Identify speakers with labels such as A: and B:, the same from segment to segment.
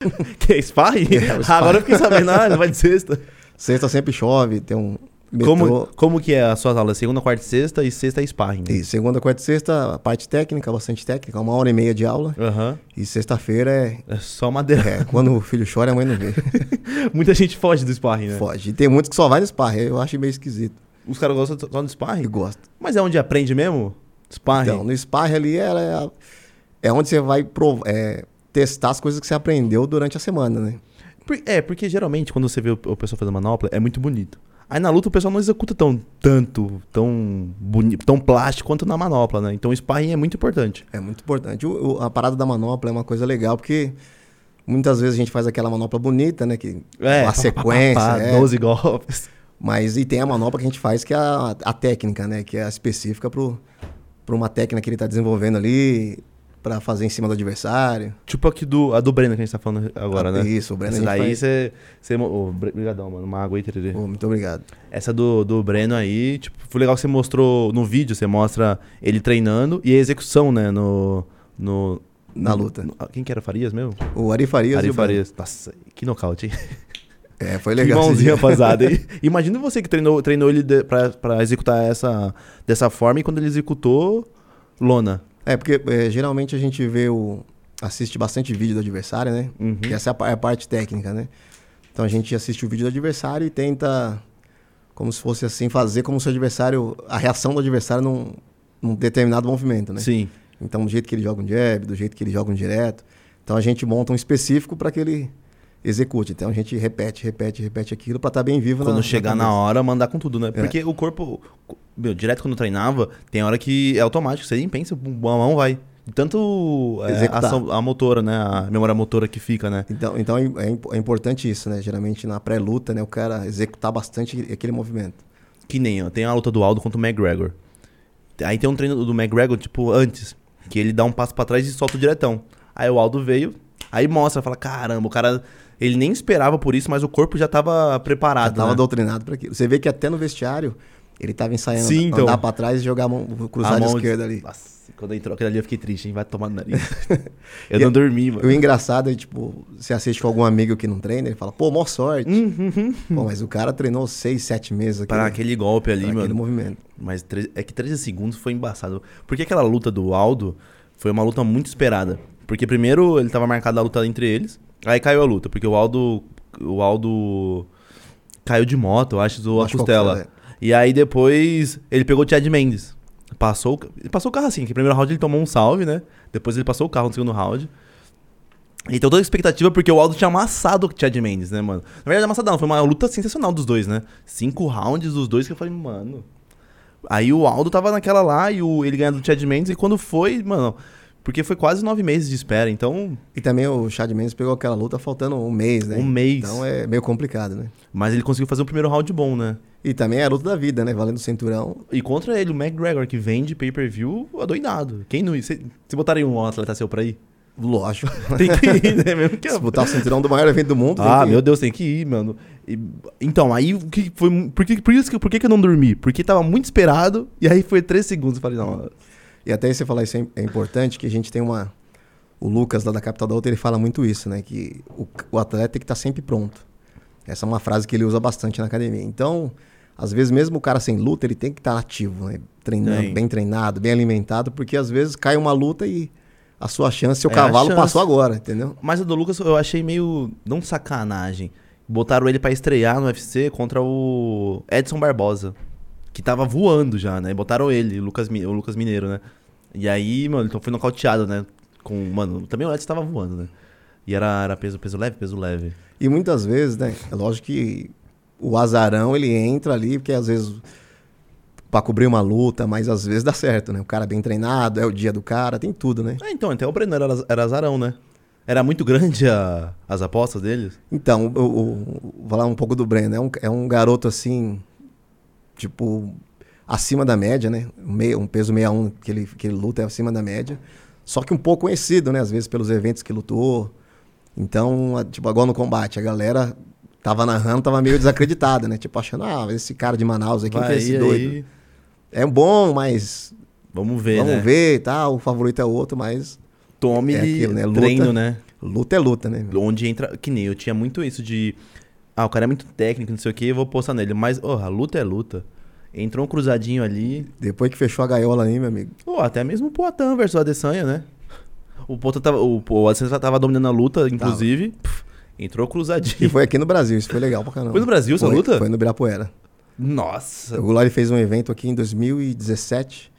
A: que é Sparring?
B: É, o Sparring.
A: Agora eu fiquei sabendo, ah, vai de sexta.
B: Sexta sempre chove, tem um metrô.
A: Como, como que é as suas aulas? Segunda, quarta e sexta e sexta é Sparring. né?
B: E segunda, quarta e sexta, a parte técnica, bastante técnica, uma hora e meia de aula.
A: Aham.
B: E sexta-feira é,
A: É só madeira.
B: é quando o filho chora, a mãe não vê.
A: Muita gente foge do Sparring, né?
B: Foge. E tem muitos que só vai no sparring, eu acho meio esquisito.
A: Os caras gostam só do
B: Eu
A: Sparring?
B: gosto.
A: Mas é onde aprende mesmo? Sparring?
B: Então, no sparring ali é, é, a- é onde você vai prov- é, testar as coisas que você aprendeu durante a semana, né?
A: Por- é, porque geralmente quando você vê o, o pessoal fazendo manopla, é muito bonito. Aí na luta o pessoal não executa tão tanto, tão bonito, tão plástico quanto na manopla, né? Então o sparring é muito importante.
B: É muito importante. O- o- a parada da manopla é uma coisa legal, porque muitas vezes a gente faz aquela manopla bonita, né? Que
A: É,
B: a sequência. é.
A: 12 golpes.
B: Mas e tem a manopla que a gente faz, que é a, a técnica, né? Que é a específica para uma técnica que ele está desenvolvendo ali, para fazer em cima do adversário.
A: Tipo aqui do, a do Breno que a gente tá falando agora, né?
B: Ah, Isso, o Breno
A: Essa
B: a gente
A: daí
B: faz-
A: você. você mo- ô, Bre- Obrigadão, mano. Uma água aí, tererê.
B: Pô, muito obrigado.
A: Essa do, do Breno aí, tipo, foi legal que você mostrou no vídeo, você mostra ele treinando e a execução, né? No. no
B: Na luta.
A: no- ah, quem que era Farias mesmo?
B: O Ari Farias. e
A: Ari
B: o Breno.
A: Farias. Nossa, que nocaute, hein?
B: É, foi
A: Que
B: legal. esse
A: mãozinha
B: dia.
A: pesada aí. Imagina você que treinou, treinou ele de, pra, pra executar essa dessa forma e quando ele executou, lona.
B: É, porque é, geralmente a gente vê o. assiste bastante vídeo do adversário, né?
A: Uhum.
B: E essa é a pa- é a parte técnica, né? Então a gente assiste o vídeo do adversário e tenta, como se fosse assim, fazer como se o adversário. a reação do adversário num, num determinado movimento, né?
A: Sim.
B: Então, do jeito que ele joga um jab, do jeito que ele joga um direto. Então, a gente monta um específico para que ele execute. Então, a gente repete, repete, repete aquilo para estar bem vivo.
A: Quando chegar na
B: cabeça.
A: hora, mandar com
B: É.
A: tudo, né? Porque o corpo, meu, direto quando eu treinava, tem hora que é automático, você nem pensa, bum, a mão vai. De Tanto é,
B: Executar.
A: ação- a motora, né? A memória motora que fica, né?
B: Então, então é, im- é imp- é importante isso, né? Geralmente, na pré-luta, né? O cara executar bastante aquele movimento.
A: Que nem, ó, tem a luta do Aldo contra o McGregor. Aí tem um treino do McGregor, tipo, antes, que ele dá um passo pra trás e solta o diretão. Aí o Aldo veio, aí mostra, fala, caramba, o cara, ele nem esperava por isso, mas o corpo já tava preparado,
B: Tava
A: né?
B: doutrinado para aquilo. Você vê que até no vestiário, ele tava ensaiando
A: Sim, então.
B: andar para trás e jogar a mão, cruzar a
A: A
B: mão
A: mão-
B: esquerda ali.
A: Nossa, quando entrou aquele ali eu fiquei triste, hein? Vai tomar no nariz. eu não dormi,
B: E o
A: mano.
B: engraçado é, tipo, você assiste com algum amigo que não treina, ele fala, pô, mó sorte.
A: Uhum.
B: Pô, mas o cara treinou seis, sete meses aqui.
A: Para
B: né?
A: aquele golpe ali,
B: pra
A: mano.
B: aquele movimento.
A: Mas tre- é que 13 segundos foi embaçado. Porque aquela luta do Aldo foi uma luta muito esperada. Porque primeiro ele tava marcada a luta entre eles, aí caiu a luta, porque o Aldo. O Aldo caiu de moto, eu acho, do a
B: Acho que
A: costela.
B: foi,
A: E aí depois ele pegou o Chad Mendes. Passou, o ca- ele passou o carro assim, que no primeiro round ele tomou um salve, né? Depois ele passou o carro no segundo round. Então toda a expectativa, porque o Aldo tinha amassado o Chad Mendes, né, mano? Na verdade, amassado não, foi uma luta sensacional dos dois, né? Cinco rounds dos dois que eu falei, mano. Aí o Aldo tava naquela lá e o, ele ganhou do Chad Mendes, e quando foi, mano. Porque foi quase nove meses de espera, então
B: E também o Chad Mendes pegou aquela luta faltando um mês, né?
A: um mês.
B: Então é meio complicado, né?
A: Mas ele conseguiu fazer um primeiro round bom, né?
B: E também é a luta da vida, né? Valendo o cinturão.
A: E contra ele, o McGregor, que vende pay-per-view, adoidado. Quem não. Se botarem um atleta seu pra ir?
B: Lógico.
A: Tem que ir, né? Mesmo que
B: Se botar o cinturão do maior evento do mundo.
A: Ah,
B: tem que-
A: meu Deus, tem que ir, mano. E- então, aí o que foi. mu- Por, que, por, isso que, por que, que eu não dormi? Porque tava muito esperado, e aí foi três segundos. Eu falei, não.
B: E até você falar isso é im- é importante, que a gente tem uma. O Lucas, lá da Capital da Outra, ele fala muito isso, né? Que o, o atleta tem que estar sempre pronto. Essa é uma frase que ele usa bastante na academia. Então, às vezes, mesmo o cara sem luta, ele tem que estar ativo, né? Treinando,
A: Tem.
B: bem treinado, bem alimentado, porque às vezes cai uma luta e a sua chance, seu
A: É a
B: cavalo
A: chance.
B: passou agora, entendeu?
A: Mas o do Lucas eu achei meio. Não sacanagem. Botaram ele pra estrear no UFC contra o Edson Barbosa. Que tava voando já, né? Botaram ele, o Lucas, Mi- o Lucas Mineiro, né? E aí, mano, então foi nocauteado, né? Com, mano, também o Edson tava voando, né? E era, era peso, peso leve, peso leve.
B: E muitas vezes, né? É lógico que o azarão ele entra ali, porque às vezes pra cobrir uma luta, mas às vezes dá certo, né? O cara é bem treinado, é o dia do cara, tem tudo, né?
A: Ah, então, até o Breno era, era azarão, né? Era muito grande a- as apostas deles.
B: Então, o- o- vou falar um pouco do Breno. É um, é um garoto assim, tipo, acima da média, né? Um meia- um peso 61 que ele, que ele luta é acima da média. Só que um pouco conhecido, né? Às vezes pelos eventos que lutou. Então, a- tipo, agora no combate, a galera tava narrando, tava meio desacreditada, né? Tipo, achando, ah, esse cara de Manaus aqui, que é
A: Vai
B: esse
A: aí,
B: doido? É bom, mas
A: Vamos ver,
B: vamos
A: né?
B: ver e tal. O favorito é outro, mas
A: Tome
B: É
A: de
B: aquilo, né? Luta.
A: treino, né?
B: Luta é luta, né? meu?
A: Onde entra. Que nem eu tinha muito isso de. Ah, o cara é muito técnico, não sei o que, eu vou postar nele. Mas, oh, a luta é luta. Entrou um cruzadinho ali.
B: Depois que fechou a gaiola aí, meu amigo.
A: Ou até mesmo o Poitin versus o Adesanya, né? O Poitin tava. O, o Adesanya tava dominando a luta, inclusive. Pff, entrou
B: E
A: cruzadinho.
B: foi aqui no Brasil, isso foi legal pra caramba.
A: Foi no Brasil essa
B: Foi-
A: luta?
B: Foi no Ibirapuera.
A: Nossa.
B: O Goulart fez um evento aqui em 2017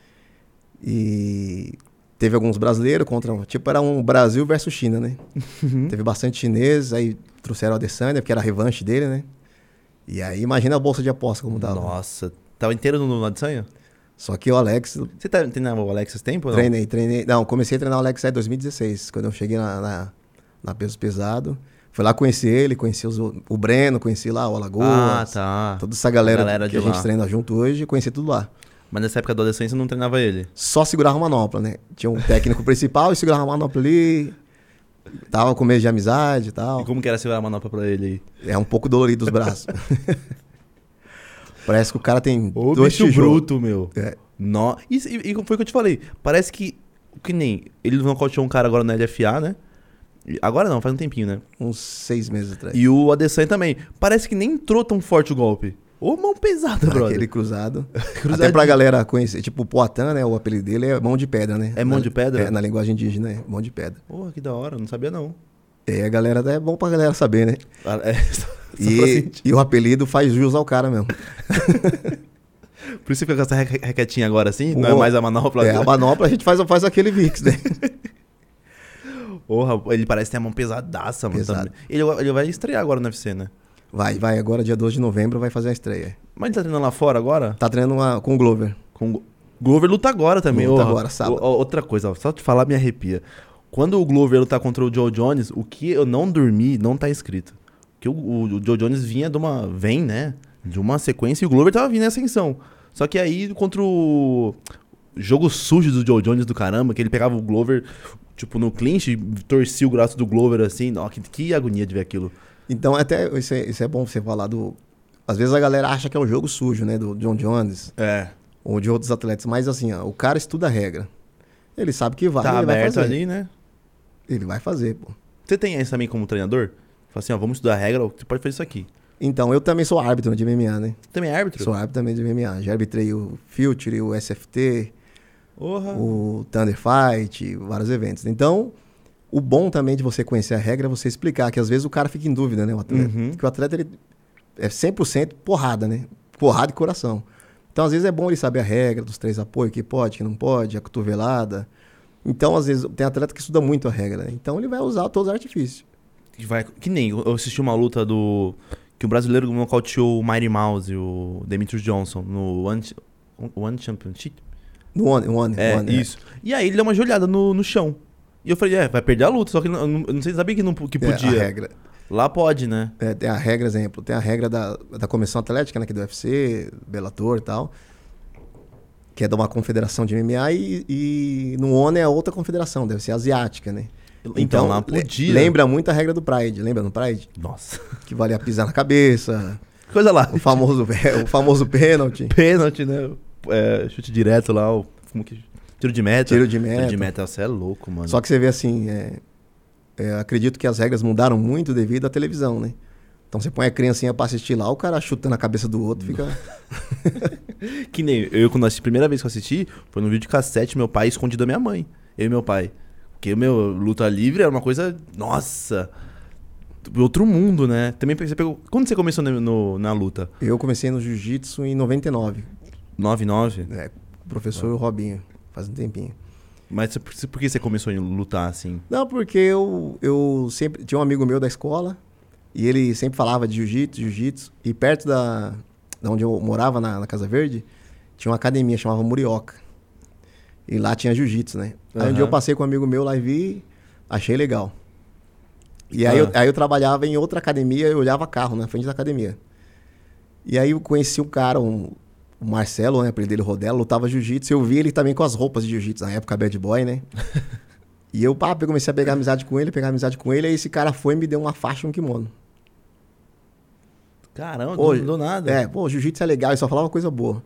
B: e teve alguns brasileiros contra. Tipo, era um Brasil versus China, né? Teve bastante chineses, aí trouxeram a Adesanya, porque era a revanche dele, né? E aí, imagina a bolsa de aposta como
A: né?
B: tava.
A: Nossa. Tava inteiro no Adesanya?
B: Só que o Alex,
A: Você tá treinando o Alex esse tempo? ou Não?
B: treinei, treinei. Não, comecei a treinar o Alex aí em 2016, quando eu cheguei na, na, na peso pesado. Fui lá conhecer ele, conheci os- o Breno, conheci lá o Alagoas.
A: Ah, tá.
B: Toda essa galera,
A: Galera
B: que
A: de
B: a gente
A: lá.
B: treina junto hoje, conheci tudo lá.
A: Mas nessa época da adolescência você não treinava ele.
B: só segurava a manopla, né? Tinha um técnico principal e segurava a manopla ali. Tava com medo de amizade e
A: E
B: tal.
A: como que era segurar a manopla pra ele?
B: É um pouco dolorido os braços. Parece que o cara tem
A: Ô,
B: dois
A: bicho
B: tijolos.
A: bruto, meu.
B: É.
A: No... E, e, e foi o que eu te falei. Parece que. Que nem. Ele nocauteou um cara agora na LFA, né? E- Agora não, faz um tempinho, né?
B: Uns seis meses atrás.
A: E o Adesanya também. Parece que nem entrou tão forte o golpe. Ô, mão pesada, tá brother.
B: Aquele cruzado. Até
A: Cruzadinho.
B: pra galera conhecer. Tipo, o Poitin, né? O apelido dele é mão de pedra, né?
A: É mão
B: Na-
A: de pedra?
B: É, na linguagem indígena, é mão de pedra.
A: Porra, que da hora, não sabia não.
B: E aí a galera, é bom pra galera saber, né?
A: Ah, é, só- só pra
B: E,
A: sentir.
B: e o apelido faz jus ao cara mesmo.
A: Por isso que fica com essa re- requetinha agora assim, não é
B: Pô,
A: mais a manopla.
B: É, a manopla a gente faz, faz aquele VIX, né?
A: Porra, ele parece ter a mão pesadaça, mano.
B: Pesado.
A: também. Ele, ele vai estrear agora no UFC, né?
B: Vai, vai. Agora, dia 12 de novembro, vai fazer a estreia.
A: Mas ele tá treinando lá fora agora?
B: Tá treinando uma, com o Glover.
A: Com... o Glover luta agora também.
B: Luta
A: ó.
B: agora, sábado.
A: Ó, outra coisa, ó, só te falar me arrepia. Quando o Glover lutar contra o Joe Jones, o que eu não dormi não tá escrito. Porque o, o- o Joe Jones vinha de uma... Vem, né? De uma sequência e o Glover tava vindo em ascensão. Só que aí, contra o jogo sujo do Joe Jones do caramba, que ele pegava o Glover, tipo, no clinch, e torcia o braço do Glover assim. Ó, que, que agonia de ver aquilo.
B: Então, até isso é, isso é bom você falar do. Às vezes a galera acha que é um jogo sujo, né? Do John Jones
A: É.
B: ou de outros atletas. Mas assim, ó, o cara estuda a regra. Ele sabe que vai,
A: Tá
B: ele vai
A: aberto
B: fazer.
A: ali, né?
B: Ele vai fazer, pô.
A: Você tem isso também como treinador? Fala assim, ó, vamos estudar a regra, você pode fazer isso aqui.
B: Então, eu também sou árbitro de MMA, né?
A: Você também é árbitro?
B: Sou árbitro também de MMA. Já arbitrei o Future, o SFT,
A: Porra.
B: o Thunder Fight, vários eventos. Então, o bom também de você conhecer a regra é você explicar, que às vezes o cara fica em dúvida, né? O atleta.
A: Uhum.
B: Que o atleta ele é 100% porrada, né? Porrada e coração. Então, às vezes é bom ele saber a regra dos três apoios, que pode, que não pode, a cotovelada. Então, às vezes, tem atleta que estuda muito a regra, né? Então, ele vai usar todos os artifícios.
A: Que, vai- que nem eu assisti uma luta do. Que o brasileiro nocauteou o Mighty Mouse e o Demetrius Johnson no One, Ch- One Championship.
B: No One, no one,
A: É,
B: no one,
A: isso. E aí ele deu uma joelhada no, no chão. E eu falei, é, vai perder a luta, só que não- eu não, eu não sei, sabia que, não, que
B: É, a
A: podia.
B: regra.
A: Lá pode, né?
B: É, tem a regra, exemplo, tem a regra da, da Comissão Atlética, né, que é do UFC, Bellator e tal, que é de uma confederação de MMA e, e no ONU é outra confederação, deve ser asiática, né?
A: Então, lá
B: le-
A: podia.
B: Lembra muito a regra do Pride, lembra no Pride?
A: Nossa.
B: Que valia pisar na cabeça,
A: Coisa lá.
B: o famoso, o famoso pênalti,
A: Pênalti, né? É, chute direto lá, o. Como que. Tiro de meta.
B: tiro de meta.
A: Tiro de meta, você é louco, mano.
B: Só que você vê assim, é, é, acredito que as regras mudaram muito devido à televisão, né? Então você põe a criancinha pra assistir lá, o cara chutando a cabeça do outro, fica...
A: Que nem eu, quando assisti, a primeira vez que eu assisti, foi no vídeo cassete, meu pai escondido da minha mãe. Eu e meu pai. Porque, meu, luta livre era uma coisa. Nossa! Outro mundo, né? Também você pegou. Quando você começou no, no- na luta?
B: Eu comecei no jiu-jitsu em 99,
A: 99?
B: É, professor Robinho, faz um tempinho.
A: Mas você- por por que você começou a lutar assim?
B: Não, porque eu, eu sempre. Tinha um amigo meu da escola e ele sempre falava de jiu-jitsu, jiu-jitsu. E perto da, da onde eu morava, na, na Casa Verde, tinha uma academia chamava Murioca. E lá tinha jiu-jitsu, né? Aí um
A: Aham.
B: dia eu passei com um amigo meu lá e vi, achei legal. E aí,
A: Ah.
B: eu, aí eu trabalhava em outra academia, eu olhava carro na frente da academia. E aí eu conheci um cara, um, o Marcelo, né? Apelido dele Rodela, lutava jiu-jitsu. Eu vi ele também com as roupas de jiu-jitsu, na época bad boy, né? e eu, pá, eu comecei a pegar amizade com ele, pegar amizade com ele. Aí esse cara foi e me deu uma faixa e um kimono.
A: Caramba,
B: Pô,
A: não deu nada.
B: É, pô, jiu-jitsu é legal, ele só falava coisa boa.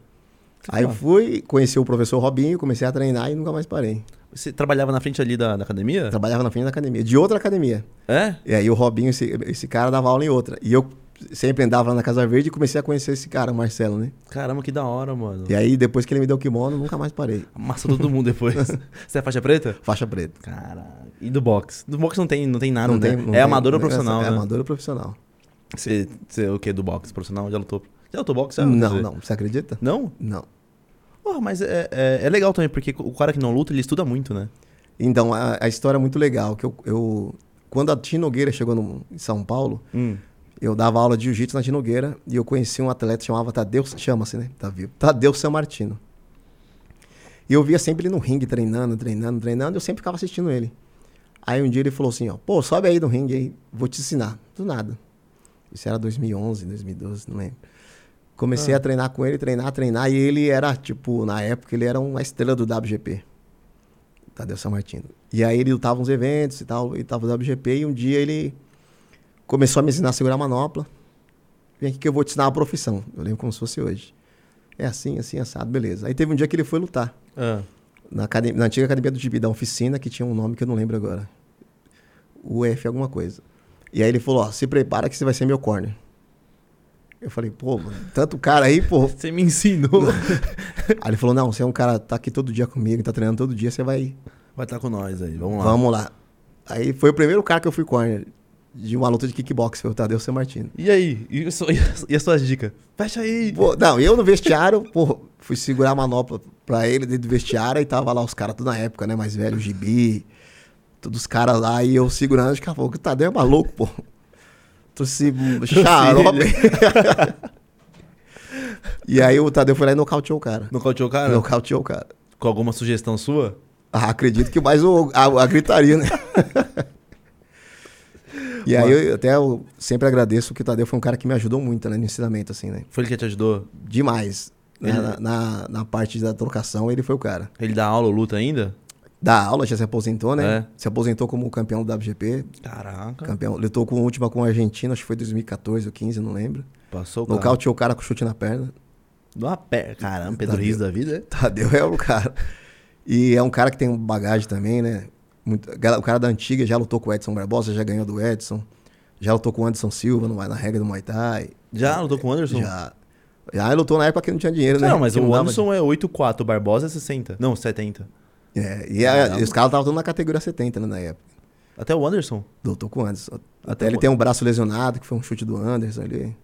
A: Que
B: Aí eu
A: bom.
B: fui, conheci o professor Robinho, comecei a treinar e nunca mais parei.
A: Você trabalhava na frente ali da, da academia?
B: Trabalhava na frente da academia, de outra academia.
A: É?
B: E aí o Robinho, esse, esse cara, dava aula em outra. E eu sempre andava lá na Casa Verde e comecei a conhecer esse cara, o Marcelo, né?
A: Caramba, que da hora, mano.
B: E aí, depois que ele me deu o kimono, nunca mais parei.
A: Amassa todo mundo depois. Você é faixa preta?
B: Faixa preta.
A: Caralho. E do boxe? Do boxe não tem, não tem nada,
B: Não
A: né?
B: tem- não
A: é
B: tem-
A: amador ou
B: não-
A: profissional,
B: É
A: né?
B: amador ou profissional.
A: Você, você é o que do boxe? Profissional? Já lutou? Já lutou boxe? já? Quer
B: Não,
A: dizer,
B: não. Você acredita?
A: Não?
B: Não.
A: Porra, mas é, é, é legal também, porque o cara que não luta, ele estuda muito, né?
B: Então, a, a história é muito legal. Que eu, eu- quando a Tim Nogueira chegou no- em São Paulo,
A: Hum.
B: eu dava aula de jiu-jitsu na Tim Nogueira e eu conheci um atleta que chamava Tadeu, chama-se, né? Tá vivo. Tadeu San Martino. E eu via sempre ele no ringue treinando, treinando, treinando, e eu sempre ficava assistindo ele. Aí um dia ele falou assim, ó, pô, sobe aí no ringue aí, vou te ensinar. Do nada. Isso era 2011, 2012, não lembro. Comecei a treinar com ele, treinar, treinar, e ele era, tipo, na época, ele era uma estrela do WGP. Tadeu San Martino. E aí ele lutava uns eventos e tal, e tava no WGP, e um dia ele começou a me ensinar a segurar a manopla. Vem aqui que eu vou te ensinar a profissão. Eu lembro como se fosse hoje. É assim, assim, assado, beleza. Aí teve um dia que ele foi lutar
A: Ah.
B: na, academia, na antiga academia do Gibi, da oficina, que tinha um nome que eu não lembro agora. UF alguma coisa. E aí ele falou, ó, se prepara que você vai ser meu corner. Eu falei, pô, mano, tanto cara aí, pô.
A: Você me ensinou.
B: Aí ele falou, não, você é um cara, tá aqui todo dia comigo, tá treinando todo dia, você vai
A: Vai estar com nós aí, vamos lá.
B: Vamos lá. Aí foi o primeiro cara que eu fui corner de uma luta de kickbox, foi o Tadeu San Martino.
A: E aí? E, su- e as- e as suas dicas? Fecha aí!
B: Pô, não, eu no vestiário, pô, fui segurar a manopla pra ele dentro do vestiário e tava lá os caras, tudo na época, né? Mais velho, o Gibi, todos os caras lá, e eu segurando, os caras falaram, o Tadeu é maluco, pô. Trouxe um xarope. e aí o Tadeu foi lá e nocauteou o cara.
A: Nocauteou o cara?
B: Nocauteou o cara.
A: Com alguma sugestão sua?
B: Ah, acredito que mais o, a, a gritaria, né? e aí eu até eu sempre agradeço que o Tadeu foi um cara que me ajudou muito né, no ensinamento, assim, né?
A: Foi ele que te ajudou?
B: Demais. né?
A: Ele-
B: Na, na, na parte da trocação, ele foi o cara.
A: Ele dá aula ou luta ainda?
B: Da aula, já se aposentou, né?
A: É. Ah.
B: Se aposentou como campeão do WGP.
A: Caraca.
B: Campeão. Lutou com a última com a Argentina, acho que foi 2014 ou 15, não lembro.
A: Passou o carro.
B: Nocauteou o cara com chute na perna.
A: Do uma pé. Caramba, Pedro
B: Tadeu.
A: Riz da vida, é?
B: Tadeu é o cara. E é um cara que tem bagagem também, né? Muito- o cara da antiga já lutou com o Edson Barbosa, já ganhou do Edson. Já lutou com o Anderson Silva no, na regra do Muay Thai.
A: Já lutou com o Anderson?
B: Já. Já lutou na época que não tinha dinheiro, né?
A: Não, mas
B: Que
A: o
B: dava
A: Anderson é 8,4, o Barbosa é 60. Não, 70.
B: di- É, e, a- e os caras estavam todos na categoria 70, né, na época.
A: Até o Anderson.
B: Lutou com o Anderson.
A: Até
B: Até ele
A: o-
B: tem um braço lesionado, que foi um chute do Anderson ali.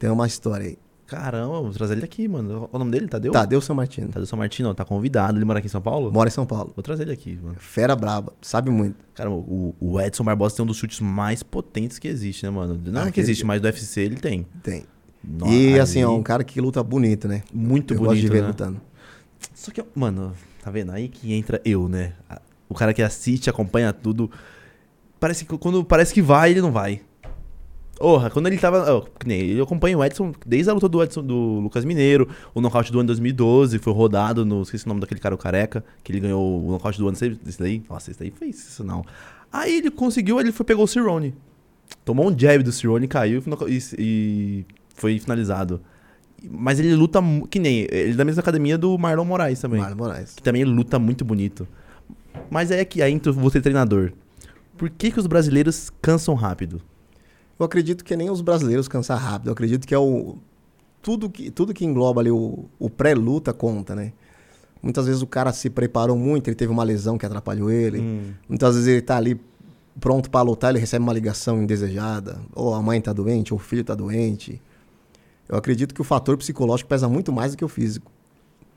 B: Tem uma história aí.
A: Caramba, vou trazer ele aqui, mano. Qual o nome dele? Tadeu?
B: Tadeu San Martino.
A: Tadeu São Martino, ó, tá convidado. Ele mora aqui em São Paulo?
B: Mora em São Paulo.
A: Vou trazer ele aqui, mano.
B: Fera braba, sabe muito.
A: Cara, o, o Edson Barbosa tem um dos chutes mais potentes que existe, né, mano? Não é que
B: Aquele-
A: existe, mas do UFC ele tem.
B: Tem.
A: No-
B: Ah, e assim,
A: ali-
B: é um cara que luta bonito, né?
A: Muito
B: Eu
A: bonito,
B: gosto de ver
A: né?
B: lutando.
A: Só que, mano, tá vendo? Aí que entra eu, né? A- O cara que assiste, acompanha tudo. Parece que quando parece que vai, ele não vai. Porra, quando ele tava. ó, que nem eu acompanho o Edson desde a luta do Edson do Lucas Mineiro, o nocaute do ano 2012, foi rodado no. Esqueci o nome daquele cara, o careca, que ele ganhou o nocaute do ano. sei- Esse daí? Nossa, esse daí foi sensacional. Aí ele conseguiu, ele foi, pegou o Cirone. Tomou um jab do Cirone, caiu e noca- e, e foi finalizado. Mas ele luta mu- que nem. Ele é da mesma academia do Marlon Moraes também.
B: Mário Moraes.
A: Que também ele luta muito bonito. Mas aí é que aí entra você treinador. Por que, que os brasileiros cansam rápido?
B: Eu acredito que nem os brasileiros cansar rápido. Eu acredito que é o. Tudo que, tudo que engloba ali o, o pré-luta conta, né? Muitas vezes o cara se preparou muito, ele teve uma lesão que atrapalhou ele.
A: Hum.
B: Muitas vezes ele tá ali pronto pra lutar, ele recebe uma ligação indesejada. Ou a mãe tá doente, ou o filho tá doente. Eu acredito que o fator psicológico pesa muito mais do que o físico.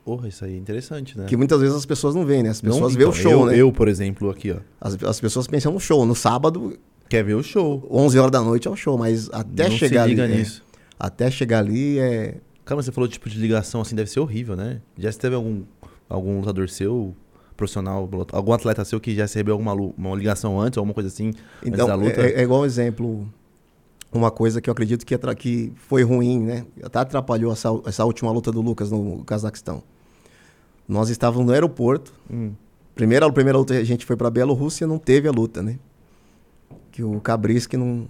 A: Porra, isso aí é interessante, né?
B: Que muitas vezes as pessoas não veem, né? As
A: Não-
B: pessoas
A: então,
B: veem o show,
A: eu,
B: né?
A: Eu, por exemplo, aqui, ó.
B: As, as pessoas pensam no show. No sábado,
A: Quer ver o show.
B: 11 horas da noite é o show, mas até
A: Não
B: chegar
A: se liga
B: ali. é,
A: nisso.
B: até chegar ali é.
A: Cara, mas você falou tipo de ligação assim, deve ser horrível, né? Já se teve algum, algum lutador seu, profissional, algum atleta seu que já recebeu alguma lu- uma ligação antes, alguma coisa assim, antes da
B: Então,
A: luta?
B: é, é igual um exemplo. Uma coisa que eu acredito que, atra- que foi ruim, né? Até atrapalhou essa, essa última luta do Lucas no Cazaquistão. Nós estávamos no aeroporto.
A: Hum.
B: Primeira, primeira luta a gente foi para Bielorrússia, não teve a luta, né? Que o Kabrisky não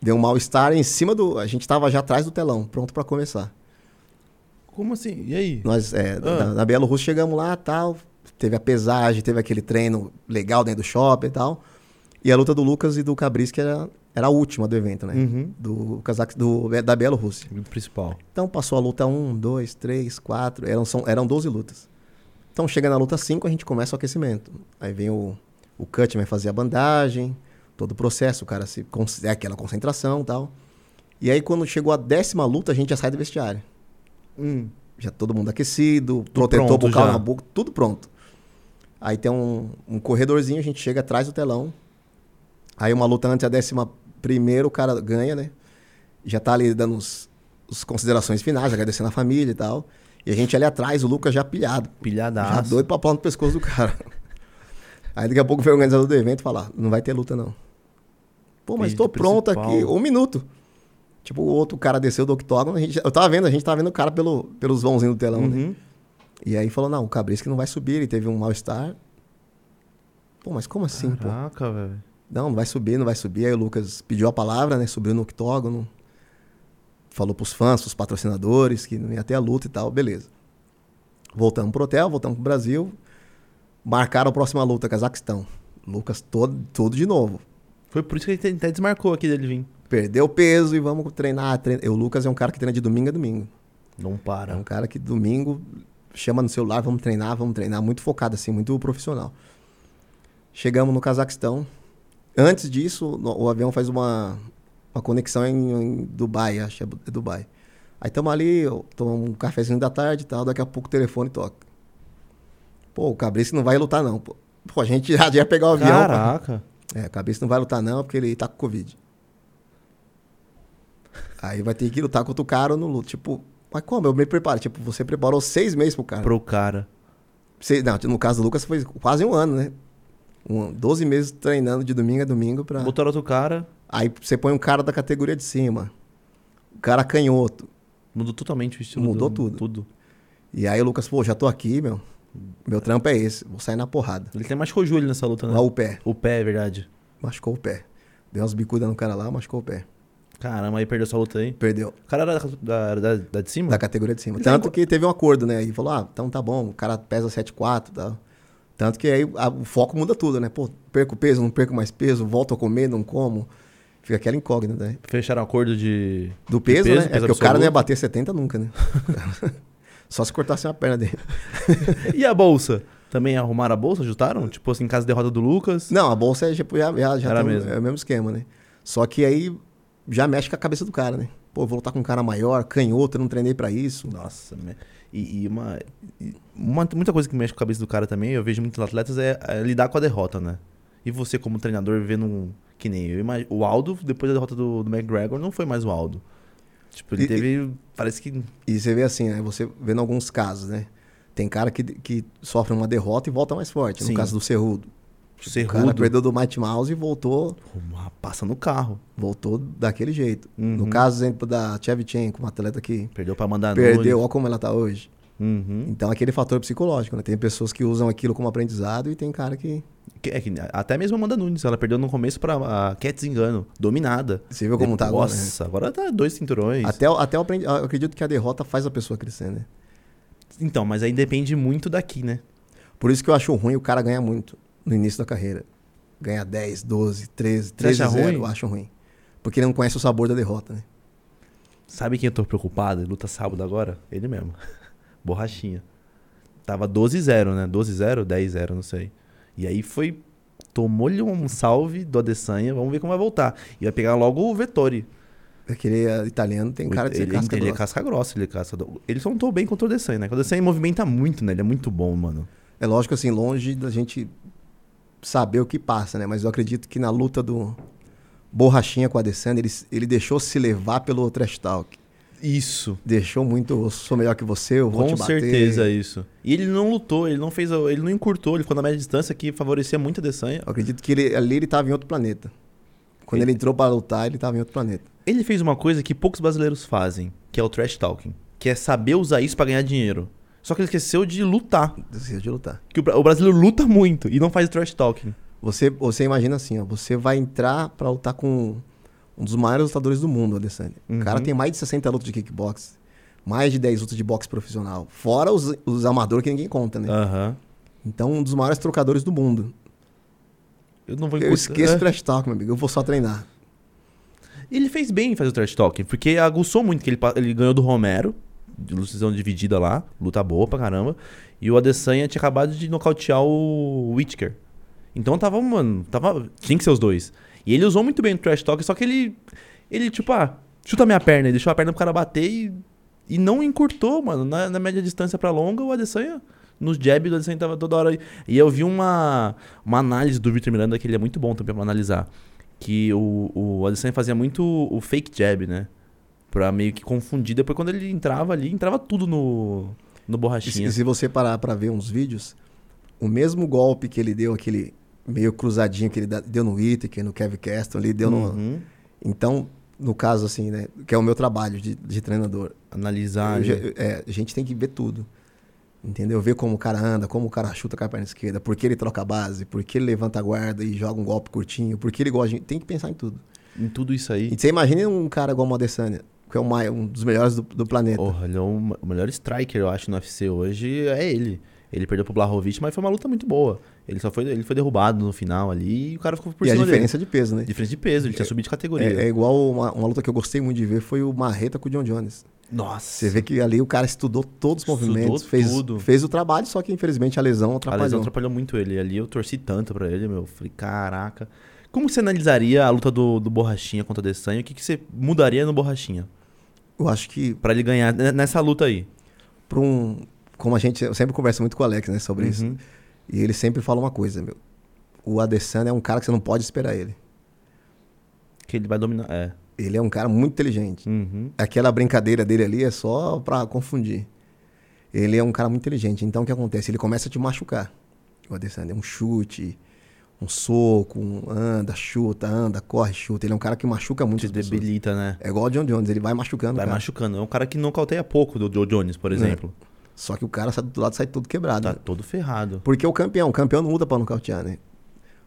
B: deu um mal-estar em cima do. A gente estava já atrás do telão, pronto para começar.
A: Como assim? E aí?
B: Nós, é, na, na Bielorrússia chegamos lá, tal, Teve a pesagem, teve aquele treino legal dentro do shopping e tal. E a luta do Lucas e do Cabris, que era, era a última do evento, né?
A: Uhum.
B: Do Cazaquistão, da Bielorrússia.
A: O principal.
B: Então passou a luta 1, 2, 3, 4. Eram, são, eram 12 lutas. Então chega na luta 5, a gente começa o aquecimento. Aí vem o, o cut, vai fazer a bandagem, todo o processo, o cara se con- é aquela concentração e tal. E aí quando chegou a décima luta, a gente já sai do vestiário. Já todo mundo aquecido,
A: Hum.
B: protetor
A: pronto
B: bucal
A: já.
B: na boca, tudo pronto. Aí tem um, um corredorzinho, a gente chega atrás do telão. Aí uma luta antes da décima primeira, o cara ganha, né? Já tá ali dando os, os considerações finais, agradecendo a família e tal. E a gente ali atrás, o Lucas já pilhado.
A: Pilhadaço.
B: Já doido pra pau no pescoço do cara. Aí daqui a pouco vem o organizador do evento falar, não vai ter luta não. Pô, mas
A: Evento
B: tô pronto
A: principal.
B: aqui, um minuto. Tipo, o outro cara desceu do octógono, a gente, eu tava vendo, a gente tava vendo o cara pelo, pelos vãozinhos do telão, né?
A: Uhum.
B: E aí falou, não, o Cabris que não vai subir, ele teve um mal-estar. Pô, mas como assim, pô?
A: Caraca, velho.
B: Não, não vai subir, não vai subir. Aí o Lucas pediu a palavra, né? Subiu no octógono. Falou pros fãs, pros patrocinadores, que não ia ter a luta e tal, beleza. Voltamos pro hotel, voltamos pro Brasil. Marcaram a próxima luta, Cazaquistão. Lucas todo, todo de novo.
A: Foi por isso que a gente até desmarcou aqui dele vir.
B: Perdeu peso e vamos treinar. treina. E O Lucas é um cara que treina de domingo a domingo.
A: Não
B: É um
A: para.
B: cara que domingo chama no celular, vamos treinar, vamos treinar, muito focado assim, muito profissional. Chegamos no Cazaquistão. Antes disso, no- o avião faz uma, uma conexão em, em Dubai, acho que é Bu- é Dubai. Aí estamos ali, eu- tomamos um cafezinho da tarde e tal, daqui a pouco o telefone toca. Pô, o Cabrício não vai lutar não, pô. Pô, a gente já, já ia pegar o avião.
A: Caraca.
B: É, o Cabrício não vai lutar não, porque ele tá com Covid. Aí vai ter que lutar contra o cara no luto. Tipo, mas como? Eu me preparo. Tipo, você preparou seis meses pro cara.
A: Pro cara.
B: Seis- não, no caso do Lucas foi quase um ano, né? Um, 12 meses treinando de domingo a domingo pra.
A: Botaram outro cara,
B: Aí você põe um cara da categoria de cima. O cara canhoto.
A: mudou totalmente o estilo
B: Mudou
A: do-
B: tudo.
A: Tudo.
B: E aí o Lucas, pô, já tô aqui, meu. Meu trampo é esse. Vou sair na porrada.
A: Ele até machucou o joelho nessa luta, né?
B: Lá o pé.
A: O pé, é verdade.
B: Machucou o pé. Deu umas bicudas no cara lá, machucou o pé.
A: Caramba, aí perdeu essa luta aí.
B: Perdeu.
A: O cara era da, da, da de cima?
B: Da categoria de cima.
A: Ele
B: Tanto
A: tem-
B: que teve um acordo, né? E falou, ah, então tá bom, o cara pesa 7,4 e tal. Tanto que aí a- o foco muda tudo, né? Pô, perco peso, não perco mais peso, volto a comer, não como. Fica aquela incógnita, né?
A: Fecharam acordo de.
B: Do
A: de
B: peso, né? é
A: peso
B: porque o cara não ia
A: absoluto.
B: bater 70 nunca, né? Só se cortasse uma perna dele.
A: E a bolsa? Também arrumaram a bolsa? Ajustaram? Tipo assim, em caso de derrota do Lucas.
B: Não, a bolsa é, tipo, já, já, já
A: Era
B: tem um-
A: mesmo.
B: é o mesmo esquema, né? Só que aí já mexe com a cabeça do cara, né? Pô, eu vou lutar com um cara maior, canhoto, eu não treinei pra isso.
A: Nossa, me- e, e uma, e uma- Muita coisa que mexe com a cabeça do cara também, eu vejo muitos atletas, é, é lidar com a derrota, né? E você, como treinador, vendo um. Que nem eu. imag- O Aldo, depois da derrota do, do McGregor, não foi mais o Aldo. Tipo, ele
B: E-
A: teve. Parece que.
B: E você vê assim, né? Você vendo alguns casos, né? Tem cara que, que sofre uma derrota e volta mais forte.
A: Sim.
B: No caso do Cerrudo. O cara
A: Cerrudo.
B: perdeu do Mighty Mouse e voltou,
A: Uma- Passa no carro.
B: voltou daquele jeito.
A: Uhum.
B: No caso, exemplo, da Chevchenko, uma atleta que
A: Perdeu pra mandar
B: perdeu, olha como ela tá hoje.
A: Uhum.
B: Então, aquele fator psicológico, né? Tem pessoas que usam aquilo como aprendizado e tem cara que...
A: Que- é que até mesmo a Amanda Nunes, ela perdeu no começo pra a Cat Engano, dominada.
B: Você viu como tá agora, né? Ah.
A: Nossa, agora tá dois cinturões.
B: Até, o- até o aprendi- eu acredito que a derrota faz a pessoa crescer, né?
A: Então, mas aí depende muito daqui, né?
B: Por isso que eu acho ruim o cara ganhar muito no início da carreira. Ganhar 10, 12, 13,
A: Você
B: 13
A: acha
B: 0,
A: ruim?
B: eu acho ruim. Porque ele não conhece o sabor da derrota, né?
A: Sabe quem eu tô preocupado? Ele Luta sábado agora? Ele mesmo. Borrachinha. Tava 12-0, né? 12-0, 10-0, não sei. E aí foi. Tomou-lhe um salve do Adesanya. Vamos ver como vai voltar. E vai pegar logo o Vettori.
B: Aquele eh, italiano tem cara de ser
A: ele,
B: casca
A: ele é
B: grossa.
A: casca grossa, ele é casca. do- Ele só não tô bem contra o Adesanya, né? Porque O Adesanya movimenta muito, né? Ele é muito bom, mano.
B: É lógico, assim, longe da gente saber o que passa, né? Mas eu acredito que na luta do Borrachinha com a Adesanya, ele, ele deixou se levar pelo trash talk.
A: Isso.
B: Deixou muito, eu sou melhor que você, eu vou
A: Com
B: te bater.
A: certeza é isso. E ele não lutou, ele não fez, a- ele não encurtou, ele ficou na média distância que favorecia muito a Adesanya.
B: Eu acredito que ele- ali ele tava em outro planeta. Quando ele entrou para lutar, ele tava em outro planeta.
A: Ele fez uma coisa que poucos brasileiros fazem, que é o trash talking, que é saber usar isso pra ganhar dinheiro. Só que ele esqueceu de lutar,
B: Desistiu de lutar.
A: que o, bra- o brasileiro luta muito e não faz trash talking.
B: Você, você imagina assim, ó, você vai entrar pra lutar com um dos maiores lutadores do mundo, Adesanya.
A: Uhum.
B: O cara tem mais de 60 lutas de
A: Ah.
B: kickbox, mais de 10 lutas de boxe profissional, fora os, os amadores que ninguém conta, né?
A: Aham.
B: Então, um dos maiores trocadores do mundo.
A: Eu não vou
B: Eu esqueço o
A: é.
B: trash talk, meu amigo. Eu vou só treinar.
A: Ele fez bem em fazer o trash talk, porque aguçou muito que ele, pa- ele ganhou do Romero, de decisão dividida lá, luta boa pra caramba. E o Adesanya tinha acabado de nocautear o Whittaker. Então tava, mano, tava, tinha que ser os dois. E ele usou muito bem o trash talk, só que ele ele tipo, ah, chuta minha perna, ele deixou a perna pro cara bater e e não encurtou, mano, na, na média distância pra longa, o Adesanya nos jab do Adesanya tava toda hora. aí. E eu vi uma uma análise do Victor Miranda que ele é muito bom também pra analisar que o, o Adesanya fazia muito o fake jab, né? Pra meio que confundir. Depois, quando ele entrava ali, entrava tudo no, no
B: E se,
A: borrachinha.
B: e se você parar pra ver uns vídeos, o mesmo golpe que ele deu, aquele meio cruzadinho que ele da- deu no Whittaker, no Kevin Castle, ali deu no...
A: Uhum.
B: Então, no caso assim, né? Que é o meu trabalho de, de treinador.
A: Analisar.
B: Eu já-
A: né?
B: eu- é, a gente tem que ver tudo. Entendeu? Ver como o cara anda, como o cara chuta com a perna esquerda, por que ele troca a base, por que ele levanta a guarda e joga um golpe curtinho, por que ele gosta de... Tem que pensar em tudo.
A: Em tudo isso aí.
B: E você imagina um cara igual o Adesanya, que é o mai- um dos melhores do, do planeta.
A: Porra, ele é o ma- o melhor striker, eu acho, no UFC hoje. É ele. Ele perdeu pro Blahovic, mas foi uma luta muito boa. Ele só foi, ele foi derrubado no final ali e o cara ficou por
B: e a
A: cima
B: diferença de peso, né?
A: dele. Diferença de peso, ele tinha subido de categoria.
B: É, é igual uma, uma luta que eu gostei muito de ver foi o Marreta com o John Jones.
A: Nossa.
B: Você vê que ali o cara estudou todos os
A: Estudou
B: movimentos, fez,
A: tudo.
B: fez o trabalho, só que infelizmente a lesão
A: A
B: atrapalhou.
A: lesão atrapalhou muito ele. Ali eu torci tanto pra ele, meu. Falei, caraca. Como você analisaria a luta do, do Borrachinha contra o Adesanya? O que, que você mudaria no Borrachinha?
B: Eu acho que
A: Pra ele ganhar ne- nessa luta aí.
B: para um, como a gente eu sempre conversa muito com o Alex, né, sobre isso.
A: Uhum.
B: E ele sempre fala uma coisa, meu. O Adesanya é um cara que você não pode esperar ele.
A: Que ele vai dominar. É.
B: Ele é um cara muito inteligente.
A: Uhum.
B: Aquela brincadeira dele ali é só pra confundir. Ele é um cara muito inteligente. Então o que acontece? Ele começa a te machucar. O Adesanya é um chute, um soco, um anda, chuta, anda, corre, chuta. Ele é um cara que machuca muito.
A: Te
B: as pessoas.
A: debilita, né?
B: É igual o John Jones, ele vai machucando. o
A: Vai
B: cara.
A: machucando. É um cara que nocauteia pouco do Joe Jones, por exemplo.
B: Só que o cara sai do lado sai todo quebrado. né?
A: Tá todo ferrado.
B: Porque o campeão, o campeão não luta pra nocautear, né?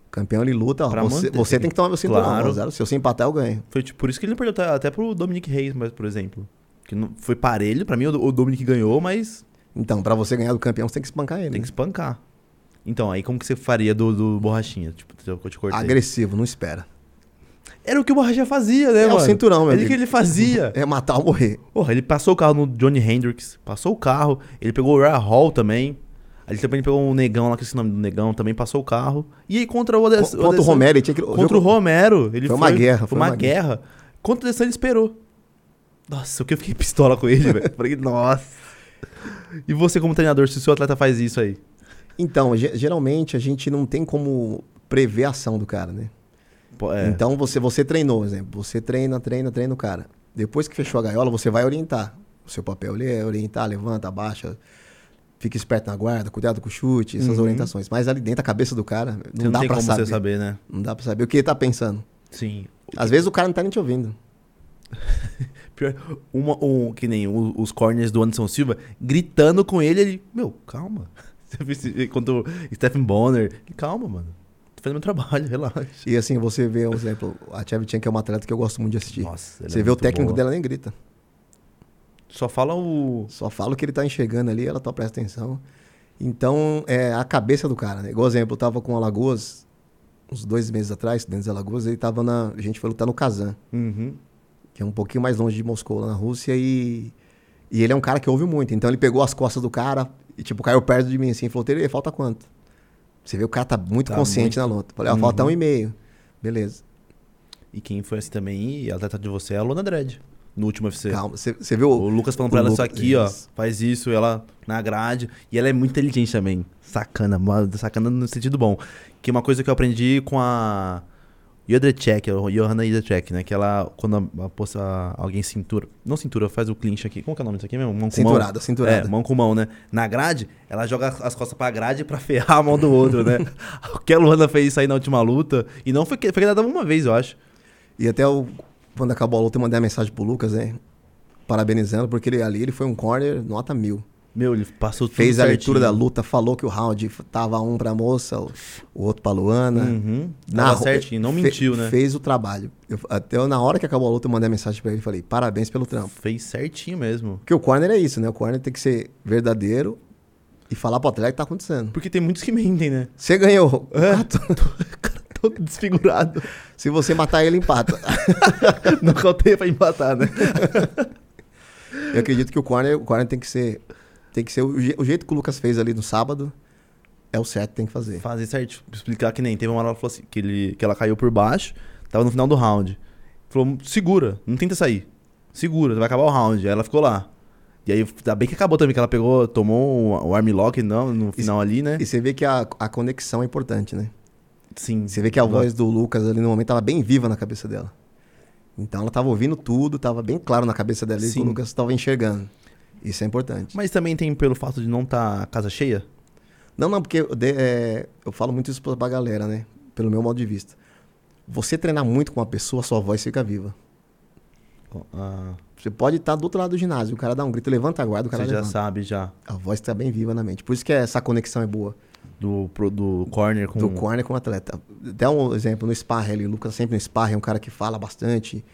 B: O campeão ele luta, ó,
A: Pra
B: você,
A: manter,
B: você
A: tem
B: tem que tomar meu cinturão.
A: Claro.
B: azar, Se eu empatar, eu ganho.
A: Foi tipo, por isso que ele não perdeu tá, até pro Dominic Reis, mas, por exemplo. Que não, foi parelho. Pra mim, o, o Dominic ganhou, mas
B: Então, pra você ganhar do campeão, você tem que espancar ele.
A: tem que
B: né?
A: espancar. Então, aí como que você faria do, do Borrachinha? Tipo, que eu te cortei.
B: Agressivo, não espera.
A: Era o que o Borracha fazia, né,
B: É o
A: mano?
B: cinturão, meu
A: Ele que
B: amigo.
A: ele fazia.
B: É matar ou morrer.
A: Porra, ele passou o carro no Johnny Hendrix, passou o carro, ele pegou o Rhea Hall também. Aí ele também pegou um negão lá, que esse nome do negão, também passou o carro. E aí contra o Ades...
B: Contra o Romero, ele tinha que.
A: Contra o Romero. Ele
B: Foi uma guerra,
A: Foi uma guerra. Contra o Adesanya ele esperou. Nossa, o que eu fiquei pistola com ele, velho. Falei, nossa. E você como treinador, se o seu atleta faz isso aí?
B: Então, ge- geralmente a gente não tem como prever a ação do cara, né?
A: Pô, é.
B: Então você, você treinou, por exemplo. Você treina, treina, treina o cara. Depois que fechou a gaiola, você vai orientar. O seu papel ali é orientar, levanta, abaixa, fica esperto na guarda, cuidado com o chute, essas
A: Uhum.
B: orientações. Mas ali dentro da cabeça do cara, não,
A: Você não
B: dá
A: tem
B: pra
A: como
B: saber.
A: você saber, né?
B: Não dá pra saber o que ele tá pensando.
A: Sim.
B: Às vezes o cara não tá nem te ouvindo.
A: Pior, uma, um, que nem o- os corners do Anderson Silva, gritando com ele, ele, meu, calma. Você viu esse- Quando o Stephen Bonner, calma, mano. Tô fazendo meu trabalho, relaxa.
B: E assim, você vê, por exemplo, a Tchevchenko é uma atleta que eu gosto muito de assistir.
A: Nossa, ela
B: você
A: é
B: vê o
A: muito
B: técnico
A: boa.
B: dela nem grita.
A: Só fala o.
B: Só fala o que ele tá enxergando ali, ela só presta atenção. Então, é a cabeça do cara, né? Igual exemplo, eu tava com o Alagoas, uns dois meses atrás, dentro de Alagoas, ele tava na... A gente foi lutar no Kazan,
A: Uhum.
B: que é um pouquinho mais longe de Moscou, lá na Rússia, e... E ele é um cara que ouve muito, então ele pegou as costas do cara e, tipo, caiu perto de mim assim, e falou, Tere, falta quanto? Você vê, o cara tá muito
A: Tá
B: consciente
A: muito.
B: na luta. Falei, ó,
A: Uhum.
B: falta um e meio. Beleza.
A: E quem foi assim também, e atleta de você é a Lona Dredd, no último UFC.
B: Calma. Você você viu...
A: O Lucas falando pra
B: o
A: ela isso
B: Lucas,
A: aqui, ó.
B: isso.
A: Faz isso, ela na grade. E ela é muito inteligente também. Sacana, mano, sacana no sentido bom. Que uma coisa que eu aprendi com a Jodrecek, a Johanna Jodrecek, né? Que ela, quando a, a, poça- alguém cintura. Não cintura, faz o clinch aqui. Como que é o nome disso aqui mesmo? Mão com
B: Cinturada,
A: mão. É,
B: cinturada.
A: mão com mão, né? Na grade, ela joga as- as costas pra grade pra ferrar a mão do outro, né? o que a Luana fez isso aí na última luta. E não foi que, foi que ela dava uma vez, eu acho.
B: E até o, quando acabou a luta, eu mandei uma mensagem pro Lucas, né? Parabenizando, porque ele, ali ele foi um corner nota mil.
A: Meu, ele passou tudo
B: Fez a
A: certinho.
B: leitura da luta, falou que o round tava um pra moça, o o outro pra Luana.
A: Uhum.
B: né? Na
A: Tava
B: ro-
A: certinho, não
B: fe-
A: mentiu, né?
B: Fez o trabalho. Eu- até eu- na hora que acabou a luta, eu mandei a mensagem pra ele e falei, parabéns pelo trampo.
A: Fez certinho mesmo.
B: Porque o corner é isso, né? O corner tem que ser verdadeiro, E falar pro atleta o que tá acontecendo.
A: Porque tem muitos que mentem, né?
B: Você ganhou. Ah, tô-
A: Cara, todo desfigurado.
B: Se você matar ele, empata.
A: Nocauteia pra empatar, né?
B: Eu acredito que o corner, o corner tem que ser. Tem que ser. O, je- o jeito que o Lucas fez ali no sábado é o certo que tem que fazer.
A: Fazer certo. Explicar que nem. Teve uma hora que ela falou assim, que, ele, que ela caiu por baixo, tava no final do round. Falou, segura, não tenta sair. Segura, vai acabar o round. Aí ela ficou lá. E aí, ainda bem que acabou também, que ela pegou, tomou o- o armlock não, no final ali, né?
B: E você vê que a, a conexão é importante, né?
A: Sim.
B: Você vê que a voz do Lucas ali no momento tava bem viva na cabeça dela. Então ela tava ouvindo tudo, tava bem claro na cabeça dela e
A: Sim.
B: o Lucas tava enxergando. Isso é importante.
A: Mas também tem pelo fato de não tá a casa cheia?
B: Não, não, porque eu, de- é, eu falo muito isso pra pra galera, né? Pelo meu modo de vista. Você treinar muito com uma pessoa, sua voz fica viva.
A: Ah,
B: Você pode estar do outro lado do ginásio, o cara dá um grito, levanta a guarda, o cara
A: você já
B: levanta.
A: sabe já.
B: A voz tá bem viva na mente. Por isso que essa conexão é boa
A: Do, pro- do corner com.
B: do corner com o atleta. Dá um exemplo no sparring ali. O Lucas sempre no sparring é um cara que fala bastante,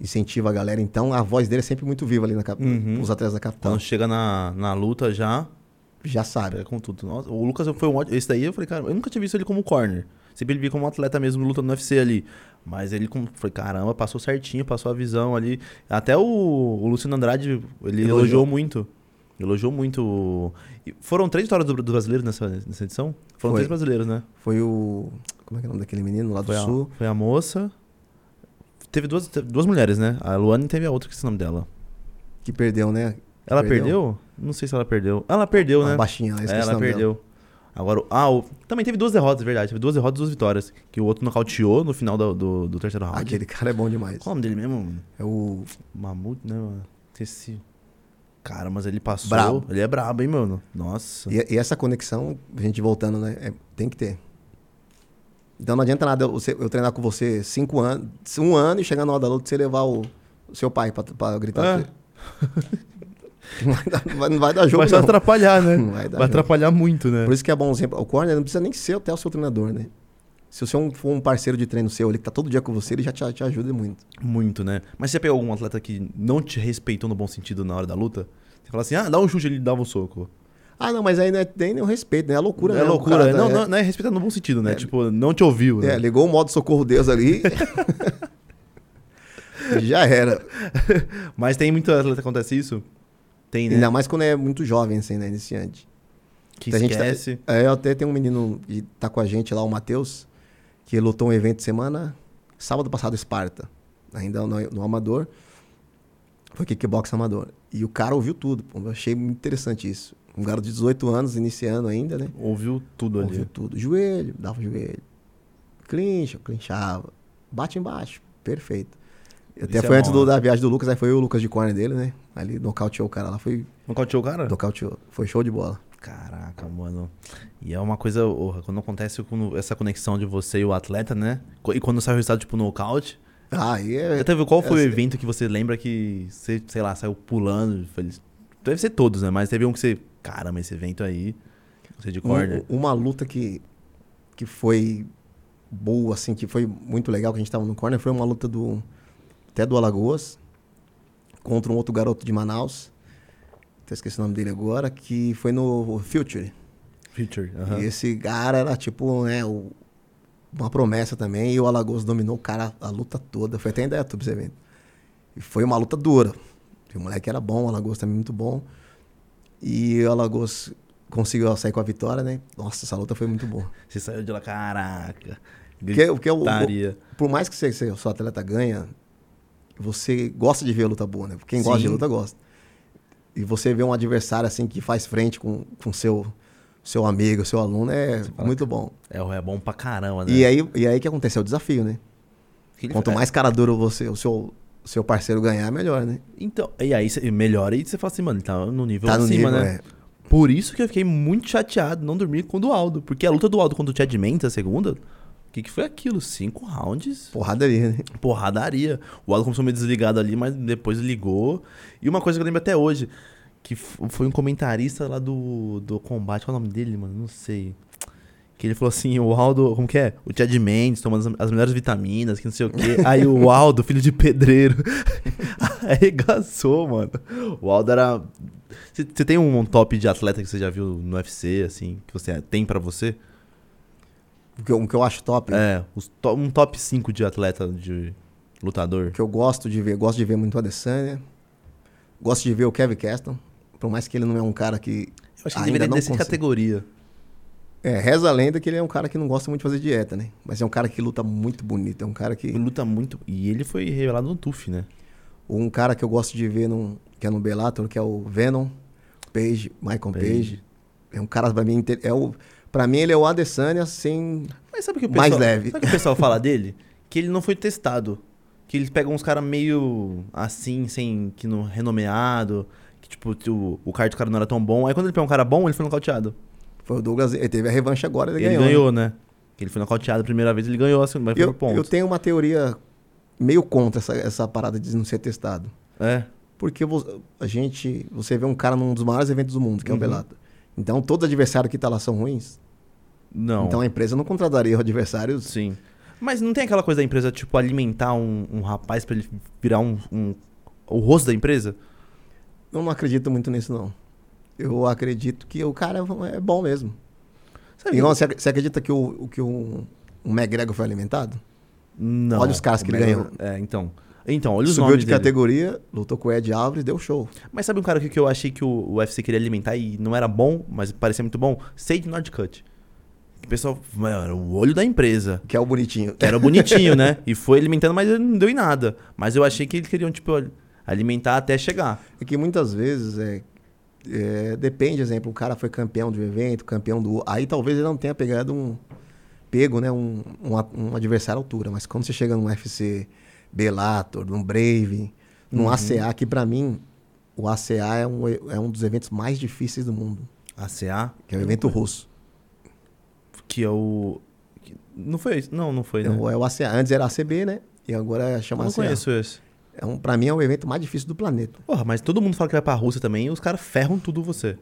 B: incentiva a galera. Então a voz dele é sempre muito viva ali na cap...
A: Uhum.
B: os atletas da capital.
A: Quando chega na, na luta já,
B: Já sabe.
A: pega com tudo. Nossa, o Lucas foi um ótimo. Esse daí eu falei, cara, eu nunca tinha visto ele como corner. Sempre ele vi como um atleta mesmo lutando no UFC ali. Mas ele como, falei, caramba, passou certinho, passou a visão ali. Até o, o Luciano Andrade, ele elogiou,
B: Elogiou.
A: muito. Elogiou muito. o- e foram três vitórias do, do brasileiro nessa, nessa edição? Foram
B: Foi.
A: três brasileiros, né?
B: Foi o. Como é que é o nome daquele menino lá do
A: Foi a,
B: sul?
A: foi a moça. Teve duas, teve duas mulheres, né? A Luana e teve a outra, que é o nome dela.
B: Que perdeu, né?
A: Ela perdeu?
B: Perdeu?
A: Não sei se ela perdeu. Ela perdeu,
B: Uma
A: né?
B: baixinha lá,
A: É,
B: esqueci o
A: ela
B: nome dela.
A: perdeu. Agora, o- ah, o- também teve duas derrotas, é verdade. Teve duas derrotas e duas vitórias. Que o outro nocauteou no final do, do, do terceiro round.
B: Aquele cara é bom demais.
A: Qual o nome dele mesmo? mano?
B: É o.
A: Mamute, né, mano? Esse... Cara, mas ele passou.
B: Brabo.
A: Ele é brabo, hein, mano? Nossa.
B: E, e essa conexão, a gente voltando, né? é- tem que ter. Então não adianta nada eu, você- eu treinar com você cinco anos, um ano e chegar na hora da luta você levar o, o seu pai pra, pra gritar.
A: É.
B: com você. Não, vai dar, não vai- não vai dar jogo,
A: Vai só
B: não.
A: atrapalhar, né?
B: Não vai dar jogo.
A: atrapalhar muito, né?
B: Por isso que é bom exemplo. O corner não precisa nem ser até o seu treinador, né? Se você é um- for um parceiro de treino seu, ele que tá todo dia com você, ele já te, te ajuda muito.
A: Muito, né? Mas você pegou algum atleta que não te respeitou no bom sentido na hora da luta? Você fala assim, ah, dá um chute, ele dava um soco.
B: Ah, não, mas aí não é nem nenhum respeito, né? É loucura,
A: é
B: né? O
A: loucura.
B: cara tá-
A: não,
B: é-
A: não, não é respeitado no bom sentido, né? Tipo, não te ouviu, né?
B: É, ligou o modo socorro Deus ali. já era.
A: Mas tem muito atleta que acontece isso? Tem, né?
B: Ainda mais quando é muito jovem, assim, né? Iniciante.
A: Que
B: Tem gente que tá-
A: esquece.
B: É, até tem um menino que tá com a gente lá, o Matheus, que lutou um evento semana, sábado passado, Esparta. Ainda no, no é Amador. Foi kickbox amador. E o cara ouviu tudo. pô, Eu achei muito interessante isso. Um garoto de 18 anos, iniciando ainda, né?
A: Ouviu tudo ali.
B: Ouviu tudo. Joelho, dava o joelho. Clincha, clinchava. Bate embaixo. Perfeito. Até
A: Isso é
B: foi
A: bom,
B: antes do-
A: né?
B: da viagem do Lucas, aí foi o Lucas de corner dele, né? Ali nocauteou o cara lá. Foi,
A: Nocauteou o cara?
B: nocauteou. Foi show de bola.
A: Caraca, mano. E é uma coisa, orra, quando acontece com essa conexão de você e o atleta, né? Co- E quando sai o resultado, tipo, nocaute.
B: Ah, e é.
A: Até viu qual foi o
B: essa-
A: evento que você lembra que você, sei lá, saiu pulando. feliz? Deve ser todos, né? Mas teve um que você. Caramba, esse evento aí. Você de né? corda.
B: Um- uma luta que, que foi boa, assim, que foi muito legal, que a gente tava no corner, foi uma luta do até do Alagoas contra um outro garoto de Manaus. Até esqueci o nome dele agora, que foi no Future.
A: Feature.
B: E esse cara era tipo, né, o- uma promessa também, e o Alagoas dominou o cara a luta toda. Foi até em Dayatuba esse evento. E foi uma luta dura. E o moleque era bom, o Alagoas também muito bom. E o Alagoas conseguiu sair com a vitória, né? Nossa, essa luta foi muito boa.
A: Você saiu de lá, caraca.
B: Porque, porque é o,
A: Gritaria.
B: o- por mais que você, você, o seu atleta ganha, você gosta de ver a luta boa, né? Quem gosta
A: Sim.
B: de luta gosta. E você vê um adversário assim que faz frente com com seu seu amigo, seu aluno é muito bom.
A: É, é bom pra caramba, né? é,
B: E aí, e aí que aconteceu o desafio, né?
A: Aquele-
B: Quanto mais cara duro você, o seu, o seu parceiro ganhar, melhor, né?
A: Então, e aí você melhora e você fala assim, mano, ele tá no nível
B: Tá no
A: acima,
B: nível,
A: né? Por isso que eu fiquei muito chateado não dormir com o do Aldo. Porque a luta do Aldo contra o Chad Mendes, a segunda, o que, que foi aquilo? Cinco rounds,
B: Porrada ali, né?
A: porradaria. O Aldo começou meio desligado ali, mas depois ligou. E uma coisa que eu lembro até hoje, que f- foi um comentarista lá do, do combate, qual é o nome dele, mano? Não sei. Que ele falou assim, o Aldo, como que é? O Chad Mendes tomando as, as melhores vitaminas, que não sei o quê. Aí o Aldo, filho de pedreiro, arregaçou, mano. O Aldo era Você você tem um top de atleta que você já viu no UFC, assim, que você tem pra você?
B: O que eu, o que eu acho top,
A: É, os to- um top 5 de atleta de lutador.
B: o que eu gosto de ver, gosto de ver muito o Adesanya, gosto de ver o Kevin Caston, por mais que ele não é um cara que...
A: Eu acho que
B: ainda
A: deveria
B: não
A: descer de
B: consigo.
A: categoria.
B: É, reza a lenda que ele é um cara que não gosta muito de fazer dieta, né? Mas é um cara que luta muito bonito, é um cara que...
A: Ele luta muito. E ele foi revelado no TUF, né?
B: Um cara que eu gosto de ver num, que é no Bellator, que é o Venom Page, Michael Page.
A: Page.
B: É um cara pra mim inte- é o para mim ele é o Adesanya sem
A: Mas sabe o que o pessoal,
B: Mais leve.
A: Sabe o que o pessoal fala dele? Que ele não foi testado. Que eles pegam uns caras meio assim, sem. que não renomeado. Que tipo, o, o card do cara não era tão bom. Aí quando ele pega um cara bom, ele foi nocauteado.
B: foi o Douglas, ele teve a revanche agora, ele,
A: Ele ganhou,
B: ganhou. né?
A: né? Ele foi nocauteado a primeira vez, ele ganhou, assim, mas foi
B: Eu,
A: por ponto.
B: eu tenho uma teoria meio contra essa, essa parada de não ser testado.
A: É.
B: Porque vo- a gente, você vê um cara num dos maiores eventos do mundo, que é
A: Uhum.
B: o Bellator. Então todos os adversários que tá lá são ruins.
A: Não.
B: Então a empresa não contrataria o adversário
A: Sim. Mas não tem aquela coisa da empresa, tipo, alimentar um, um rapaz pra ele virar um, um- o rosto da empresa?
B: Eu não acredito muito nisso, não. Eu acredito que o cara é bom mesmo.
A: Sabe?
B: Igual, você ac- você acredita que o, o- que o, o McGregor foi alimentado?
A: Não.
B: Olha os caras que
A: O
B: ele
A: Mayweather- É, então. Então, olha os
B: Subiu
A: nomes
B: de
A: dele.
B: categoria, lutou com o Ed Alves, deu show.
A: Mas sabe um cara que, que eu achei que o o UFC queria alimentar e não era bom, mas parecia muito bom? Sage Nordcut. O pessoal, mano, era o olho da empresa.
B: Que é o bonitinho.
A: Que era bonitinho, né? E foi alimentando, mas ele não deu em nada. Mas eu achei que eles queriam, tipo, al- alimentar até chegar.
B: É que muitas vezes é, é, depende, exemplo, o cara foi campeão de um evento, campeão do. Aí talvez ele não tenha pegado um. Pego, né? Um, um, a- um adversário à altura. Mas quando você chega num UFC Bellator, num Brave,
A: Uhum.
B: num ACA, que pra mim, o ACA é um, e- é um dos eventos mais difíceis do mundo.
A: ACA,
B: Que é o evento russo.
A: que é o. que- Não foi isso? Não, não foi, né?
B: É o- é o ACA. Antes era ACB, né? E agora chama
A: não
B: ACA.
A: conheço esse.
B: É um, pra mim é o evento mais difícil do planeta.
A: Porra, mas todo mundo fala que vai pra Rússia também e os caras ferram tudo você.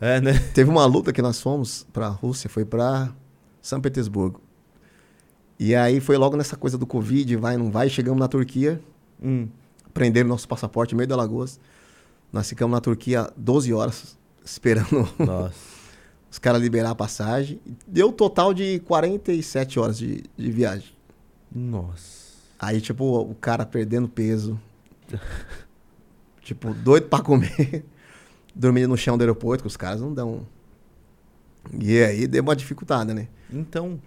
A: É, né?
B: Teve uma luta que nós fomos pra Rússia, foi pra São Petersburgo. E aí foi logo nessa coisa do Covid, vai, não vai. Chegamos na Turquia,
A: Hum.
B: prenderam nosso passaporte no meio da Lagoas. Nós ficamos na Turquia 12 horas esperando
A: Nossa.
B: os caras liberar a passagem. Deu total de 47 horas de, de viagem.
A: Nossa.
B: Aí, tipo, o cara perdendo peso. tipo, doido pra comer. Dormindo no chão do aeroporto, que os caras não dão. E aí deu uma dificultada, né?
A: Então,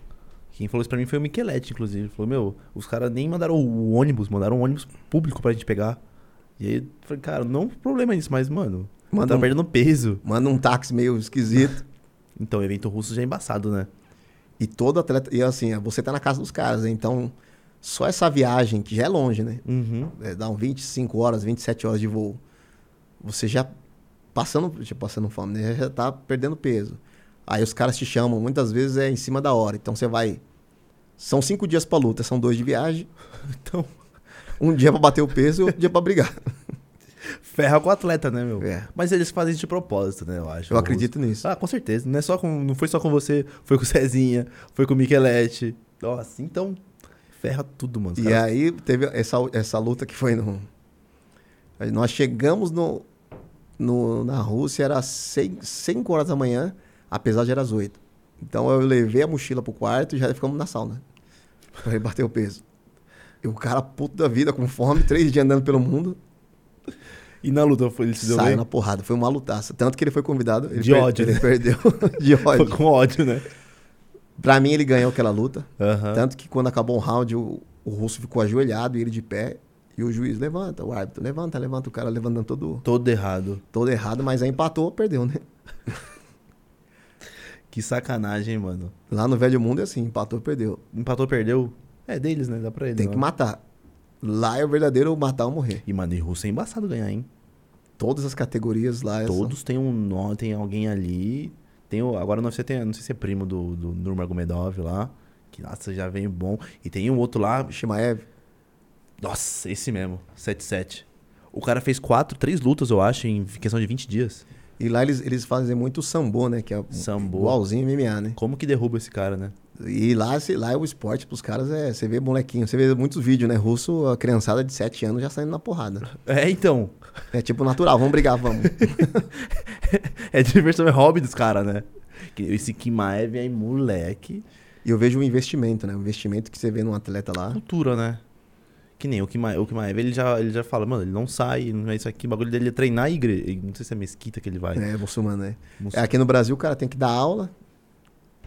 A: quem falou isso pra mim foi o Miquelete, inclusive. Ele falou, meu, os caras nem mandaram o ônibus, mandaram um ônibus público pra gente pegar. E aí, eu falei, cara, não problema isso, mas, mano,
B: Manda
A: tá
B: um-
A: perdendo peso.
B: Manda um táxi meio esquisito.
A: Então, o evento russo já é embaçado, né?
B: e todo atleta. E assim, você tá na casa dos caras, né? então só essa viagem, que já é longe, né?
A: Uhum.
B: É, dá um 25 horas, 27 horas de voo. Você já passando, já passando fome, né? Já tá perdendo peso. Aí os caras te chamam, muitas vezes é em cima da hora. Então você vai. São cinco dias pra luta, são dois de viagem.
A: Então,
B: Um dia pra bater o peso e outro dia pra brigar.
A: ferra com o atleta, né, meu?
B: É.
A: Mas eles fazem isso de propósito, né, eu acho.
B: Eu
A: o
B: acredito nisso.
A: Ah, com certeza. Não, é só com, não foi só com você, foi com o Cezinha, foi com o Miquelete. Nossa, então ferra tudo, mano. Os
B: E é
A: caras-
B: aí teve essa, essa luta que foi no. aí Nós chegamos no, no- na Rússia, era 5 horas da manhã, apesar de era as 8. Então eu levei a mochila pro quarto e já ficamos na sauna. Pra rebater o peso. E o cara puto da vida, com fome, três dias andando pelo mundo,
A: E na luta foi- ele se deu
B: saiu
A: bem?
B: na porrada. Foi uma lutaça. Tanto que ele foi convidado. Ele
A: De ódio,
B: Ele
A: né?
B: perdeu de
A: Foi
B: ódio.
A: com ódio, né? Tá
B: Pra mim, ele ganhou aquela luta.
A: Aham.
B: Tanto que quando acabou o round, o, o russo ficou ajoelhado e ele de pé. E o juiz levanta, o árbitro levanta, levanta, o cara levantando todo,
A: Todo errado.
B: todo errado, mas aí empatou, perdeu, né?
A: Que sacanagem, mano.
B: Lá no Velho Mundo é assim, empatou, perdeu.
A: Empatou, perdeu. É deles, né? Dá pra ele.
B: Tem
A: né?
B: que matar. Lá é o verdadeiro matar ou morrer.
A: E, mano, e russo é embaçado ganhar, hein?
B: Todas as categorias lá são-
A: Todos têm um nó, tem alguém ali. Tem o, agora no UFC tem, não sei se é primo do, do Nurmagomedov lá. Que, nossa, já veio bom. E tem um outro lá,
B: Shimaev,
A: Nossa, esse mesmo. 7-7. O cara fez quatro, três lutas, eu acho, em questão de 20 dias.
B: E lá eles, eles fazem muito sambo, né? Que é
A: Sambo.
B: igualzinho MMA, né?
A: Como que derruba esse cara, né?
B: E lá, sei lá, o esporte pros caras é. Você vê molequinho, você vê muitos vídeos, né? Russo, a criançada de 7 anos já saindo na porrada.
A: É, então.
B: É tipo natural, vamos brigar, vamos.
A: É diversão, é hobby dos caras, né? Que Esse Kimaev aí, moleque.
B: E eu vejo um investimento, né? Um investimento que você vê num atleta lá.
A: Cultura, né? Que nem o Kimaev, o Kimaev ele, já, ele já fala, mano, ele não sai, não é isso aqui. O bagulho dele é treinar e igreja. Não sei se é mesquita que ele vai.
B: É, muçulmano, né?
A: Muçul-
B: É, aqui no Brasil o cara tem que dar aula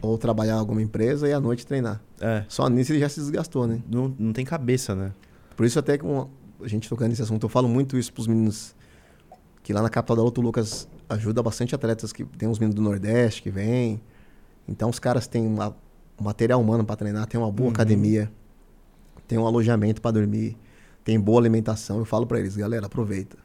B: ou trabalhar em alguma empresa e à noite treinar.
A: É.
B: Só nisso ele já se desgastou, né?
A: Não, não tem cabeça, né?
B: Por isso até que uma- a gente tocando nesse assunto, eu falo muito isso pros meninos que lá na capital da luta, o Lucas ajuda bastante atletas que tem uns meninos do Nordeste que vêm. Então os caras têm uma- um material humano pra treinar, tem uma boa
A: Uhum.
B: academia, tem um alojamento pra dormir, tem boa alimentação. Eu falo pra eles, galera, aproveita.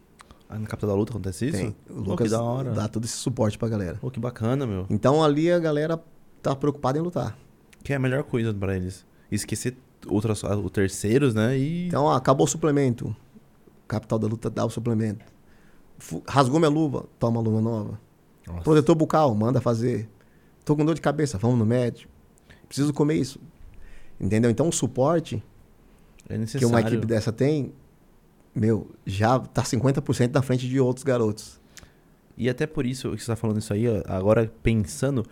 A: Ah, na capital da luta acontece isso?
B: Tem. O
A: Pô,
B: Lucas
A: que da hora.
B: dá todo esse suporte pra galera.
A: Pô, que bacana, meu.
B: Então ali a galera tá preocupada em lutar.
A: Que é a melhor coisa pra eles. Esquecer outras, ah, os terceiros, né? E.
B: Então, ó, acabou o suplemento. Capital da luta dá o suplemento. Fu- Rasgou minha luva, toma luva nova.
A: Nossa.
B: Protetor bucal, manda fazer. Tô com dor de cabeça, vamos no médico. Preciso comer isso. Entendeu? Então, o suporte
A: é
B: que
A: necessário.
B: uma equipe dessa tem, meu, já tá 50% na frente de outros garotos.
A: E até por isso que você tá falando isso aí, ó, agora pensando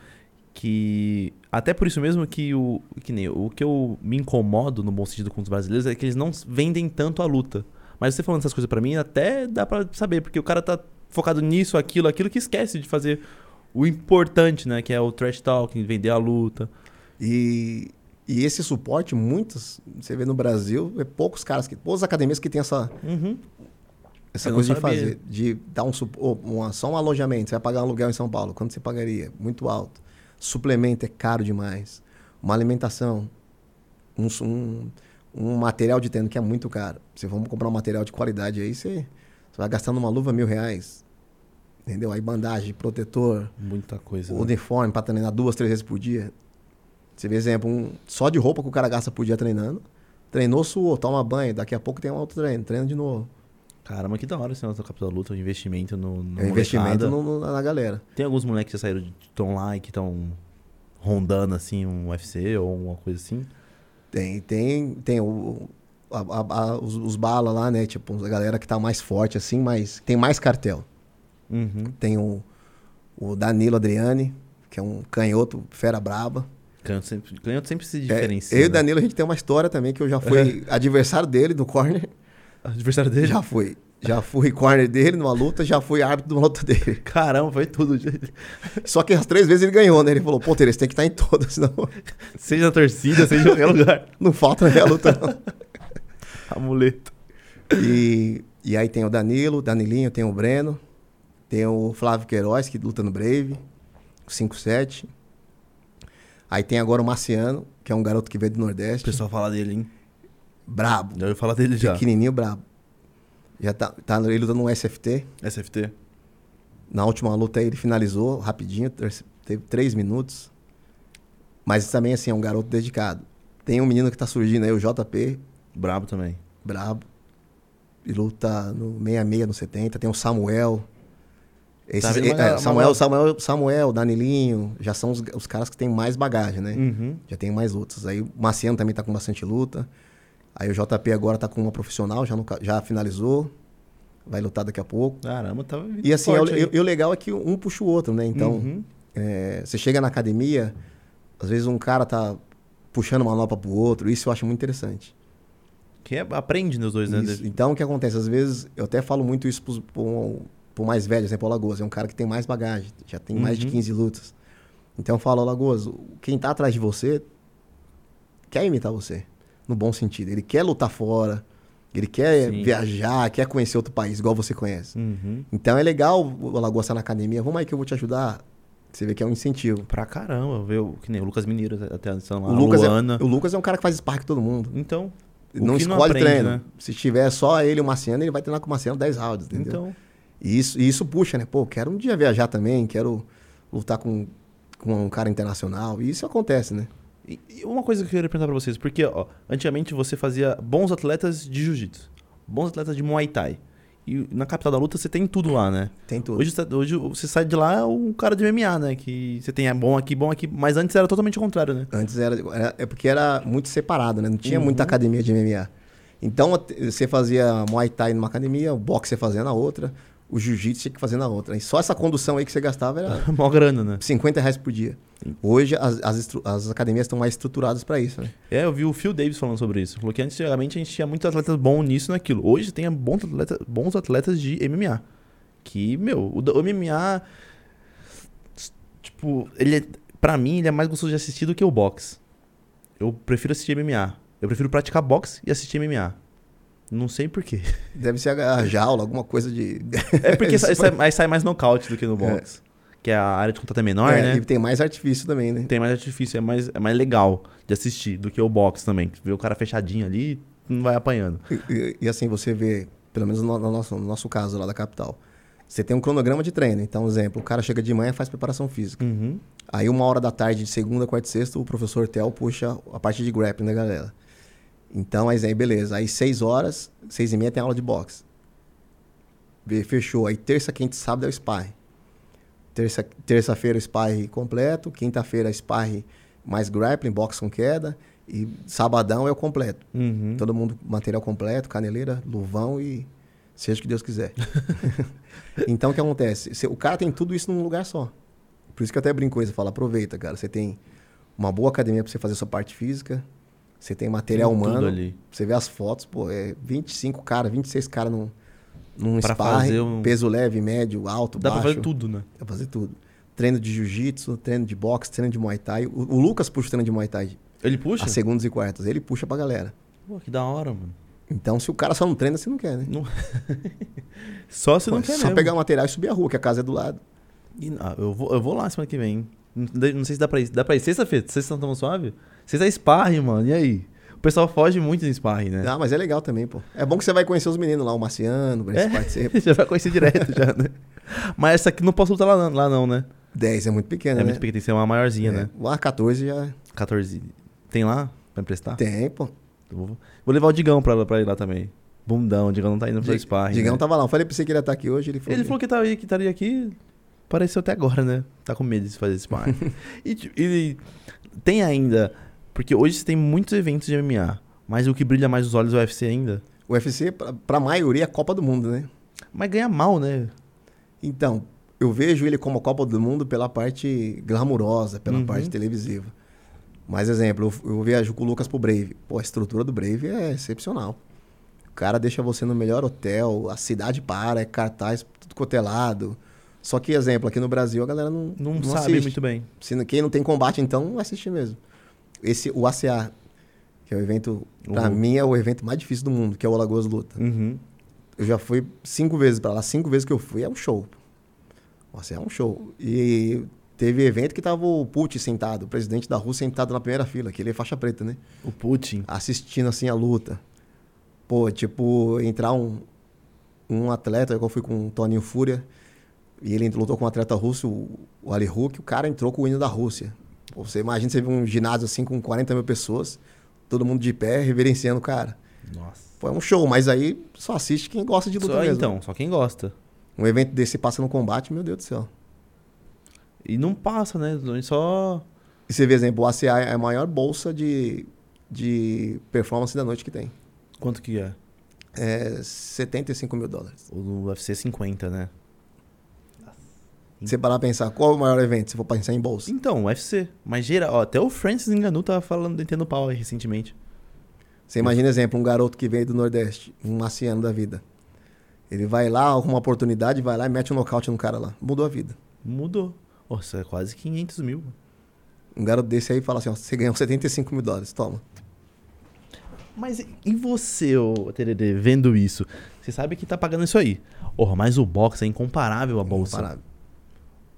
A: que. Até por isso mesmo que o. Que nem o que eu me incomodo, no bom sentido, com os brasileiros, é que eles não s- vendem tanto a luta. Mas você falando essas coisas pra mim, até dá pra saber, porque o cara tá focado nisso, aquilo, aquilo que esquece de fazer o importante, né? Que é o trash talking, vender a luta.
B: E, e esse suporte, muitos, você vê no Brasil, é poucos caras, que, poucas academias que tem essa,
A: Uhum.
B: Essa
A: Eu
B: coisa
A: não
B: de
A: sabia.
B: fazer, de dar um, sup- ô, uma- só um alojamento, você vai pagar um aluguel em São Paulo, quanto você pagaria? Muito alto. Suplemento é caro demais. Uma alimentação, um, su- um- um material de treino que é muito caro. Se vamos comprar um material de qualidade aí, você, você vai gastar numa luva mil reais. Entendeu? Aí bandagem, protetor,
A: Muita coisa. né?
B: uniforme para treinar duas, três vezes por dia. Você vê exemplo, um, só de roupa que o cara gasta por dia treinando. Treinou, suou, toma banho, daqui a pouco tem um outro treino, treina de novo.
A: Caramba, que da hora esse nosso capital da luta, o investimento no. no
B: É um investimento
A: molecada.
B: no- no- na galera.
A: Tem alguns moleques que já saíram de tão lá e que estão rondando assim um UFC ou uma coisa assim.
B: Tem, tem, tem o, a- a- a- os, os bala lá, né? Tipo, a galera que tá mais forte, assim, mas tem mais cartel.
A: Uhum.
B: Tem o, o Danilo Adriani, que é um canhoto fera braba.
A: Canhoto sempre, canhoto sempre se
B: É,
A: diferencia.
B: eu e o
A: né?
B: Danilo, a gente tem uma história também, que eu já fui adversário dele no corner.
A: Adversário dele?
B: Já fui. Já fui corner dele numa luta, já fui árbitro de uma luta dele.
A: Caramba, foi tudo.
B: Só que as três vezes ele ganhou, né? Ele falou, pô, Tereza, tem que estar em todas, senão
A: seja na torcida, seja em qualquer lugar.
B: não falta na minha luta, não.
A: Amuleto.
B: E, e aí tem o Danilo, Danilinho, tem o Breno, tem o Flávio Queiroz, que luta no Brave, o 5-7. Aí tem agora o Marciano, que é um garoto que veio do
A: O
B: Nordeste.
A: pessoal fala dele, hein?
B: Brabo,
A: Já ouviu falar dele já.
B: pequenininho, brabo. Já tá, tá ele lutando no SFT.
A: SFT.
B: Na última luta aí ele finalizou rapidinho, ter- teve três minutos. Mas também, assim, é um garoto dedicado. Tem um menino que tá surgindo aí, o JP,
A: Brabo também.
B: brabo. E luta no 66, no 70. Tem o Samuel. Esses-
A: Tá vendo ah, uma
B: é,
A: galera-
B: Samuel,
A: uma-
B: Samuel, Samuel, Danilinho, já são os, os caras que têm mais bagagem, né?
A: Uhum.
B: Já tem mais lutas. Aí o Marciano também tá com bastante luta. Aí o JP agora tá com uma profissional, já, no ca- já finalizou. Vai lutar daqui a pouco.
A: Caramba, tava
B: E assim, é o-
A: forte aí.
B: e e o legal é que um puxa o outro, né? Então,
A: Uhum.
B: é, você chega na academia, às vezes um cara tá puxando uma manopla pro outro. Isso eu acho muito interessante.
A: Que é- aprende nos dois, né?
B: Isso. Então, o que acontece? Às vezes, eu até falo muito isso pros- pro, pro mais velho, exemplo, o Alagoas. É um cara que tem mais bagagem, já tem mais de
A: Uhum.
B: 15 lutas. Então, eu falo, Alagoas, quem tá atrás de você quer imitar você, no bom sentido. Ele quer lutar fora, ele quer
A: Sim.
B: viajar, quer conhecer outro país, igual você conhece.
A: Uhum.
B: Então, é legal o Alagoas estar na academia. Vamos aí que eu vou te ajudar. Você vê que é um incentivo.
A: Pra caramba, viu? Que nem o Lucas Mineiro, até a
B: O Lucas, é,
A: Luana.
B: o Lucas é um cara que faz sparring com todo mundo.
A: Então. o
B: não
A: que
B: escolhe
A: aprende,
B: treino.
A: né?
B: Se tiver só ele e o Marciano, ele vai treinar com o Marciano 10 rounds, entendeu?
A: Então.
B: E isso, e isso puxa, né? Pô, quero um dia viajar também, quero lutar com, com um cara internacional. E isso acontece, né?
A: E e uma coisa que eu queria perguntar pra vocês, porque ó, antigamente você fazia bons atletas de jiu-jitsu, bons atletas de muay thai. E na capital da luta você tem tudo lá, né?
B: Tem tudo.
A: Hoje, você- hoje você sai de lá um cara de MMA, né? Que você tem é bom aqui, bom aqui. Mas antes era totalmente o contrário, né?
B: Antes era, era- É porque era muito separado, né? Não tinha muita academia de MMA. Então at- você fazia Muay Thai numa academia, o boxe você fazia na outra, o jiu-jitsu tinha que fazer na outra. E só essa condução aí que você gastava era
A: Mó grana, né?
B: 50 reais por dia. Hoje as, as, estru- as academias estão mais estruturadas para isso, né?
A: É, eu vi o Phil Davis falando sobre isso. Falou que antes, antigamente, a gente tinha muitos atletas bons nisso e naquilo. Hoje tem bons, atleta, bons atletas de MMA. Que, meu, o, da- o MMA. s- Tipo, ele é, pra mim, ele é mais gostoso de assistir do que o boxe. Eu prefiro assistir MMA. Eu prefiro praticar boxe e assistir MMA. Não sei porquê.
B: Deve ser a, a jaula, alguma coisa de.
A: É porque sai,
B: Isso
A: sai, aí sai mais nocaute do que no boxe. Que a área de contato é menor,
B: É,
A: né?
B: E tem mais artifício também, né?
A: Tem mais artifício, é mais, é mais legal de assistir do que o boxe também. Vê o cara fechadinho ali, não vai apanhando.
B: E, e- e assim, você vê, pelo menos no, no nosso, no nosso caso lá da capital, você tem um cronograma de treino. Então, exemplo, o cara chega de manhã e faz preparação física.
A: Uhum.
B: Aí, uma hora da tarde, de segunda, quarta e sexta, o professor Tel puxa a parte de grappling da galera. Então, aí, aí, beleza. Aí, seis horas, seis e meia, tem aula de boxe. Be- Fechou. Aí, terça, quinta e sábado é o sparring. Terça- Terça-feira, sparring completo. Quinta-feira, sparring mais grappling, boxe com queda. E sabadão é o completo.
A: Uhum.
B: Todo mundo, material completo, caneleira, luvão e seja o que Deus quiser. então, o que acontece? Se- O cara tem tudo isso num lugar só. Por isso que eu até brinco isso, eu falo, aproveita, cara. Você tem uma boa academia pra você fazer sua parte física, você tem material
A: Tem tudo
B: humano,
A: ali.
B: você vê as fotos, pô, é 25 cara, 26 cara num, num
A: Pra
B: sparring,
A: fazer um-
B: peso leve, médio, alto,
A: Dá
B: baixo.
A: pra fazer tudo, né?
B: Dá pra fazer tudo. Treino de jiu-jitsu, treino de boxe, treino de muay thai. O, o Lucas puxa o treino de muay thai
A: Ele puxa?
B: às segundas e quartas, ele puxa pra galera.
A: Pô, que da hora, mano.
B: Então, se o cara só não treina, você não quer, né?
A: Não- Só se não
B: Pô, é
A: quer
B: só
A: mesmo.
B: pegar um o material e subir a rua, que a casa é do lado.
A: E, ah, eu, vou, eu vou lá semana que vem. Não, não sei se dá pra ir. Dá pra ir sexta-feira? Vocês estão tão suave? Vocês é sparring, mano. E aí? O pessoal foge muito em sparring, né?
B: Ah, mas é legal também, pô. É bom que você vai conhecer os meninos lá, o Marciano, o Breno Participa.
A: É? já vai conhecer direto, já, né? Mas essa aqui não posso lutar lá, não- lá não, né?
B: 10 é muito
A: É,
B: pequeno, né?
A: muito pequena, tem que ser uma maiorzinha, né?
B: É. O A14 já
A: 14. Tem lá pra emprestar?
B: tem, pô.
A: Eu Vou, vou levar o Digão pra, lá- pra ir lá também. Bundão, o Digão não tá indo pra
B: Di-
A: sparring.
B: Digão
A: né?
B: tava lá. Eu falei pra você que ele ia estar aqui hoje, ele falou.
A: Ele falou que tá- que estaria aqui. Pareceu até agora, né? Tá com medo de fazer sparring. e, ti- e tem ainda. Porque hoje você tem muitos eventos de MMA. Mas o que brilha mais os olhos é o UFC ainda.
B: O UFC, pra, pra maioria, é a Copa do Mundo, né?
A: Mas ganha mal, né?
B: Então, eu vejo ele como a Copa do Mundo pela parte glamurosa, pela
A: Uhum.
B: parte televisiva. Mas, exemplo, eu, eu viajo com o Lucas pro Brave. Pô, a estrutura do Brave é excepcional. O cara deixa você no melhor hotel, a cidade para, é cartaz tudo cotelado. Só que, exemplo, aqui no Brasil a galera não,
A: Não, sabe
B: assiste.
A: muito bem.
B: Se não- quem não tem combate, então, não assiste mesmo. Esse, o ACA, que é o evento, pra
A: Uhum.
B: mim, é o evento mais difícil do mundo, que é o Alagoas Luta.
A: Uhum.
B: Eu já fui cinco vezes pra lá. Cinco vezes que eu fui é um show. Nossa, é um show. E teve evento que tava o Putin sentado, o presidente da Rússia sentado na primeira fila, que ele é faixa preta, né?
A: O Putin.
B: Assistindo assim a luta. Pô, tipo, entrar um, um atleta, eu fui com o Toninho Fúria, e ele lutou com um atleta russo, o- o Ali Hulk, o cara entrou com o hino da Rússia. Pô, você imagina você vê um ginásio assim com 40 mil pessoas, todo mundo de pé, reverenciando o cara.
A: Nossa.
B: Foi um show, mas aí só assiste quem gosta de luta
A: Só,
B: mesmo.
A: então, só quem gosta.
B: Um evento desse passa no combate, meu Deus do céu.
A: E não passa, né? A gente Só.
B: E você vê, exemplo, o ACA é a maior bolsa de, de performance da noite que tem.
A: Quanto que é?
B: É 75 mil dólares.
A: O do UFC 50, né?
B: Se Você parar pra pensar, qual é o maior evento, se for pensar em bolsa?
A: Então, UFC. Mas geral, ó, até o Francis Enganu tava falando, tendo pau aí recentemente.
B: Você imagina, exemplo, um garoto que veio do Nordeste, um marciano da vida. Ele vai lá, alguma oportunidade, vai lá e mete um nocaute no cara lá. Mudou a vida.
A: Mudou. Nossa, é quase 500 mil.
B: Um garoto desse aí fala assim, ó, você ganhou 75 mil dólares, toma.
A: Mas e você, ô Tererê, vendo isso? Você sabe que tá pagando isso aí. Porra, mas o boxe é incomparável à bolsa.
B: Incomparável.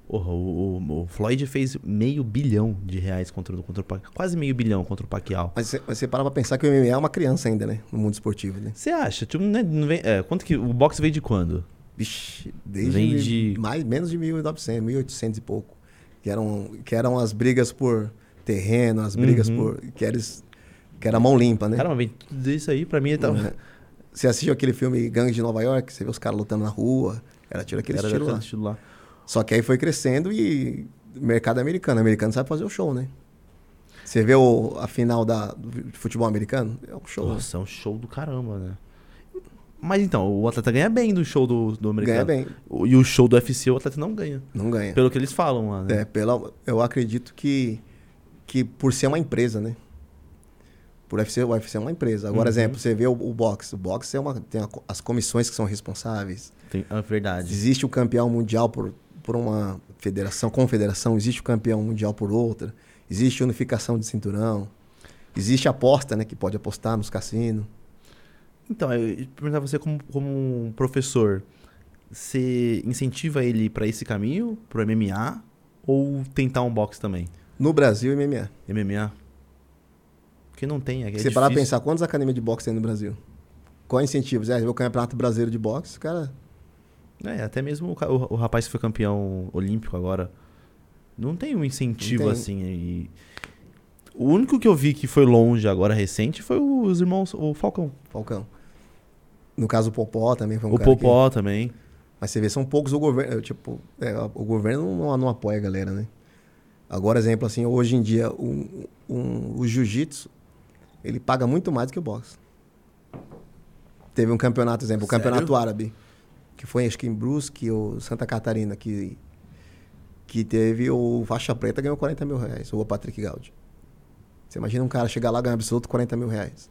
A: Porra, o, o- o Floyd fez meio bilhão de reais contra, o- contra o Pacquiao. Quase meio bilhão contra o Pacquiao.
B: Mas você, mas você para pra pensar que o MMA é uma criança ainda, né? No mundo esportivo, né?
A: Você acha? Tipo, né, não vem- é, quanto que o boxe veio de quando?
B: Vixe, desde
A: Vem
B: mil-
A: de-
B: mais, menos de 1900, 1800 e pouco. Que eram, que eram as brigas por
A: Uhum.
B: terreno, as brigas por. Que, eles, que era mão limpa, né?
A: Cara, mas vem tudo isso aí, pra mim, ele tá- tava...
B: Você assistiu aquele filme Gangue de Nova York? Você vê os caras lutando na rua. Era tiro aquele
A: Era
B: estilo
A: daquele
B: lá.
A: estilo lá.
B: Só que aí foi crescendo e mercado americano. Americano sabe fazer o show, né? Você vê o- a final da, do futebol americano? É um show.
A: Nossa, é um show do caramba, né? Mas então, o atleta ganha bem do show do, do
B: ganha
A: americano.
B: bem. É.
A: O- E o show do UFC o atleta não ganha.
B: Não ganha.
A: Pelo que eles falam lá, né?
B: É, pela, eu acredito que, que por ser uma empresa, né? Por UFC, o UFC é uma empresa. Agora,
A: Uhum.
B: exemplo, você vê o, o boxe. O boxe é uma, tem a co- as comissões que são responsáveis.
A: Tem, é verdade.
B: Existe o campeão mundial por, por uma federação, confederação. Existe o campeão mundial por outra. Existe unificação de cinturão. Existe aposta, né? Que pode apostar nos cassinos.
A: Então, eu ia perguntar você como, como um professor, você incentiva ele pra esse caminho, pro MMA, ou tentar um boxe também?
B: No Brasil, MMA.
A: MMA? Porque não tem, é que é
B: Se você parar pra
A: difícil.
B: pensar, quantas academias de boxe tem no Brasil? Qual é o incentivo? Zé, eu ganho prato brasileiro de boxe, o cara...
A: É, até mesmo o, ca- o- o rapaz que foi campeão olímpico agora, não tem um incentivo
B: Não tem.
A: assim. e- O único que eu vi que foi longe agora, recente, foi os irmãos, o Falcão.
B: Falcão. No caso, o Popó também foi um
A: o
B: cara que-
A: Popó também.
B: Mas você vê, são poucos o governo... eu, Tipo, é, o governo não, não apoia a galera, né? Agora, exemplo assim, hoje em dia, um, um- o jiu-jitsu, ele paga muito mais do que o boxe. Teve um campeonato, exemplo, o
A: Sério?
B: campeonato árabe, que foi acho que em Brusque ou Santa Catarina, que, que teve o faixa preta ganhou 40 mil reais, ou o Patrick Gaudi. Você imagina um cara chegar lá e ganhar absoluto 40 mil reais.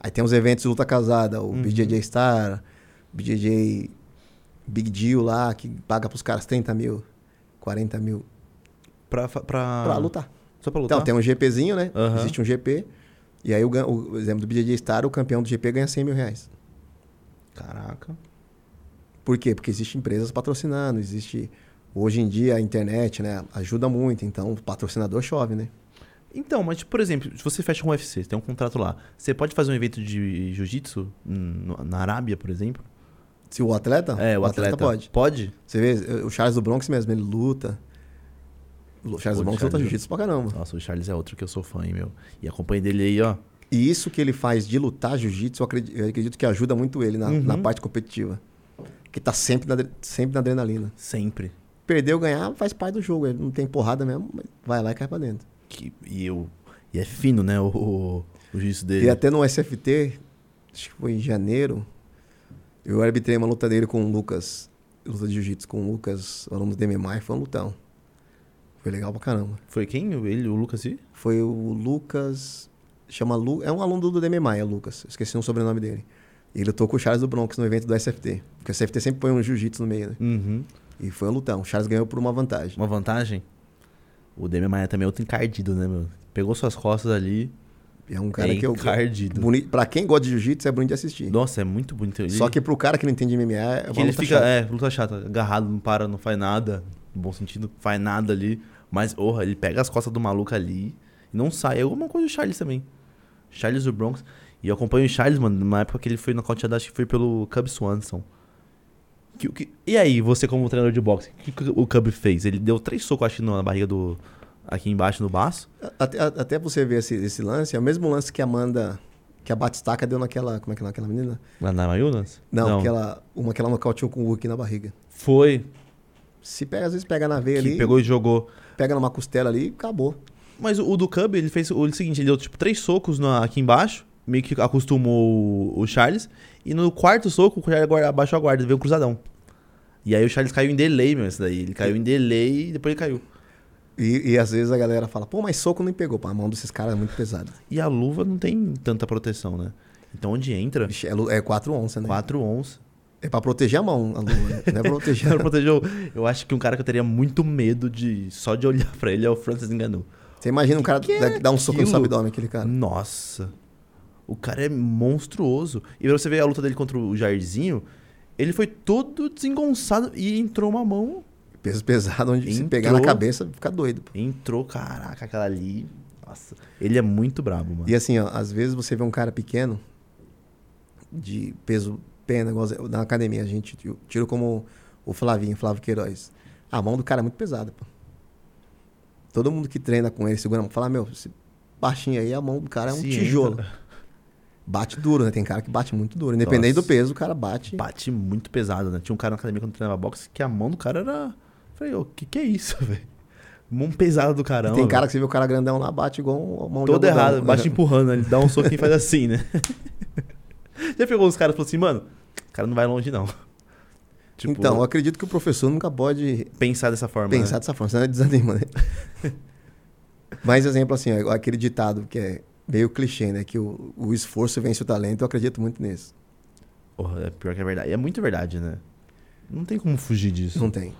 B: Aí tem os eventos de luta casada, o
A: Uhum.
B: BJJ Star, BJJ Big Deal lá, que paga pros caras 30 mil, 40 mil,
A: Pra, fa- pra...
B: pra lutar.
A: Só pra Ah, lutar?
B: Então, tem um GPzinho, né?
A: Aham.
B: Existe um GP. E aí, o, gan- o exemplo do BJJ Star, o campeão do GP ganha 100 mil reais. um
A: Caraca.
B: Por quê? Porque existem empresas patrocinando, existe... Hoje em dia, a internet, né? Ajuda muito. Então, o patrocinador chove, né?
A: Então, mas, tipo, por exemplo, se você fecha um UFC, você tem um contrato lá, você pode fazer um evento de jiu-jitsu hum, no- na Arábia, por exemplo?
B: Se Ah, o atleta...
A: é, o atleta,
B: pode.
A: Pode?
B: Você vê, o Charles do Bronx mesmo, ele luta. O Charles
A: Pô,
B: do Bronx
A: Charles
B: luta
A: do-
B: jiu-jitsu pra caramba.
A: Nossa, o Charles é outro que eu sou fã, hein, meu. E a companhia dele aí, ó.
B: E isso que ele faz de lutar jiu-jitsu, eu acredito, eu acredito que ajuda muito ele na,
A: Uhum.
B: na parte competitiva. Porque tá sempre na, adre- sempre na adrenalina.
A: Sempre.
B: Perdeu, ganhar, faz parte do jogo. Ele não tem porrada mesmo, mas vai lá e cai pra dentro.
A: Que, e, eu, e é fino, né, o, o, o jiu-jitsu dele.
B: E até no SFT, acho que foi em janeiro, eu arbitrei uma luta dele com o Lucas. Luta de jiu-jitsu com o Lucas, aluno do MMA, e foi um lutão. Foi legal pra caramba.
A: Foi quem? O- Ele, o Lucas e?
B: Foi o Lucas. Chama Lu, é um aluno do DMMI, é Lucas. Esqueci o sobrenome dele. E ele lutou com o Charles do Bronx no evento do SFT. Porque o SFT sempre põe um jiu-jitsu no meio, né?
A: Uhum.
B: E foi um lutão. O Charles ganhou por uma vantagem.
A: Uma vantagem? O Demi Maia também é outro encardido, né, meu? Pegou suas costas ali.
B: É um cara
A: é
B: que eu.
A: encardido.
B: Bonito, pra quem gosta de jiu-jitsu, é bonito de assistir.
A: Nossa, é muito bonito. Ele,
B: Só que pro cara que não entende MMA, é uma
A: que ele
B: luta
A: fica,
B: chata.
A: é, luta chata, agarrado, não para, não faz nada, no bom sentido, faz nada ali. Mas, orra, ele pega as costas do maluco ali e não sai. É alguma coisa do Charles também. Charles do Bronx. E eu acompanho o Charles, mano, numa época que ele foi nocauteado, acho que foi pelo Cub Swanson. Que, que, e aí, você como treinador de boxe, o que, que o Cub fez? Ele deu três socos, acho, na barriga do... Aqui embaixo, no baço.
B: Até, a- até você ver esse, esse lance, é o mesmo lance que a Amanda. Que a Batistaca deu naquela. Como é que é naquela menina?
A: Lá na Mayunas?
B: Não, aquela. Uma que ela nocauteou com o Hulk na barriga.
A: Foi.
B: Se pega, às vezes pega na
A: Que
B: veia ali,
A: pegou e jogou.
B: pega numa costela ali e acabou.
A: Mas o, o do Cub, ele fez o seguinte, ele deu tipo três socos na- aqui embaixo, meio que acostumou o, o Charles, e no quarto soco o Charles agora- abaixou a guarda, veio um cruzadão. E aí o Charles caiu em delay, meu, isso daí. Ele caiu em delay e depois ele caiu.
B: E, e às vezes a galera fala, pô, mas soco não pegou. Pô, a mão desses caras é muito pesada.
A: E a luva não tem tanta proteção, né? Então onde entra,
B: Vixe, é, lu- é 4 onças, né?
A: 4 onças.
B: É pra proteger a mão, a luva, né? Não é pra proteger
A: Quero proteger o- Eu acho que um cara que eu teria muito medo de só de olhar pra ele é o Francis Ngannou.
B: Você imagina um cara
A: Que que é
B: dar- dar um soco no seu
A: aquilo?
B: abdômen, aquele cara.
A: Nossa. O cara é monstruoso. E pra você ver a luta dele contra o Jairzinho, ele foi todo desengonçado e entrou uma mão.
B: Peso pesado, onde se
A: Entrou.
B: pegar na cabeça, fica doido. Pô.
A: Entrou, caraca, aquela ali. Nossa. Ele é muito brabo, mano.
B: E assim, ó, às vezes você vê um cara pequeno, de peso pena, igual ze- na academia, a gente ti- tira como o Flavinho, Flávio Queiroz. A mão do cara é muito pesada, pô. Todo mundo que treina com ele, segura a mão, fala, meu, esse baixinho aí, a mão do cara é um
A: Se
B: tijolo.
A: entra-
B: Bate duro, né? Tem cara que bate muito duro. Independente do
A: Nossa.
B: peso, o cara bate.
A: Bate muito pesado, né? Tinha um cara na academia quando eu treinava boxe que a mão do cara era. Falei, o que que é isso, velho? Mão pesada do
B: E
A: caramba.
B: tem cara
A: velho.
B: que você vê o cara grandão lá, bate igual um, uma mão
A: Todo
B: de algodão.
A: errado, bate empurrando, né? ele dá um soco e faz assim, né? Já pegou uns caras e falou assim, mano, o cara não vai longe não. Tipo,
B: Então, eu acredito que o professor nunca pode
A: pensar dessa forma.
B: pensar
A: né?
B: dessa forma, senão ele desanima, né? Mas, exemplo assim, ó, aquele ditado que é meio clichê, né? Que o, o esforço vence o talento, eu acredito muito nisso.
A: Porra, é pior que é verdade. E É muito verdade, né? Não tem como fugir disso.
B: Não tem.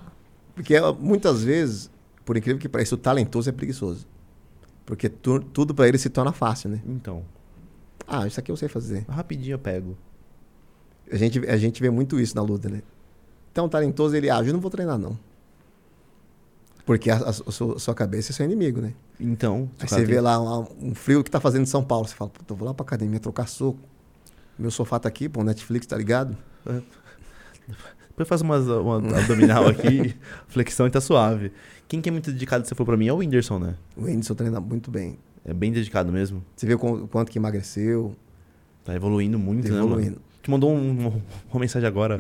B: Porque ó, muitas vezes, por incrível que pareça, o talentoso é preguiçoso. Porque tu- tudo pra ele se torna fácil, né?
A: Então,
B: Ah, isso aqui eu sei fazer.
A: rapidinho eu pego.
B: A gente, a gente vê muito isso na luta, né? Então, o talentoso, ele age, eu não vou treinar, não. Porque a, a- a sua, sua cabeça é seu inimigo, né?
A: Então, se o cara
B: Aí você
A: tem-
B: vê lá uma- um frio que tá fazendo em São Paulo. Você fala, puta, eu vou lá pra academia trocar soco. Meu sofá tá aqui, pô, Netflix, tá ligado?
A: Depois faz umas, uma abdominal aqui, flexão e tá suave. Quem que é muito dedicado, você falou pra mim, é o Whindersson, né?
B: O Anderson treina muito bem.
A: É bem dedicado mesmo.
B: Você vê o quanto que emagreceu,
A: Tá evoluindo muito,
B: tá
A: né, mano?
B: evoluindo.
A: Te mandou um- um- uma mensagem agora.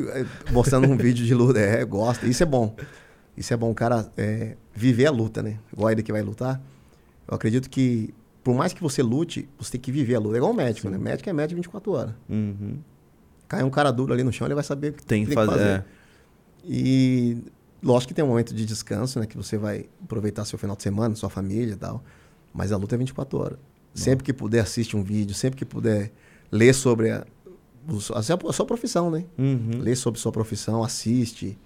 B: Mostrando um vídeo de luta. É, gosta. Isso é bom. Isso é bom, o cara é, viver a luta, né? Igual ele que vai lutar. Eu acredito que, por mais que você lute, você tem que viver a luta. É igual o médico, né? Médico é médico 24 horas.
A: Uhum.
B: Cai um cara duro ali no chão, ele vai saber o que
A: Tem que fazer.
B: é.
A: é.
B: E lógico que tem um momento de descanso, né? Que você vai aproveitar seu final de semana, sua família e tal. Mas a luta é 24 horas. Sempre que puder, assiste um vídeo. Sempre que puder, ler sobre a, os- a sua- a sua profissão, né?
A: é. Uhum.
B: Lê sobre sua profissão, assiste.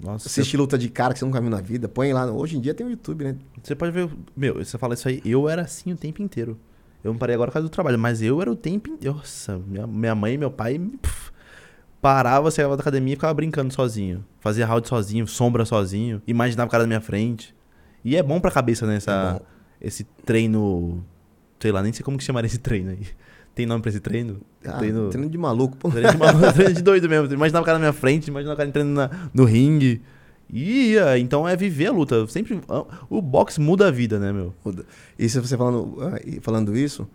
A: Nossa,
B: Assiste luta de cara que você nunca viu na vida. Põe lá. Hoje em dia tem o YouTube, né?
A: você- você pode ver... Meu, você fala isso aí, eu era assim o tempo inteiro. Eu não parei agora por causa do trabalho, mas eu era o tempo inteiro. Nossa, minha, minha mãe e meu pai... pff, parava, saia da academia e ficava brincando sozinho. Fazia round sozinho, sombra sozinho. Imaginava o cara na minha frente. E é bom pra cabeça, né? Essa,
B: É bom.
A: esse treino... Sei lá, nem sei como que chamaria esse treino aí. Tem nome pra esse treino?
B: Ah, treino de maluco. Pô.
A: Treino de, maluco, treino de doido mesmo. Imaginava o cara na minha frente, imaginava o cara entrando na- no ringue. E ia. Então é viver a luta. Sempre. ah, O boxe muda a vida, né, meu?
B: Muda. E se você falando, ah, e falando isso,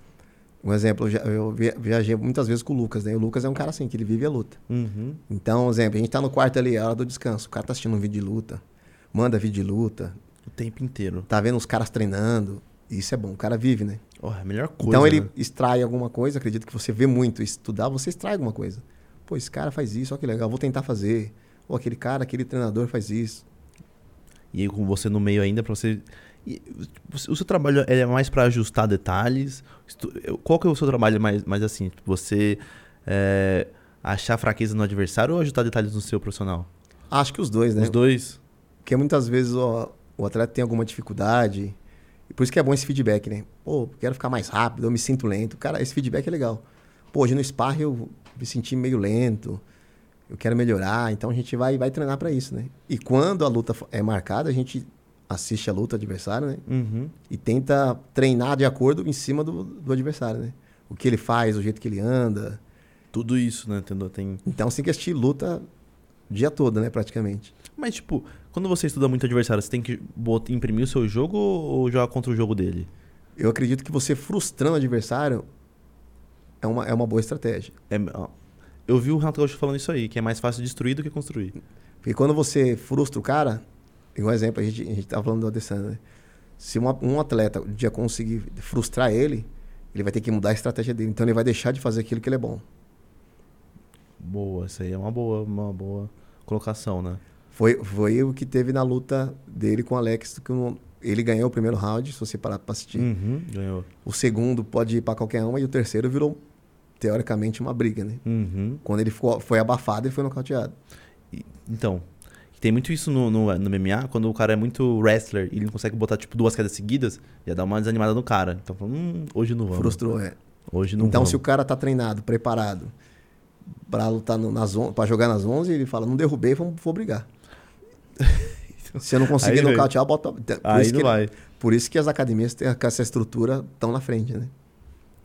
B: um exemplo, eu já- eu via- viajei muitas vezes com o Lucas, né? E o Lucas é um cara assim, que ele vive a luta.
A: Uhum.
B: Então, exemplo, a gente tá no quarto ali, é a hora do descanso. O cara tá assistindo um vídeo de luta, manda vídeo de luta,
A: O tempo inteiro.
B: tá vendo os caras treinando. Isso é bom, o cara vive, né?
A: Oh, é a melhor coisa.
B: então ele
A: né?
B: extrai alguma coisa, acredito que você vê muito. Estudar, você extrai alguma coisa. Pô, esse cara faz isso, olha que legal, vou tentar fazer. Ou aquele cara, aquele treinador faz isso.
A: E aí com você no meio ainda pra você. E o seu trabalho é mais pra ajustar detalhes? Estu- eu- Qual que é o seu trabalho mais, mais assim? Você é, achar fraqueza no adversário ou ajustar detalhes no seu profissional?
B: Acho que os dois, né?
A: Os dois?
B: Porque muitas vezes ó, o atleta tem alguma dificuldade. E por isso que é bom esse feedback, né? Pô, quero ficar mais rápido, eu me sinto lento. Cara, esse feedback é legal. Pô, hoje no sparring eu me senti meio lento. Eu quero melhorar, então a gente vai, vai treinar pra isso, né? E quando a luta fo- é marcada, a gente assiste a luta adversária, né?
A: Uhum.
B: E tenta treinar de acordo em cima do, do adversário, né? O que ele faz, o jeito que ele anda.
A: Tudo isso, né? Entendeu? Tem.
B: Então você tem que assistir luta o dia todo, né? Praticamente.
A: Mas, tipo, quando você estuda muito adversário, você tem que bot- imprimir o seu jogo ou jogar contra o jogo dele?
B: Eu acredito que você frustrando o adversário é uma, é uma boa estratégia.
A: É, ó, eu vi o Renato Gaúcho falando isso aí, que é mais fácil destruir do que construir.
B: Porque quando você frustra o cara, igual um exemplo, a gente, a gente tava falando do Adesanya, né? Se uma- um atleta um dia conseguir frustrar ele, ele vai ter que mudar a estratégia dele. Então ele vai deixar de fazer aquilo que ele é bom.
A: Boa, isso aí é uma boa, uma boa colocação, né?
B: Foi, foi o que teve na luta dele com o Alex, que um- ele ganhou o primeiro round, se você parar pra assistir.
A: Uhum, ganhou.
B: O segundo pode ir pra qualquer uma e o terceiro virou, teoricamente, uma briga, né?
A: Uhum.
B: Quando ele ficou, foi abafado, ele foi nocauteado.
A: E- então, tem muito isso no, no, no MMA, quando o cara é muito wrestler e ele não consegue botar, tipo, duas quedas seguidas, já dá uma desanimada no cara. Então, fala, hum, hoje não vamos.
B: Frustrou, é.
A: Hoje não
B: Então,
A: vamos.
B: se o cara tá treinado, preparado pra lutar no- nas on- pra jogar nas 11, ele fala: "Não derrubei, vamos, vou brigar". Se eu não conseguir
A: Aí vem.
B: nocautear, bota por
A: Aí
B: isso
A: não
B: que
A: vai.
B: por isso que as academias têm com essa estrutura estão na frente, né?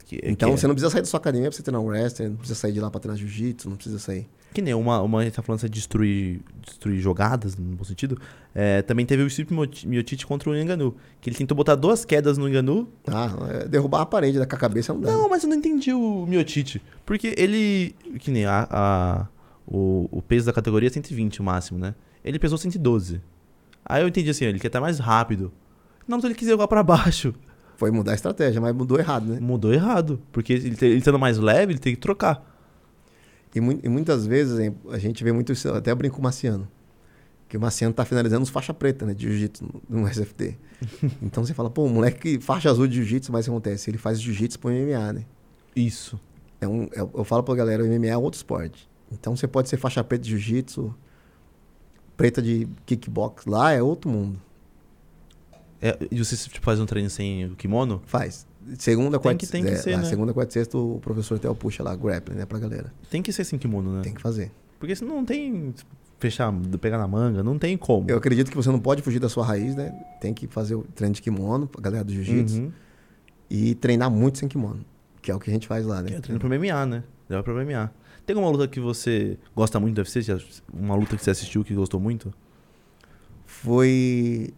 A: Que,
B: Então
A: que é-
B: você não precisa sair da sua academia pra você treinar um wrestling, não precisa sair de lá pra treinar jiu-jitsu, não precisa sair.
A: Que nem uma, uma a gente tá falando de destruir, destruir jogadas, no bom sentido. É, também teve o Steve Miot- Miotite contra o Enganu. Que ele tentou botar duas quedas no Enganu.
B: Ah, é, derrubar a parede da com a cabeça não dá.
A: Não, mas eu não entendi o Miotite. Porque ele. Que nem a, a- o, o peso da categoria é 120 o máximo, né? Ele pesou 112. Aí eu entendi assim, ele quer estar mais rápido. Não, mas ele quis jogar pra baixo.
B: Foi mudar a estratégia, mas mudou errado, né?
A: Mudou errado. Porque ele, te- ele estando mais leve, ele tem que trocar.
B: E, mui- e muitas vezes hein, a gente vê muito isso, até eu brinco com o Marciano. Que o Marciano tá finalizando os faixa preta, né? De jiu-jitsu no, no SFT. então você fala, pô, o moleque faixa azul de jiu-jitsu, mas o que acontece? Ele faz jiu-jitsu pro MMA, né?
A: Isso.
B: É um, eu, eu falo pra galera, o MMA é outro esporte. Então você pode ser faixa preta de jiu-jitsu, preta de kickbox, lá é outro mundo.
A: É, e você tipo, faz um treino sem o kimono?
B: Faz. Segunda,
A: Tem
B: quarta
A: que- tem que
B: é,
A: ser,
B: lá,
A: né?
B: Segunda, quarta e sexta, o professor Theo puxa lá, grappling, né, pra galera.
A: Tem que ser sem kimono, né?
B: Tem que fazer.
A: Porque senão não tem. Fechar, pegar na manga, não tem como.
B: Eu acredito que você não pode fugir da sua raiz, né? Tem que fazer o treino de kimono, a galera do jiu-jitsu.
A: Uhum.
B: E treinar muito sem kimono, que é o que a gente faz lá, né?
A: Que é treino pra MMA, né? Leva pra MMA. Tem alguma luta que você gosta muito do UFC? Já- Uma luta que você assistiu que gostou muito?
B: Foi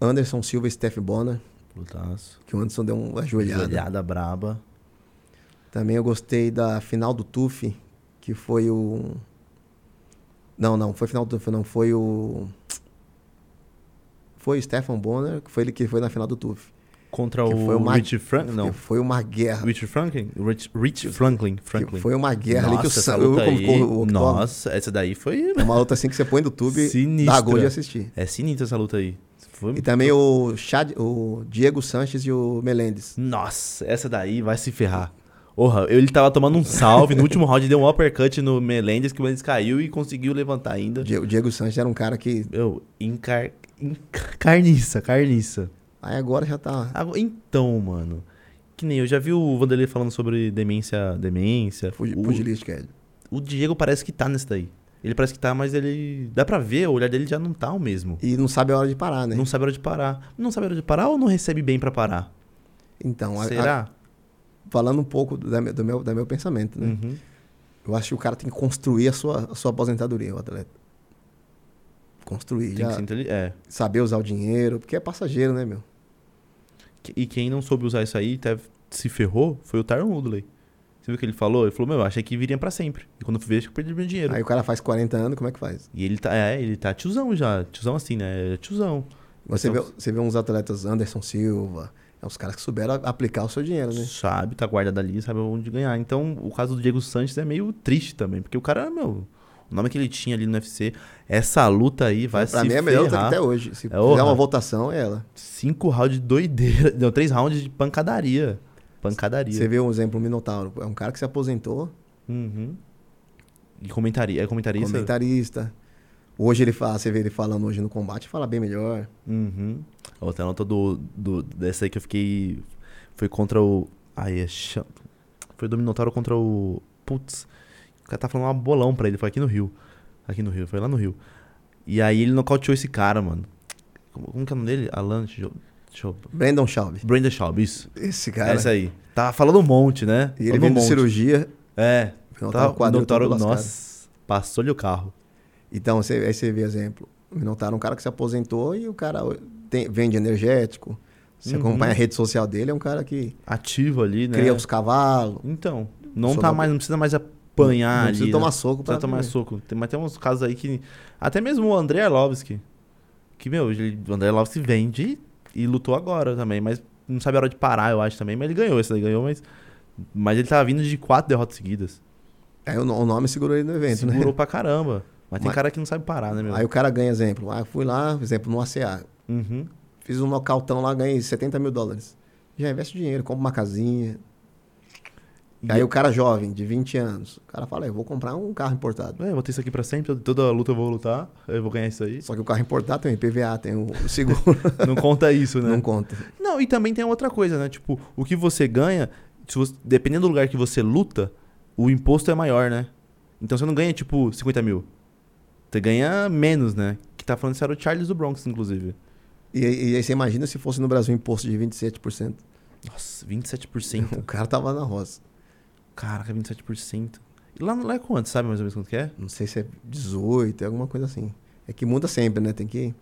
B: Anderson Silva e Steph Bonner,
A: Lutaço.
B: que o Anderson deu uma ajoelhada.
A: Olhada braba.
B: Também eu gostei da final do TUF, que foi o... Não, não, foi final do TUF, não, foi o... Foi o Stefan Bonner, que foi ele que foi na final do TUF.
A: Contra
B: Que
A: o,
B: foi uma-
A: Rich Franklin. Não.
B: Foi uma guerra.
A: Rich Franklin? Rich, Rich Franklin. Franklin.
B: Que foi uma guerra ali que o
A: Nossa, essa
B: sangue... eu-
A: luta
B: como
A: aí-
B: ficou o octógono.
A: Nossa, essa daí foi.
B: É uma luta assim que você põe no YouTube,
A: Sinistra.
B: dá gol de assistir.
A: É sinistra essa luta aí. Foi...
B: E também o, Chad, o Diego Sanches e o Melendes.
A: Nossa, essa daí vai se ferrar. Porra, ele tava tomando um salve. No último round, deu um uppercut no Melendez, que o Melendez caiu e conseguiu levantar ainda.
B: O Die- o Diego Sanches era um cara que.
A: Meu, encar... en- carniça, carniça.
B: Aí agora já tá.
A: Agora- Então, mano, que nem eu já vi o Vanderlei falando sobre demência, demência.
B: fugi-
A: o,
B: Pugilística. é.
A: o Diego parece que tá nesse daí. Ele parece que tá, mas ele... Dá pra ver, o olhar dele já não tá o mesmo.
B: E não sabe a hora de parar, né?
A: Não sabe a hora de parar. Não sabe a hora de parar ou não recebe bem pra parar?
B: Então, a- a-
A: Será?
B: falando um pouco da me- do meu, do meu pensamento, né?
A: Uhum.
B: Eu acho que o cara tem que construir a sua, a sua aposentadoria, o atleta. Construir.
A: Tem
B: já
A: que ser inteligente. É.
B: Saber usar o dinheiro, porque é passageiro, né, meu?
A: Que- E quem não soube usar isso aí até se ferrou foi o Tyron Woodley. Você viu o que ele falou? Ele falou, meu, eu achei que viria pra sempre. E quando eu fui ver, acho que eu perdi meu dinheiro.
B: Aí o cara faz 40 anos, como é que faz?
A: E ele tá, é, ele tá tiozão já. Tiozão assim, né? É Tiozão.
B: Você,
A: Então-
B: vê, você vê uns atletas, Anderson Silva, é os caras que souberam a- aplicar o seu dinheiro, né?
A: Sabe, tá guardado ali, sabe onde ganhar. Então, o caso do Diego Sanches é meio triste também. Porque o cara, meu, o nome que ele tinha ali no UFC, essa luta aí vai
B: Pra
A: se
B: mim é a melhor luta que
A: ferrar.
B: até hoje. Se
A: É,
B: fizer
A: orra.
B: uma votação, é ela.
A: Cinco rounds de doideira. Não, três rounds de pancadaria. Pancadaria.
B: Você vê um exemplo, o Minotauro. É um cara que se aposentou,
A: Uhum. E comentaria, é comentarista?
B: comentarista. Hoje ele fala, você vê ele falando hoje no combate, fala bem melhor.
A: Uhum. A Outra nota do, do, dessa aí que eu fiquei. Foi contra o. Ai, é cha- Foi do Minotauro contra o. Putz. O cara tá falando uma bolão pra ele. Foi aqui no Rio. Aqui no Rio, foi lá no Rio. E aí ele nocauteou esse cara, mano. Como, como que é o nome dele? Alan. Jo... Jo...
B: Brandon Schaub.
A: Brandon Schaub, isso.
B: Esse cara.
A: Essa aí. Tá falando um monte, né?
B: E ele
A: falando um
B: veio de
A: monte.
B: cirurgia.
A: É.
B: Minotauro
A: Tá, o
B: quadril
A: Minotauro,
B: todo lascado.
A: nossa. Passou-lhe o carro.
B: Então, você, aí você vê exemplo. O Minotauro é um cara que se aposentou e o cara tem- vende energético. Você
A: Uhum.
B: acompanha a rede social dele, é um cara que
A: Ativo ali, né?
B: cria os cavalos.
A: Então, não
B: Só
A: tá
B: dá-
A: mais, não precisa mais apanhar
B: não
A: ali.
B: precisa
A: né?
B: tomar soco pra
A: precisa tomar soco. Tem, mas tem uns casos aí que. Até mesmo o André Arlovski. Que, meu, ele, o André Arlovski vende e lutou agora também. Mas não sabe a hora de parar, eu acho também. Mas ele ganhou, esse daí ganhou, mas. Mas ele tava vindo de quatro derrotas seguidas.
B: Aí o, no- o nome segurou ele no evento, né?
A: Segurou pra caramba. Mas tem
B: Mas-
A: cara que não sabe parar, né, meu?
B: Aí o cara ganha exemplo. Ah, fui lá, exemplo, no ACA.
A: Uhum.
B: Fiz um nocautão lá, ganhei 70 mil dólares. Já investe dinheiro, compra uma casinha.
A: E- é
B: Aí o cara jovem, de 20 anos, o cara fala, eu vou comprar um carro importado.
A: É, eu vou ter isso aqui pra sempre. Toda luta eu vou lutar. Eu vou ganhar isso aí.
B: Só que o carro importado tem o IPVA, tem o o seguro.
A: Não conta isso, né?
B: não conta.
A: Não, e também tem outra coisa, né? Tipo, o que você ganha, se você- dependendo do lugar que você luta, o imposto é maior, né? Então você não ganha, tipo, 50 mil. Você ganha menos, né? Que tá falando isso era o Charles do Bronx, inclusive.
B: E, e aí você imagina se fosse no Brasil um imposto de 27%.
A: Nossa, 27%.
B: O cara tava na rosa.
A: Caraca, 27%. E lá, lá é quanto? Sabe mais ou menos quanto que é?
B: Não sei se é 18, é alguma coisa assim. É que muda sempre, né? Tem que.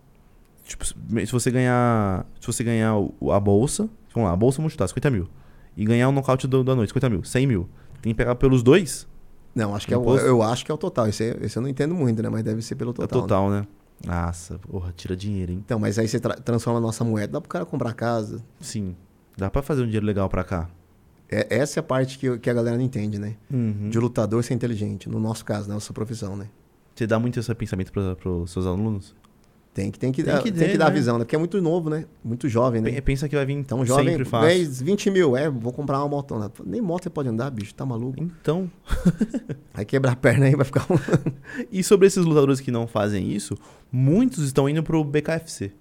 A: Tipo, se se você ganhar. Se você ganhar o- a bolsa. Vamos lá, a bolsa vamos chutar, 50 mil. E ganhar o nocaute do- da noite, 50 mil, 100 mil. Tem que pegar pelos dois?
B: Não, acho que é o,
A: Imposto?
B: eu acho que é o total. Esse, aí- esse eu não entendo muito, né? Mas deve ser pelo
A: Total, é
B: total. né?
A: total, né? Nossa, porra, tira dinheiro, hein?
B: Então, mas aí você tra- transforma a nossa moeda, dá pro cara comprar casa.
A: Sim. Dá pra fazer um dinheiro legal pra cá.
B: É, essa é a parte que, eu- que a galera não entende, né?
A: Uhum.
B: De lutador ser inteligente, no nosso caso, na nossa profissão, né?
A: Você dá muito esse pensamento pra- pros seus alunos?
B: Tem que, tem que,
A: Tem
B: dar,
A: que
B: tem
A: ter,
B: que dar
A: né?
B: visão, né? Porque é muito novo, né? Muito jovem, né?
A: Pe- Pensa que vai vir
B: Então, jovem,
A: sempre fácil.
B: 10, 20 mil, é, vou comprar uma motona. Nem moto você pode andar, bicho, tá maluco?
A: Então,
B: Aí quebrar a perna aí vai ficar um...
A: e sobre esses lutadores que não fazem isso, muitos estão indo pro BKFC.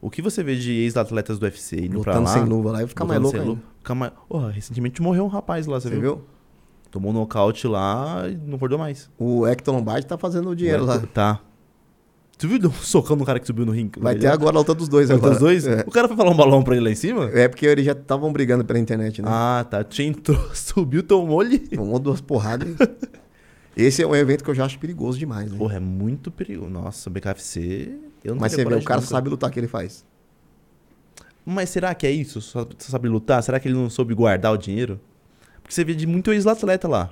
A: O que você vê de ex-atletas do UFC indo pra
B: lutando
A: lá?
B: sem luva lá, vai ficar mais
A: lutando
B: louco
A: sem
B: ainda.
A: luva, fica mais- Porra, recentemente morreu um rapaz lá, você,
B: Você
A: viu?
B: viu?
A: Tomou um nocaute lá e não acordou mais.
B: O Hector Lombardi tá fazendo o dinheiro lá.
A: Tá. Tu viu um socão no cara que subiu no ringue? é
B: Vai ter agora a luta dos dois
A: Contra
B: agora.
A: os dois?
B: É,
A: O cara foi falar um balão pra ele lá em cima?
B: é porque eles já estavam brigando pela internet, né?
A: Ah, tá. Te entrou, subiu, tomou-lhe.
B: Tomou duas porradas. Esse é um evento que eu já acho perigoso demais, né?
A: Porra, é muito perigo. Nossa, BKFC. Eu não
B: Mas você
A: teria
B: vê, o
A: coragem
B: cara
A: nunca.
B: sabe lutar que ele faz.
A: Mas será que é isso? Só só sabe lutar? Será que ele não soube guardar o dinheiro? Porque você vê de muito ex-atleta lá.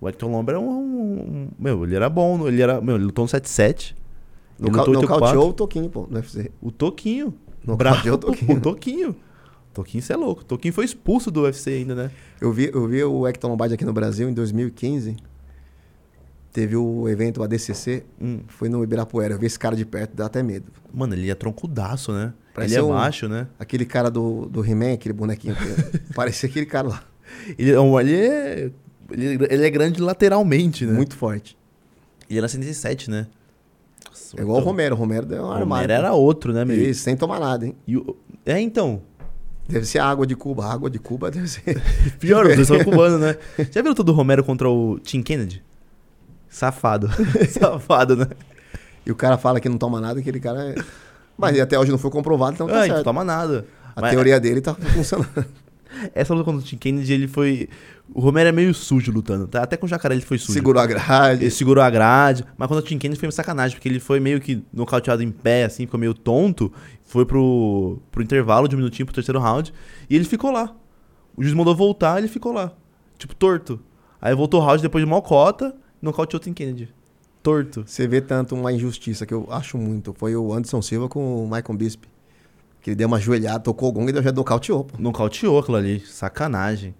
A: O Hector Lombra é um, um- um- Meu, ele era bom. Ele era. Meu, ele lutou um 7-7. Ele
B: Nocau-
A: lutou 8-4.
B: Nocauteou o Toquinho, pô, no UFC.
A: O Toquinho.
B: Nocauteou
A: Bravo,
B: o Toquinho.
A: O Toquinho. Toquinho, você é louco. Toquinho foi expulso do UFC ainda, né?
B: Eu vi, eu vi o Hector Lombardi aqui no Brasil em 2015. Teve o evento ADCC,
A: Hum.
B: foi no Ibirapuera. Eu vi esse cara de perto, dá até medo.
A: Mano, ele é troncudaço, né?
B: Parece
A: ele é
B: um-
A: macho, né?
B: Aquele cara do, do He-Man, aquele bonequinho. que- parecia aquele cara lá.
A: Ele, é um- ele é. Ele, ele é grande lateralmente, né?
B: Muito forte.
A: Ele era 107, né? Nossa,
B: É igual o
A: então,
B: Romero. O Romero é um
A: Romero
B: armário.
A: era outro, né, meu?
B: Isso, sem tomar nada, hein?
A: E o- É, então.
B: Deve ser a água de Cuba. A água de Cuba deve ser.
A: Pior, os dois são cubanos, né? Já viu o do Romero contra o Tim Kennedy? Safado. Safado, né?
B: E o cara fala que não toma nada, aquele cara é. Mas até hoje não foi comprovado, então tá
A: ah,
B: certo.
A: não toma nada.
B: A
A: Mas
B: teoria dele tá funcionando.
A: Essa luta contra o Tim Kennedy, ele foi. O Romero é meio sujo lutando, tá? Até com o jacaré ele foi sujo.
B: Segurou a grade.
A: Ele segurou a grade, mas quando o Tim Kennedy foi uma sacanagem, porque ele foi meio que nocauteado em pé, assim, ficou meio tonto, foi pro, pro intervalo de um minutinho pro terceiro round, e ele ficou lá. O juiz mandou voltar, ele ficou lá, tipo, torto. Aí voltou o round depois de malcota, nocauteou o Tim Kennedy. Torto.
B: Você vê tanto uma injustiça que eu acho muito. Foi o Anderson Silva com o Michael Bisp. Que ele deu uma joelhada, tocou o gong e deu já nocauteou, pô.
A: Nocauteou aquilo ali, sacanagem.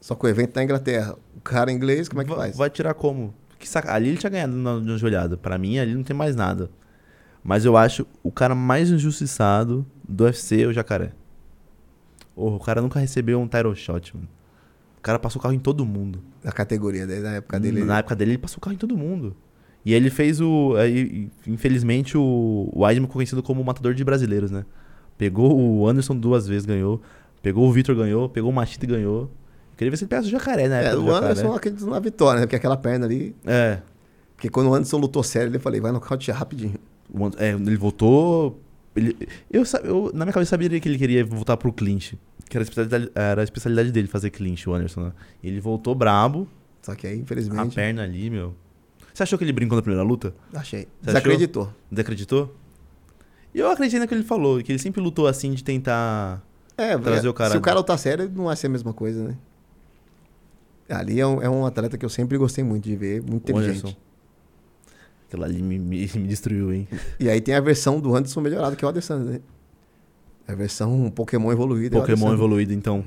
B: Só que o evento tá na Inglaterra. O cara é inglês, como é que
A: vai,
B: faz?
A: vai tirar como? Que saca... Ali ele tinha ganhado na, na joelhada. Pra mim, ali não tem mais nada. Mas eu acho o cara mais injustiçado do UFC é o Jacaré. Porra, o cara nunca recebeu um title shot, mano. O cara passou o carro em todo mundo.
B: Na categoria dele, na época dele.
A: Na época dele, ele passou o carro em todo mundo. E ele fez o... aí, infelizmente, o, o Weidman ficou conhecido como o matador de brasileiros, né? Pegou o Anderson duas vezes, ganhou. Pegou o Vitor, ganhou. Pegou o Machida, ganhou. Eu queria ver se ele pegasse o Jacaré na
B: É,
A: época do
B: o
A: Jacaré.
B: Anderson eu acredito na vitória, né? Porque aquela perna ali.
A: É.
B: Porque quando o Anderson lutou sério, eu falei, vai nocautear rapidinho.
A: O And- é, ele voltou. ele- eu, sa- eu, na minha cabeça, sabia que ele queria voltar pro clinch. Que era a especialidade, era a especialidade dele fazer clinch, o Anderson, né? E ele voltou brabo,
B: Só que aí,
A: a
B: infelizmente,
A: perna ali, meu. Você achou que ele brincou na primeira luta?
B: achei.
A: Você
B: Desacreditou.
A: Desacreditou? E eu acreditei naquilo que ele falou, que ele sempre lutou assim de tentar.
B: É,
A: Trazer
B: é,
A: o cara-
B: se o cara lutar sério, não vai ser a mesma coisa, né? Ali é um, é um atleta que eu sempre gostei muito de ver, muito
A: O
B: inteligente.
A: Anderson. Aquilo ali me, me, me destruiu, hein?
B: E aí tem a versão do Anderson melhorado, que é o Adesanya, né? A versão Pokémon evoluída. é o
A: Pokémon
B: Adesanya.
A: evoluído, então.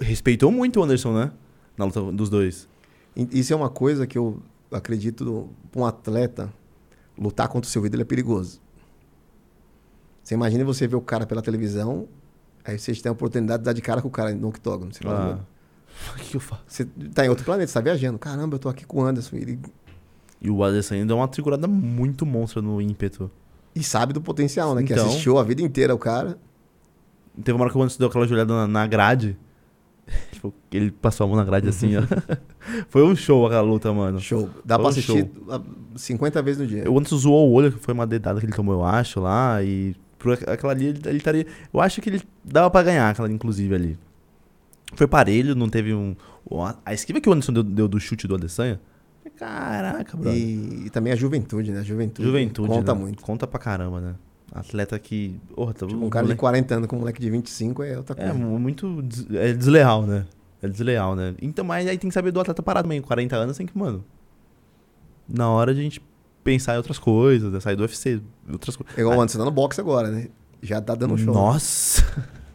A: Respeitou muito o Anderson, né? Na luta dos dois.
B: E- Isso é uma coisa que eu acredito do- pra um atleta lutar contra o seu ídolo é perigoso. Você imagina você ver o cara pela televisão, aí vocês têm a oportunidade de dar de cara com o cara no octógono. Você fala,
A: Ah.
B: "Meu,
A: O que eu faço?
B: Você tá em outro planeta, você tá viajando. Caramba, eu tô aqui com o Anderson. Ele
A: E o Adesanya deu uma segurada muito monstra no ímpeto.
B: E sabe do potencial, né? Que
A: Então.
B: assistiu a vida inteira o cara.
A: Teve uma hora que o Anderson deu aquela joelhada na, na grade. Tipo, ele passou a mão na grade assim, ó. Foi um show aquela luta, mano.
B: Show. Dá
A: Foi
B: pra
A: um
B: assistir ah, 50 vezes no dia.
A: O Anderson zoou o olho, que foi uma dedada que ele tomou, eu acho, lá. E pro Pro, aquela ali, ele, ele estaria. Eu acho que ele dava pra ganhar aquela, inclusive, ali. Foi parelho, não teve um. o- a- A esquiva que o Anderson deu, deu do chute do Adesanya. Caraca, brother.
B: E, e também a juventude, né? A juventude.
A: Juventude.
B: Conta
A: né?
B: muito.
A: Conta pra caramba, né? Atleta que. Porra, tá
B: Tipo, um cara de
A: moleque-
B: 40 anos com um moleque de 25 é outra coisa.
A: É mu- muito. des- É desleal, né? É desleal, né? Então, mas aí tem que saber do atleta parado também. 40 anos tem que, mano. Na hora de a gente pensar em outras coisas, né? sair do UFC, outras coisas.
B: É igual o Anderson tá no boxe agora, né? Já tá dando um show.
A: Nossa!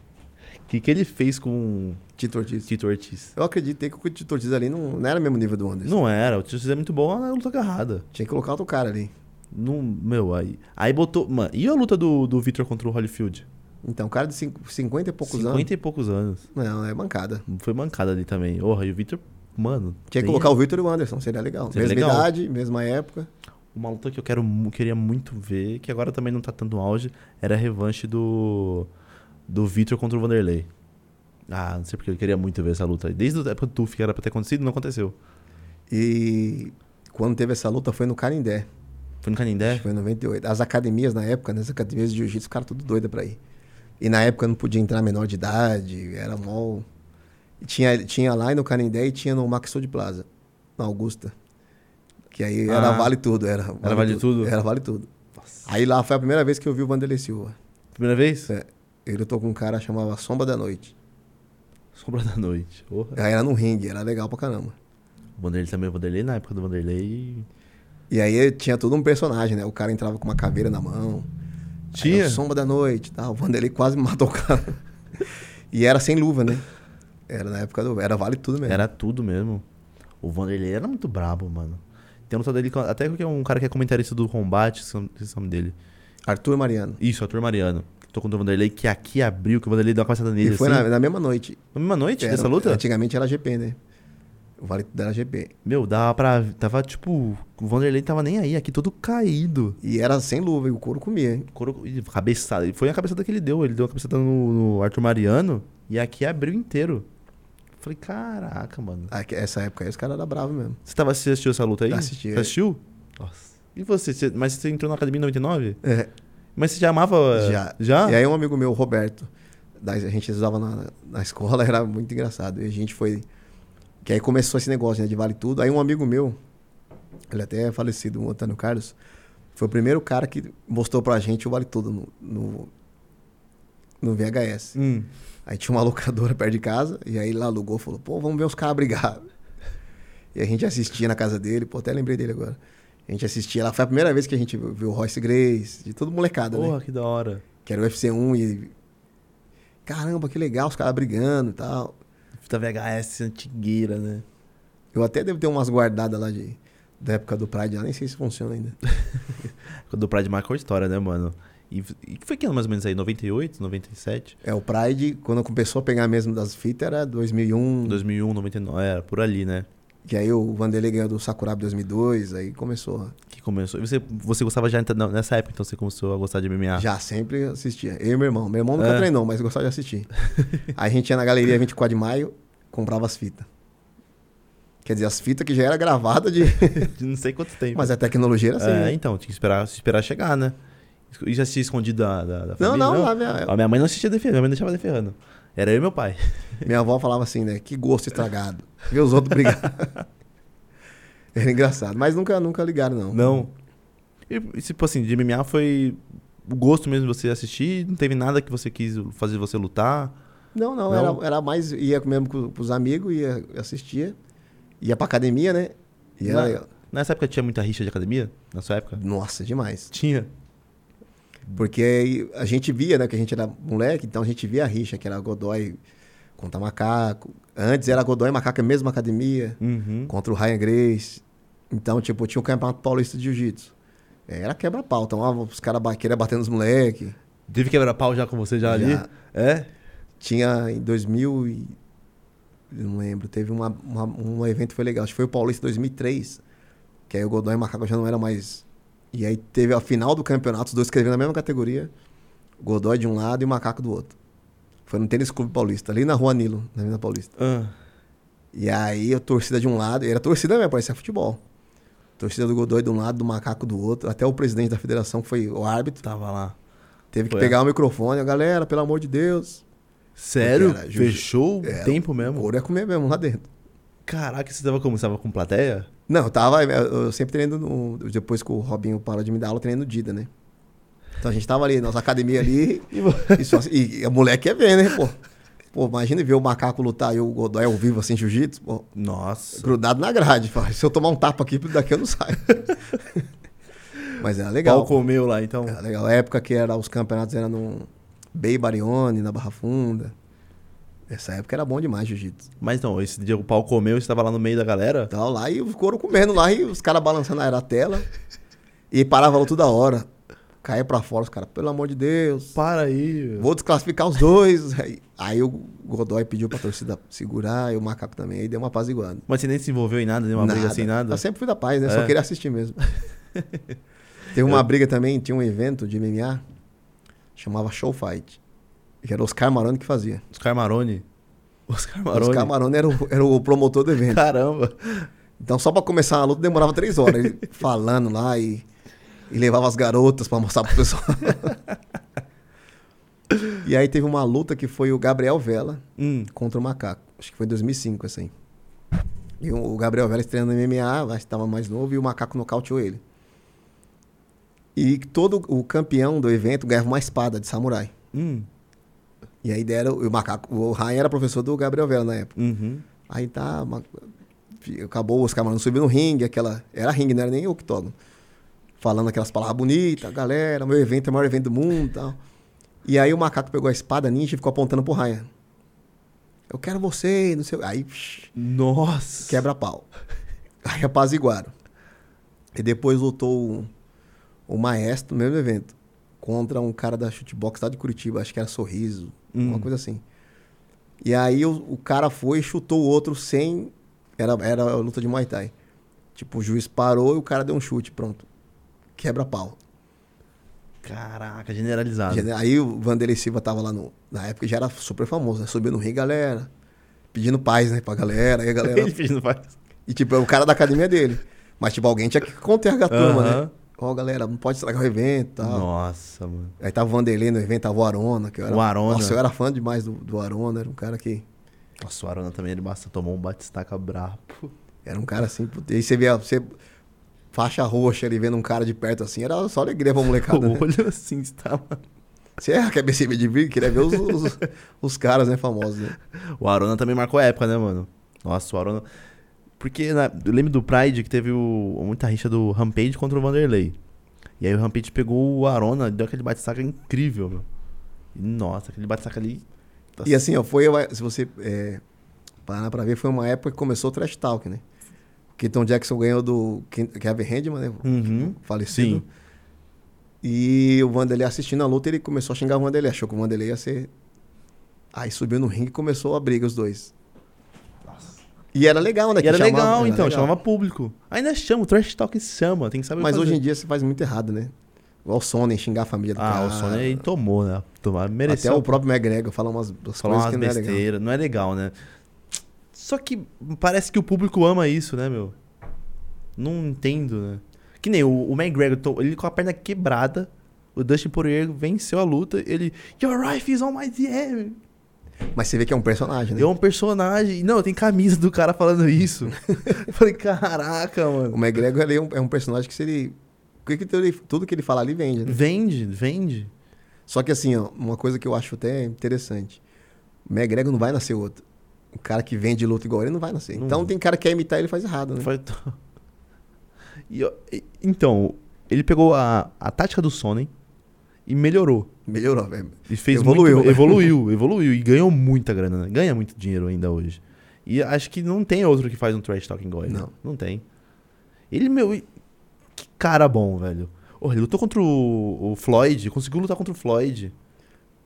A: O que, que ele fez com
B: Tito
A: o
B: Ortiz.
A: Tito Ortiz?
B: Eu acreditei que o Tito Ortiz ali não, não era o mesmo nível do Anderson.
A: Não era, o Tito Ortiz é muito bom na luta agarrada.
B: Tinha que colocar outro cara ali.
A: Não, meu, aí, aí botou. Mano, e a luta do, do Victor contra o Holyfield?
B: Então, um cara de cinco- 50 e poucos
A: 50 e poucos anos.
B: anos. Não, é bancada.
A: Foi mancada ali também. Porra, e o Victor, mano.
B: Tinha que
A: tem-
B: colocar o Victor e o Anderson, seria legal.
A: Seria
B: mesma
A: legal.
B: idade, mesma época.
A: Uma luta que eu quero, mu- queria muito ver, que agora também não tá tanto no auge, era a revanche do, do Vitor contra o Vanderlei. Ah, não sei porque eu queria muito ver essa luta. Desde a época do Tuf, que era pra ter acontecido, não aconteceu.
B: E quando teve essa luta foi no Canindé,
A: Foi no Canindé?
B: foi em 98. As academias na época, né, as academias de jiu-jitsu, ficaram tudo doida pra ir. E na época não podia entrar menor de idade, era mó... E Tinha, tinha lá no Canindé e tinha no Maxud Plaza, na Augusta. Que aí era
A: Ah.
B: vale tudo, era.
A: vale tudo?
B: Era vale tudo. Aí lá foi a primeira vez que eu vi o Vanderlei Silva.
A: Primeira vez?
B: É, Ele lutou com um cara que chamava Sombra da Noite.
A: Sombra da Noite. Porra.
B: Aí era no ringue, era legal pra caramba.
A: O Vanderlei também, o Vanderlei na época do Vanderlei.
B: E aí tinha todo um personagem, né? O cara entrava com uma caveira na mão. Aí
A: Tinha?
B: o Sombra da noite, tá? O Vanderlei quase matou o cara. e era sem luva, né? Era na época do. Era vale tudo mesmo.
A: Era tudo mesmo. O Vanderlei era muito brabo, mano. Tem uma luta dele, com- até que é um cara que é comentarista do combate, esqueci o nome dele.
B: Arthur Mariano.
A: Isso, Arthur Mariano. Tô contra o Vanderlei, que aqui abriu, que o Vanderlei deu uma cabeçada
B: E
A: nele.
B: foi
A: assim.
B: na, na mesma noite.
A: Na mesma noite
B: Era-
A: dessa luta?
B: Antigamente era GP, né? O vale tudo era GP.
A: Meu, dava pra. Tava tipo. O Vanderlei tava nem aí, aqui todo caído.
B: E era sem luva, e o couro comia, hein?
A: Coro... Ih, Cabeçada. E foi a cabeçada que ele deu. Ele deu a cabeçada no, no Arthur Mariano e aqui abriu inteiro. Falei, caraca, mano.
B: Ah, que- Essa época aí os caras eram bravos mesmo.
A: Você tava você assistiu essa luta aí?
B: Assisti. é.
A: Você assistiu? Nossa. E você? Você- Mas você entrou na academia em 99?
B: É,
A: Mas você já amava.
B: Já.
A: Já?
B: E aí um amigo meu, o Roberto, da, a gente usava na, na escola, era muito engraçado. E a gente foi. Que aí começou esse negócio, né? De vale tudo. Aí um amigo meu, ele até é falecido, o Antônio Carlos, foi o primeiro cara que mostrou pra gente o vale tudo no, no, no VHS.
A: Hum.
B: Aí tinha uma locadora perto de casa, e aí lá alugou, falou, pô, vamos ver os caras brigar. E a gente assistia na casa dele, pô, até lembrei dele agora. A gente assistia lá, foi a primeira vez que a gente viu, viu o Royce Grace, de todo molecada, né?
A: Porra, que da hora.
B: que era o UFC 1 e. Caramba, que legal, os caras brigando e tal.
A: Fita VHS antigueira, né?
B: Eu até devo ter umas guardadas lá de, da época do Pride, lá nem sei se funciona ainda.
A: Do Pride marcou a história, né, mano? E, e foi que ano mais ou menos aí? 98, 97?
B: É, o Pride, quando começou a pegar mesmo das fitas, era 2001.
A: 2001, 99, era por ali, né?
B: Que aí o Vanderlei ganhou do Sakuraba em 2002, aí começou.
A: Que começou. E você, você gostava já então, nessa época, então você começou a gostar de MMA?
B: Já sempre assistia. Eu e meu irmão. Meu irmão nunca
A: É.
B: treinou, mas gostava de assistir. aí a gente ia na galeria 24 de maio, comprava as fitas. Quer dizer, as fitas que já era gravada de.
A: De não sei quanto tempo.
B: mas a tecnologia era assim.
A: é,
B: né?
A: então, tinha que esperar, esperar chegar, né? E já assistia escondido da, da, da
B: Não,
A: família?
B: não, lá minha,
A: A minha mãe então, não assistia deferrando, minha mãe deixava deferrando. Era eu e meu pai.
B: Minha avó falava assim, né? Que gosto estragado. Ver os outros brigar. Era engraçado. Mas nunca, nunca ligaram, não.
A: Não. E, e, tipo assim, de MMA foi o gosto mesmo de você assistir, não teve nada que você quis fazer você lutar.
B: Não, não.
A: Não?
B: Era, era mais... Ia mesmo com, com os amigos, ia assistia. Ia pra academia, né? E
A: Na-
B: era-
A: Nessa época tinha muita rixa de academia? Na sua época?
B: Nossa, demais.
A: Tinha.
B: Porque aí a gente via, né? Que a gente era moleque, então a gente via a rixa, que era Godoy contra Macaco. Antes era Godoy e Macaco, a mesma academia.
A: Uhum.
B: contra o Ryan Grace. Então, tipo, tinha o Campeonato Paulista de Jiu-Jitsu. Era quebra-pau. Então, ah, os caras ba- queria bater nos moleque.
A: Teve quebra-pau já com você já,
B: Já.
A: ali? É?
B: Tinha em 2000 e... eu Não lembro. Teve uma, uma- um evento que foi legal. Acho que foi o Paulista 2003. Que aí o Godoy e o Macaco já não era mais... E aí teve a final do campeonato. Os dois escrevendo na mesma categoria. O Godoy de um lado e o Macaco do outro. Foi no Tênis Clube Paulista. Ali na Rua Nilo, na Avenida Paulista.
A: Ah.
B: E aí a torcida de um lado, e era torcida mesmo, parecia futebol. Torcida do Godoy de um lado, do Macaco do outro, até o presidente da federação, que foi o árbitro,
A: Tava lá.
B: Teve que
A: Foi, é.
B: pegar o microfone, a galera, pelo amor de Deus.
A: Sério?
B: Porque era jiu-
A: Fechou o
B: era-
A: tempo
B: O
A: mesmo?
B: ouro ia comer mesmo lá dentro.
A: Caraca, você tava como? Você tava com plateia?
B: Não, eu tava. Eu eu sempre treinando. no- depois que o Robinho parou de me dar aula, eu treinei no Dida, né? Então a gente tava ali, nossa academia ali.
A: E vo-
B: E, só, e, e a moleque quer ver, né, pô? Pô, imagina ver o macaco lutar e o Godoy ao vivo assim, jiu-jitsu, pô,
A: Nossa.
B: grudado na grade. Fala, se eu tomar um tapa aqui, daqui eu não saio. Mas era
A: Legal.
B: legal.
A: Pau comeu lá, então.
B: Era legal. A época que era, os campeonatos eram no Bay Barione, na Barra Funda. Essa época era bom demais, jiu-jitsu.
A: Mas não, esse dia o pau comeu, você tava lá no meio da galera.
B: Então, lá e o couro comendo lá, e os caras balançando a tela. E parava luta toda hora. Caía pra fora, os caras, pelo amor de Deus.
A: Para aí. meu.
B: Vou desclassificar os dois. Aí, aí o Godoy pediu pra torcida segurar, e o Macaco também. Aí deu uma apaziguada.
A: Mas você nem se envolveu em nada, nenhuma briga assim, nada?
B: Eu sempre fui da paz, né? Só
A: É.
B: queria assistir mesmo. Teve uma briga também, tinha um evento de MMA, chamava Show Fight. Que era o Oscar Maroni que fazia.
A: Oscar Maroni. Oscar
B: O
A: Maroni.
B: Oscar Maroni era o, era o promotor do evento.
A: Caramba.
B: Então, só pra começar a luta demorava três horas. Ele falando lá e, e levava as garotas pra mostrar pro pessoal. e aí teve uma luta que foi o Gabriel Vela
A: Hum.
B: contra o Macaco. Acho que foi em 2005, assim. E o o Gabriel Vela estreando no MMA, estava mais novo, e o Macaco nocauteou ele. E todo o campeão do evento ganhava uma espada de samurai.
A: Hum.
B: E a ideia era, o Macaco, o Ryan era professor do Gabriel Vela na época.
A: Uhum.
B: Aí tá, ma- fi- acabou os camaradas subindo no ringue, aquela, era ringue, não era nem octógono. Falando aquelas palavras bonitas, galera, meu evento é o maior evento do mundo e tal. E aí o macaco pegou a espada ninja e ficou apontando pro Ryan. Eu quero você, não sei. o- Aí psh,
A: Nossa.
B: quebra pau. Aí apaziguaram. E depois lutou o, o maestro no mesmo evento. Contra um cara da chutebox lá de Curitiba, acho que era Sorriso,
A: Hum.
B: uma coisa assim. E aí o, o cara foi e chutou o outro sem. Era, era a luta de Muay Thai. Tipo, o juiz parou e o cara deu um chute, pronto. Quebra pau.
A: Caraca, generalizado.
B: Gene- Aí o Vanderlei Silva tava lá no. Na época já era super famoso, né? Subiu no ringue, galera. Pedindo paz, né, pra galera. Aí a galera
A: Ele fez, não faz.
B: E, tipo, é o cara da academia dele. Mas, tipo, alguém tinha que conter a turma,
A: Aham.
B: né? Ó, galera, não pode estragar o evento
A: Tá.
B: e tal.
A: Nossa, mano.
B: Aí tava o Vanderlei no evento, tava o Arona. Que eu era,
A: O Arona.
B: Nossa, eu era fã demais do, do Arona. Era um cara que...
A: Nossa, o Arona também, ele basta tomou um batistaca brabo.
B: Era um cara assim... puta, E aí você via... Você, faixa roxa ali, vendo um cara de perto assim. Era só alegria pra molecada, né?
A: O olho assim, você tá lá.
B: Você é a cabeça de vidro, queria ver os, os, os caras, né, famosos, né?
A: O Arona também marcou a época, né, mano? Nossa, o Arona. Porque na- eu lembro do Pride que teve o... muita rixa do Rampage contra o Vanderlei. E aí o Rampage pegou o Arona e deu aquele batistaca incrível, meu. E, Nossa, aquele batistaca ali. tá-
B: E assim, ó, foi... Se você é, parar pra ver, foi uma época que começou o Trash Talk, né? O Keaton Jackson ganhou do Ken- Kevin Handman, né?
A: Uhum.
B: falecido.
A: Sim.
B: E o Vanderlei assistindo a luta, ele começou a xingar o Vanderlei, achou que o Vanderlei ia ser. Aí subiu no ringue e começou a briga os dois.
A: Nossa.
B: E era legal, né?
A: E
B: que
A: era
B: chamava-
A: legal,
B: era
A: então,
B: legal.
A: chamava público. Ainda chama, o Trash Talk chama, tem que saber
B: Mas
A: fazer.
B: hoje em dia você faz muito errado, né? Igual o Sonnen, xingar a família do
A: Ah,
B: cara.
A: o Sony aí tomou, né? Tomar,
B: tá Até
A: mereceu.
B: o próprio McGregor fala umas, umas
A: falar umas
B: coisas que não é legal.
A: besteiras, não é legal, né? Só que parece que o público ama isso, né, meu? Não entendo, né? Que nem o, o McGregor, to- ele com a perna quebrada, o Dustin Poirier venceu a luta, ele... Your life is on my DM.
B: Mas você vê que é um personagem, né?
A: É um personagem... Não, tem camisa do cara falando isso. eu falei, caraca,
B: O
A: mano.
B: McGregor ele é, um, é um personagem que se ele. que que ele- Tudo que ele fala ali vende, né?
A: Vende, vende.
B: Só que assim, ó, uma coisa que eu acho até interessante. O McGregor não vai nascer outro. O cara que vende luta igual ele não vai nascer.
A: Não.
B: Então tem cara que quer imitar ele faz errado, né?
A: Uhum. Foi to- E eu- e- então, ele pegou a, a tática do Sonnen e melhorou.
B: Melhorou, velho.
A: E fez
B: Evoluiu.
A: muito- evoluiu, evoluiu. E ganhou muita grana, né? Ganha muito dinheiro ainda hoje. E acho que não tem outro que faz um trash talking igual ele.
B: Não.
A: Não tem. Ele, meu. e- Que cara bom, velho. Oh, ele lutou contra o, o Floyd, conseguiu lutar contra o Floyd.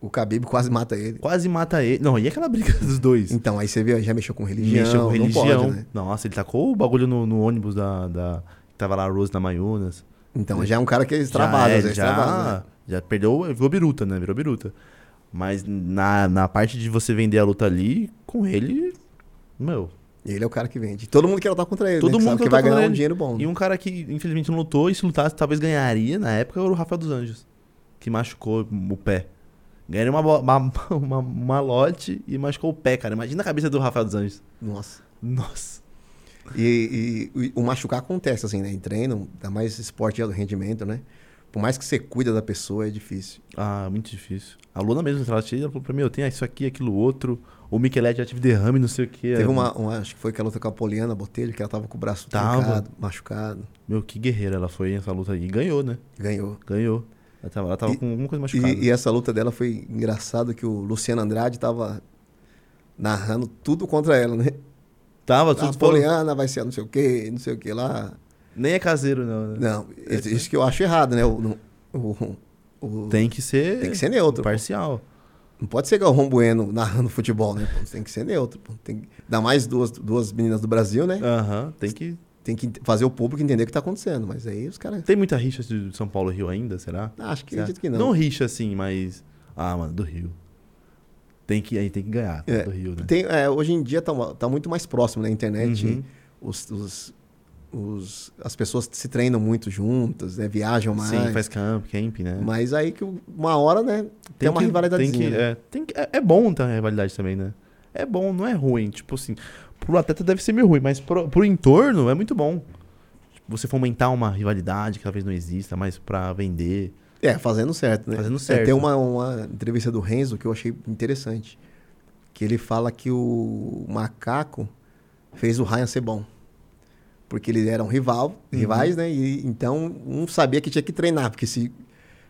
B: O Khabib quase mata ele.
A: Quase mata ele. Não, e aquela briga dos dois?
B: Então, aí você vê, já mexeu com religião, não pode, né?
A: Nossa, ele tacou o bagulho no, no ônibus da, da. que Tava lá a Rose na Mayunas.
B: Então, já é um cara que eles
A: Já
B: trabalham,
A: é,
B: já,
A: já,
B: extravasa, né?
A: já perdeu, virou biruta, né? Virou biruta. Mas na, na parte de você vender a luta ali, com ele, meu.
B: E ele é o cara que vende. Todo mundo quer lutar contra ele,
A: Todo
B: né? Que
A: mundo
B: sabe
A: quer
B: que vai
A: lutar
B: ganhar
A: contra
B: um
A: ele.
B: dinheiro bom. né?
A: E um cara que infelizmente não lutou, e se lutasse talvez ganharia na época, era o Rafael dos Anjos. que machucou o pé. Ganhei uma, bo- uma, uma, uma lote e machucou o pé, cara. Imagina a cabeça do Rafael dos Anjos.
B: Nossa.
A: Nossa.
B: E, e- e o machucar acontece, assim, né? Em treino, ainda mais esporte de alto rendimento, né? Por mais que você cuida da pessoa, é difícil.
A: Ah, muito difícil. A Luna mesmo, ela chega e falou pra mim, eu tenho isso aqui, aquilo outro. O Micheletti já tive derrame, não sei o que.
B: Teve uma, uma- acho que foi que ela luta com a Poliana Botelho, que ela tava com o braço
A: Tava.
B: trancado, machucado,
A: Meu, que guerreira ela foi nessa luta aí. E ganhou, né?
B: ganhou.
A: Ganhou. Ela tava, ela tava
B: E-
A: com alguma coisa machucada.
B: E, e essa luta dela foi engraçado que o Luciano Andrade tava narrando tudo contra ela, né?
A: Tava
B: A
A: tudo falando.
B: Poliana vai ser não sei o que, não sei o que lá.
A: Nem é caseiro, não. né?
B: Não, isso, isso que eu acho errado, né? O, o- o-
A: Tem que ser.
B: tem que ser neutro.
A: Parcial.
B: Não pode ser Galvão Bueno narrando futebol, né? pô? tem que ser neutro. Pô. Tem que dar mais duas, duas meninas do Brasil, né?
A: Aham, tem que.
B: Tem que ent- fazer o público entender o que tá acontecendo. Mas aí os caras.
A: Tem muita rixa de São Paulo e Rio ainda, será?
B: Ah, acho que
A: Será?
B: acredito que não.
A: Não rixa assim, mas. Ah, mano, do Rio. Tem que, aí tem que ganhar.
B: É,
A: Do Rio, né?
B: Tem, né, é, hoje em dia tá, uma- tá muito mais próximo na internet.
A: Uhum.
B: Os, os- os- as pessoas se treinam muito juntas, né? Viajam mais.
A: Sim, faz camp, camp, né?
B: Mas aí que uma hora, né? Tem, uma rivalidade.
A: Tem que, é, tem que- é, é bom ter uma rivalidade também, né? É bom, não é ruim. Tipo assim, pro atleta deve ser meio ruim, mas pro, pro entorno é muito bom. Tipo, Você fomentar uma rivalidade que talvez não exista, mas pra vender.
B: É, fazendo certo, né?
A: Fazendo
B: É,
A: certo.
B: tem uma, uma entrevista do Renzo que eu achei interessante. Que ele fala que o macaco fez o Ryan ser bom. Porque eles eram rival,
A: Uhum.
B: rivais, né? E então um sabia que tinha que treinar, porque se,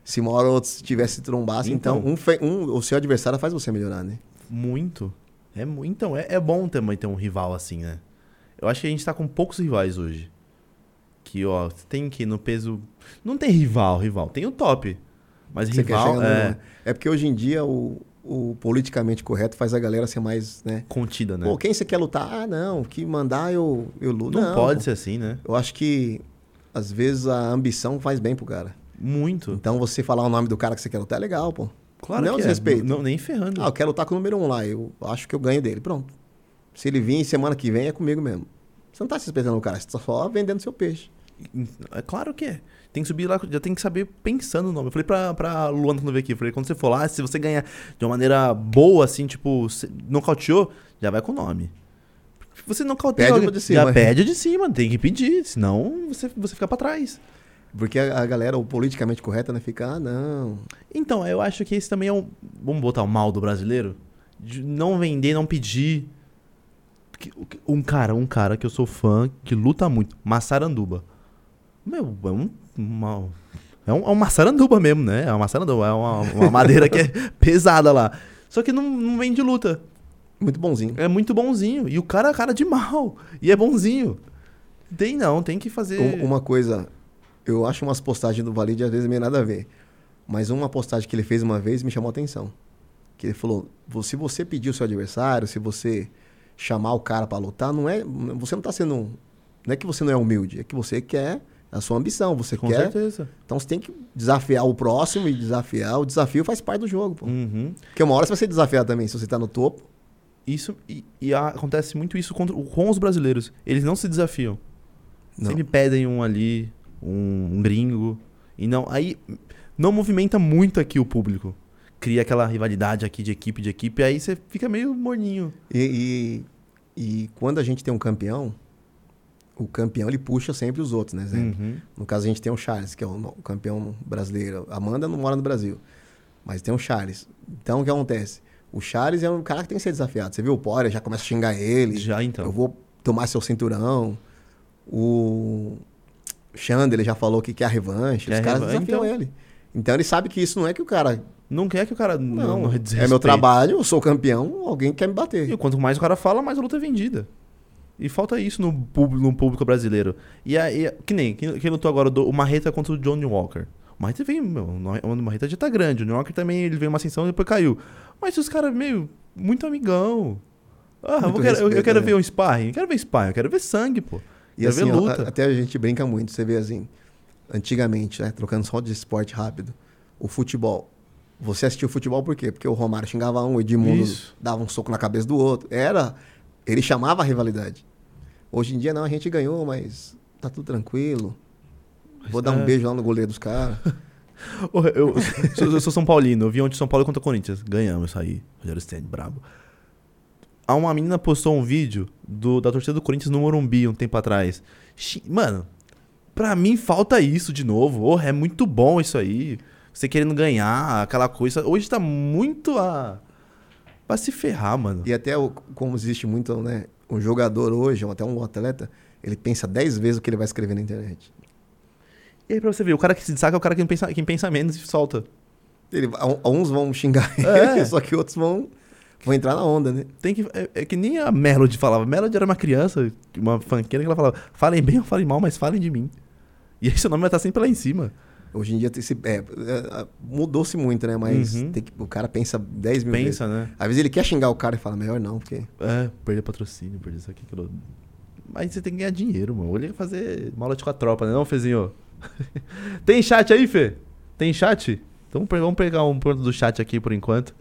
B: se uma hora ou outra se tivesse trombasse, então,
A: Então.
B: um, fe- um- o seu adversário faz você melhorar, né?
A: Muito. É, mu- então, é, é bom também ter um rival assim, né? Eu acho que a gente tá com poucos rivais hoje. Que, ó, tem que no peso. Não tem rival, rival. Tem o top. Mas
B: Você quer
A: rival
B: chegar no-
A: é
B: é porque hoje em dia o, o politicamente correto faz a galera ser mais, né?
A: contida, né?
B: Pô, quem você quer lutar? Ah, não, que mandar eu, eu luto.
A: não, pode
B: pô.
A: ser assim, né?
B: Eu acho que às vezes a ambição faz bem pro cara.
A: Muito.
B: Então você falar o nome do cara que você quer lutar é legal, pô.
A: Claro
B: não
A: que é.
B: desrespeito.
A: Não, nem ferrando.
B: Ah, eu quero lutar com o número um lá, eu acho que eu ganho dele. Pronto. Se ele vir semana que vem é comigo mesmo. Você não tá se respeitando o cara, você tá só vendendo seu peixe.
A: É claro que é. Tem que subir lá, já tem que saber pensando o nome. Eu falei pra, pra Luana quando veio aqui, eu falei, quando você for lá, se você ganhar de uma maneira boa, assim, tipo, se- nocauteou, já vai com o nome. Se você nocauteia,
B: Pede
A: alguém,
B: o de
A: já
B: cima.
A: pede o de cima, tem que pedir, senão você, você fica pra trás.
B: Porque a, a galera, o politicamente correta, né, fica, ah, não.
A: Então, eu acho que esse também é um. Vamos botar o mal do brasileiro? De não vender, não pedir. Que- o que- Um cara, um cara que eu sou fã, que luta muito, Massaranduba. Meu, é um. uma- é, um é um Massaranduba mesmo, né? É uma Massaranduba, é uma, uma madeira que é pesada lá. Só que não, não vende luta.
B: Muito bonzinho.
A: É muito bonzinho. E o cara é cara de mal. E é bonzinho. Tem não, tem que fazer.
B: Um- uma coisa, eu acho umas postagens do Valide às vezes meio nada a ver. Mas uma postagem que ele fez uma vez me chamou a atenção. Que ele falou: "Vo- se você pedir o seu adversário, se você chamar o cara pra lutar, não é, você não tá sendo, um- não é que você não é humilde, é que você quer a sua ambição, você
A: Com
B: quer.
A: certeza.
B: Então você tem que desafiar o próximo e desafiar. O desafio faz parte do jogo, pô.
A: Uhum.
B: Porque uma hora você vai ser desafiado também, se você tá no topo.
A: Isso e, e a- acontece muito isso contra- com os brasileiros. Eles não se desafiam.
B: Não.
A: Sempre pedem um ali, um, um gringo. E não. Aí não movimenta muito aqui o público. Cria aquela rivalidade aqui de equipe, de equipe, aí você fica meio morninho.
B: E, e, e quando a gente tem um campeão, o campeão ele puxa sempre os outros, né? Zé?
A: Uhum.
B: No caso, a gente tem o Charles, que é o no- o campeão brasileiro. A Amanda não mora no Brasil, mas tem o Charles. Então, o que acontece? O Charles é um cara que tem que ser desafiado. Você viu o Poria, já começa a xingar ele.
A: Já então.
B: Eu vou tomar seu cinturão. O Xander, ele já falou que quer a revanche.
A: Quer
B: Os
A: a
B: caras
A: revanche,
B: desafiam ele. Então, ele sabe que isso não é que o cara...
A: Não quer que o cara não,
B: Não,
A: não
B: é meu
A: desrespeite.
B: trabalho, eu sou campeão, alguém quer me bater.
A: E quanto mais o cara fala, mais a luta é vendida. E falta isso no público, no público brasileiro. E aí, que nem, quem, quem lutou agora, do- o Marreta contra o Johnny Walker. O Marreta vem, meu, o Marreta já tá grande. O Johnny Walker também, ele veio uma ascensão e depois caiu. Mas os caras, meio, muito amigão. Ah, eu
B: Muito
A: quero, eu- eu
B: respeito,
A: quero
B: né?
A: ver um sparring. Eu quero ver sparring, eu quero ver sangue, pô.
B: E
A: quero
B: assim,
A: ver
B: ó,
A: luta.
B: a- até a gente brinca muito, você vê assim, antigamente, né, trocando só de esporte rápido, o futebol. Você assistiu futebol por quê? Porque o Romário xingava um, o Edmundo
A: Isso.
B: dava um soco na cabeça do outro. Era, ele chamava a rivalidade. Hoje em dia não, a gente ganhou, mas tá tudo tranquilo. Vou dar
A: É.
B: um beijo lá no goleiro dos caras.
A: Ô, Eu, eu sou, eu sou São Paulino, eu vi ontem São Paulo contra o Corinthians. Ganhamos isso aí. Rogério Ceni, brabo. Ah, Uma menina postou um vídeo do- da torcida do Corinthians no Morumbi um tempo atrás. Xi- Mano, pra mim falta isso de novo. Oh, é muito bom isso aí. Você querendo ganhar, aquela coisa. Hoje tá muito a. Pra se ferrar, mano.
B: E até o- como existe muito, né? Um jogador hoje, ou até um atleta, ele pensa 10 vezes o que ele vai escrever na internet.
A: E aí, pra você ver, o cara que se destaca é o cara que pensa, quem pensa menos e solta.
B: Ele, a- uns vão xingar
A: É.
B: ele, só que outros vão, vão entrar na onda, né?
A: Tem que, é, é que nem a Melody falava. Melody era uma criança, uma fanqueira que ela falava: falem bem ou falem mal, mas falem de mim. E aí seu nome vai estar sempre lá em cima.
B: Hoje em dia tem esse- é, é, é, mudou-se muito, né? Mas
A: Uhum.
B: tem que, o cara pensa 10 mil vezes.
A: Pensa, né?
B: Às vezes ele quer xingar o cara e fala, melhor não, porque.
A: É, perder patrocínio, perder isso aqui, aquilo. Mas você tem que ganhar dinheiro, mano. Olha fazer uma aula com a tropa, né, não, Fezinho? tem chat aí, Fê? Tem chat? Então pe- vamos pegar um ponto do chat aqui por enquanto.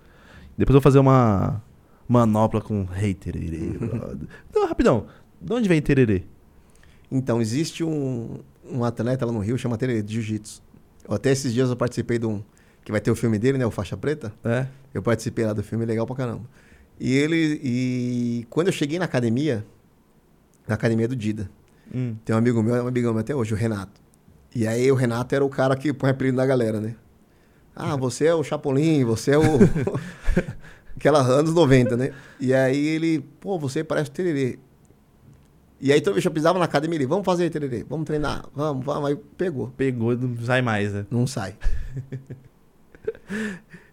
A: Depois eu vou fazer uma manopla com hater. irê, brother. não, rapidão. De onde vem tererê?
B: Então, existe um, um atleta lá no Rio, chama Tere de Jiu-Jitsu. Eu Até esses dias eu participei de um. Que vai ter o filme dele, né? O Faixa Preta.
A: É?
B: Eu participei lá do filme, legal pra caramba. E ele. E quando eu cheguei na academia, na academia do Dida,
A: Hum.
B: tem um amigo meu, é um amigão meu até hoje, o Renato. E aí o Renato era o cara que põe apelido na galera, né? Ah, você é o Chapolin, você é o. Aquela anos 90, né? E aí ele, pô, você parece o tererê. E aí toda vez que eu pisava na academia, ele, vamos fazer tererê, vamos treinar, vamos, vamos. Aí pegou,
A: Pegou e não sai mais, né?
B: não sai.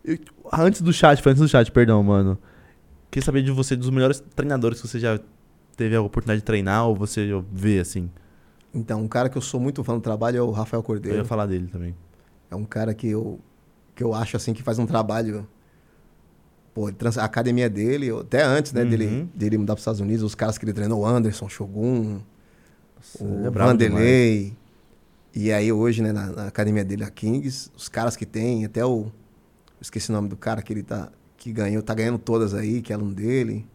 A: Eu- Ah, antes do chat, foi antes do chat, perdão, mano. Queria saber de você, dos melhores treinadores que você já teve a oportunidade de treinar ou você vê, assim.
B: Então, um cara que eu sou muito fã do trabalho é o Rafael
A: Eu ia
B: Cordeiro.
A: falar dele também.
B: É um cara que eu, que eu acho assim que faz um trabalho. Pô, ele trans- a academia dele, eu- até antes, né,
A: Uhum.
B: dele, dele mudar para os Estados Unidos, os caras que ele treinou, o Anderson, Shogun,
A: Ele
B: o
A: é brabo demais.
B: Vanderlei. E aí hoje, né, na, na academia dele, a Kings, os caras que tem, até o. Esqueci o nome do cara que ele tá. Que ganhou, tá ganhando todas aí, que é aluno dele.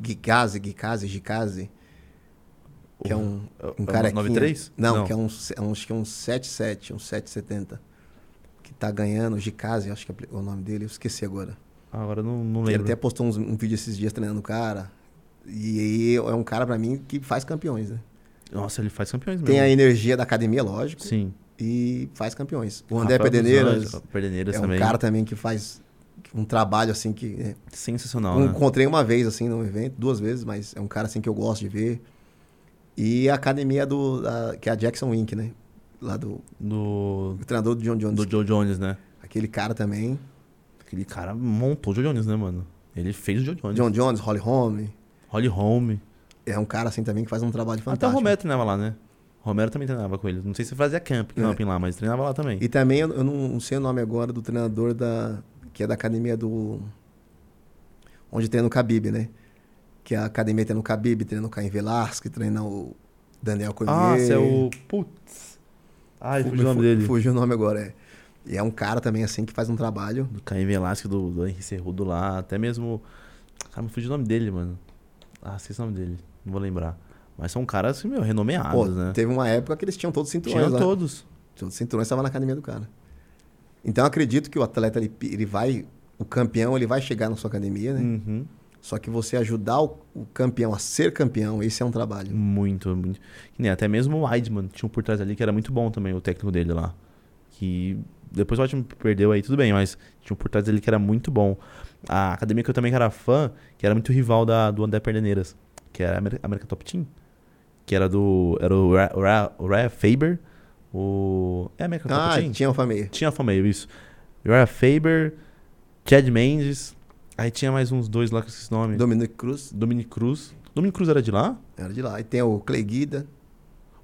B: Gikaze, Gikaze, Gikaze. Que é um,
A: É
B: um
A: o
B: cara
A: 93?
B: Não, que é um, é um, acho que é um 77, um 770. Que tá ganhando, o Gikaze, acho que é o nome dele, eu esqueci agora.
A: Ah, Agora eu não, não
B: Ele
A: lembro.
B: até postou uns- um vídeo esses dias treinando o cara. E aí é um cara, pra mim, que faz campeões, né?
A: Nossa, ele faz campeões mesmo.
B: Tem a energia da academia, lógico,
A: Sim.
B: e faz campeões. O André
A: Rafael dos
B: Pedeneiras
A: Anjos, Perdeneiras
B: é um
A: também.
B: cara também que faz um trabalho, assim, que... né?
A: Sensacional,
B: Eu
A: né?
B: Encontrei uma vez, assim, num evento, duas vezes, mas é um cara, assim, que eu gosto de ver. E a academia do... da- que é a Jackson Wink, né? Lá do...
A: Do,
B: O treinador do John Jones.
A: do Joe Jones, né?
B: Aquele cara também.
A: Aquele cara montou o Joe Jones, né, mano? Ele fez o Joe Jones.
B: John Jones, Holly Holm.
A: Holly Holm.
B: É um cara, assim, também que faz um trabalho
A: Até
B: fantástico.
A: o Romero treinava lá, né? O Romero também treinava com ele. Não sei se fazia
B: É.
A: camp, camping lá, mas treinava lá também.
B: E também, eu eu não não sei o nome agora do treinador da. que é da academia do. onde treina o Khabib, né? Que a academia treina o Khabib, treina o Caim Velasque, treina o Daniel Cormier.
A: Ah, esse é o. Putz. Ai,
B: Fu-
A: fugiu o nome
B: fu-
A: dele.
B: Fugiu o nome agora, é. E é um cara também, assim, que faz um trabalho.
A: Do Caim Velasco, do, do Henrique Cerrudo lá, até mesmo. Cara, me fugiu o nome dele, mano. Ah, esqueci o nome dele. Não vou lembrar. Mas são caras, meu,
B: Pô,
A: renomeados, né?
B: teve uma época que eles tinham todos os cinturões
A: Tinham
B: lá.
A: todos.
B: Todos os cinturões estavam na academia do cara. Então eu acredito que o atleta, ele, ele vai. O campeão, ele vai chegar na sua academia, né?
A: Uhum.
B: Só que você ajudar o, o campeão a ser campeão, esse é um trabalho.
A: Hum. Muito, muito. Que nem até mesmo o Weidman tinha um por trás ali que era muito bom também, o técnico dele lá. Que depois o Weidman perdeu aí, tudo bem, mas tinha um por trás dele que era muito bom. A academia que eu também era fã, que era muito rival da, do André Perdeneiras, que era a Amer- América Top Team. Que era do. Era o Ra- o Ra- o Raya Faber. O. É a América Top
B: Ah,
A: Team?
B: tinha o família.
A: Tinha a Fameio, isso. Raya Faber, Chad Mendes. Aí tinha mais uns dois lá com esses nomes.
B: Dominic Cruz
A: Dominic Cruz. Dominic Cruz era de lá?
B: era de lá. E tem o Clay Guida.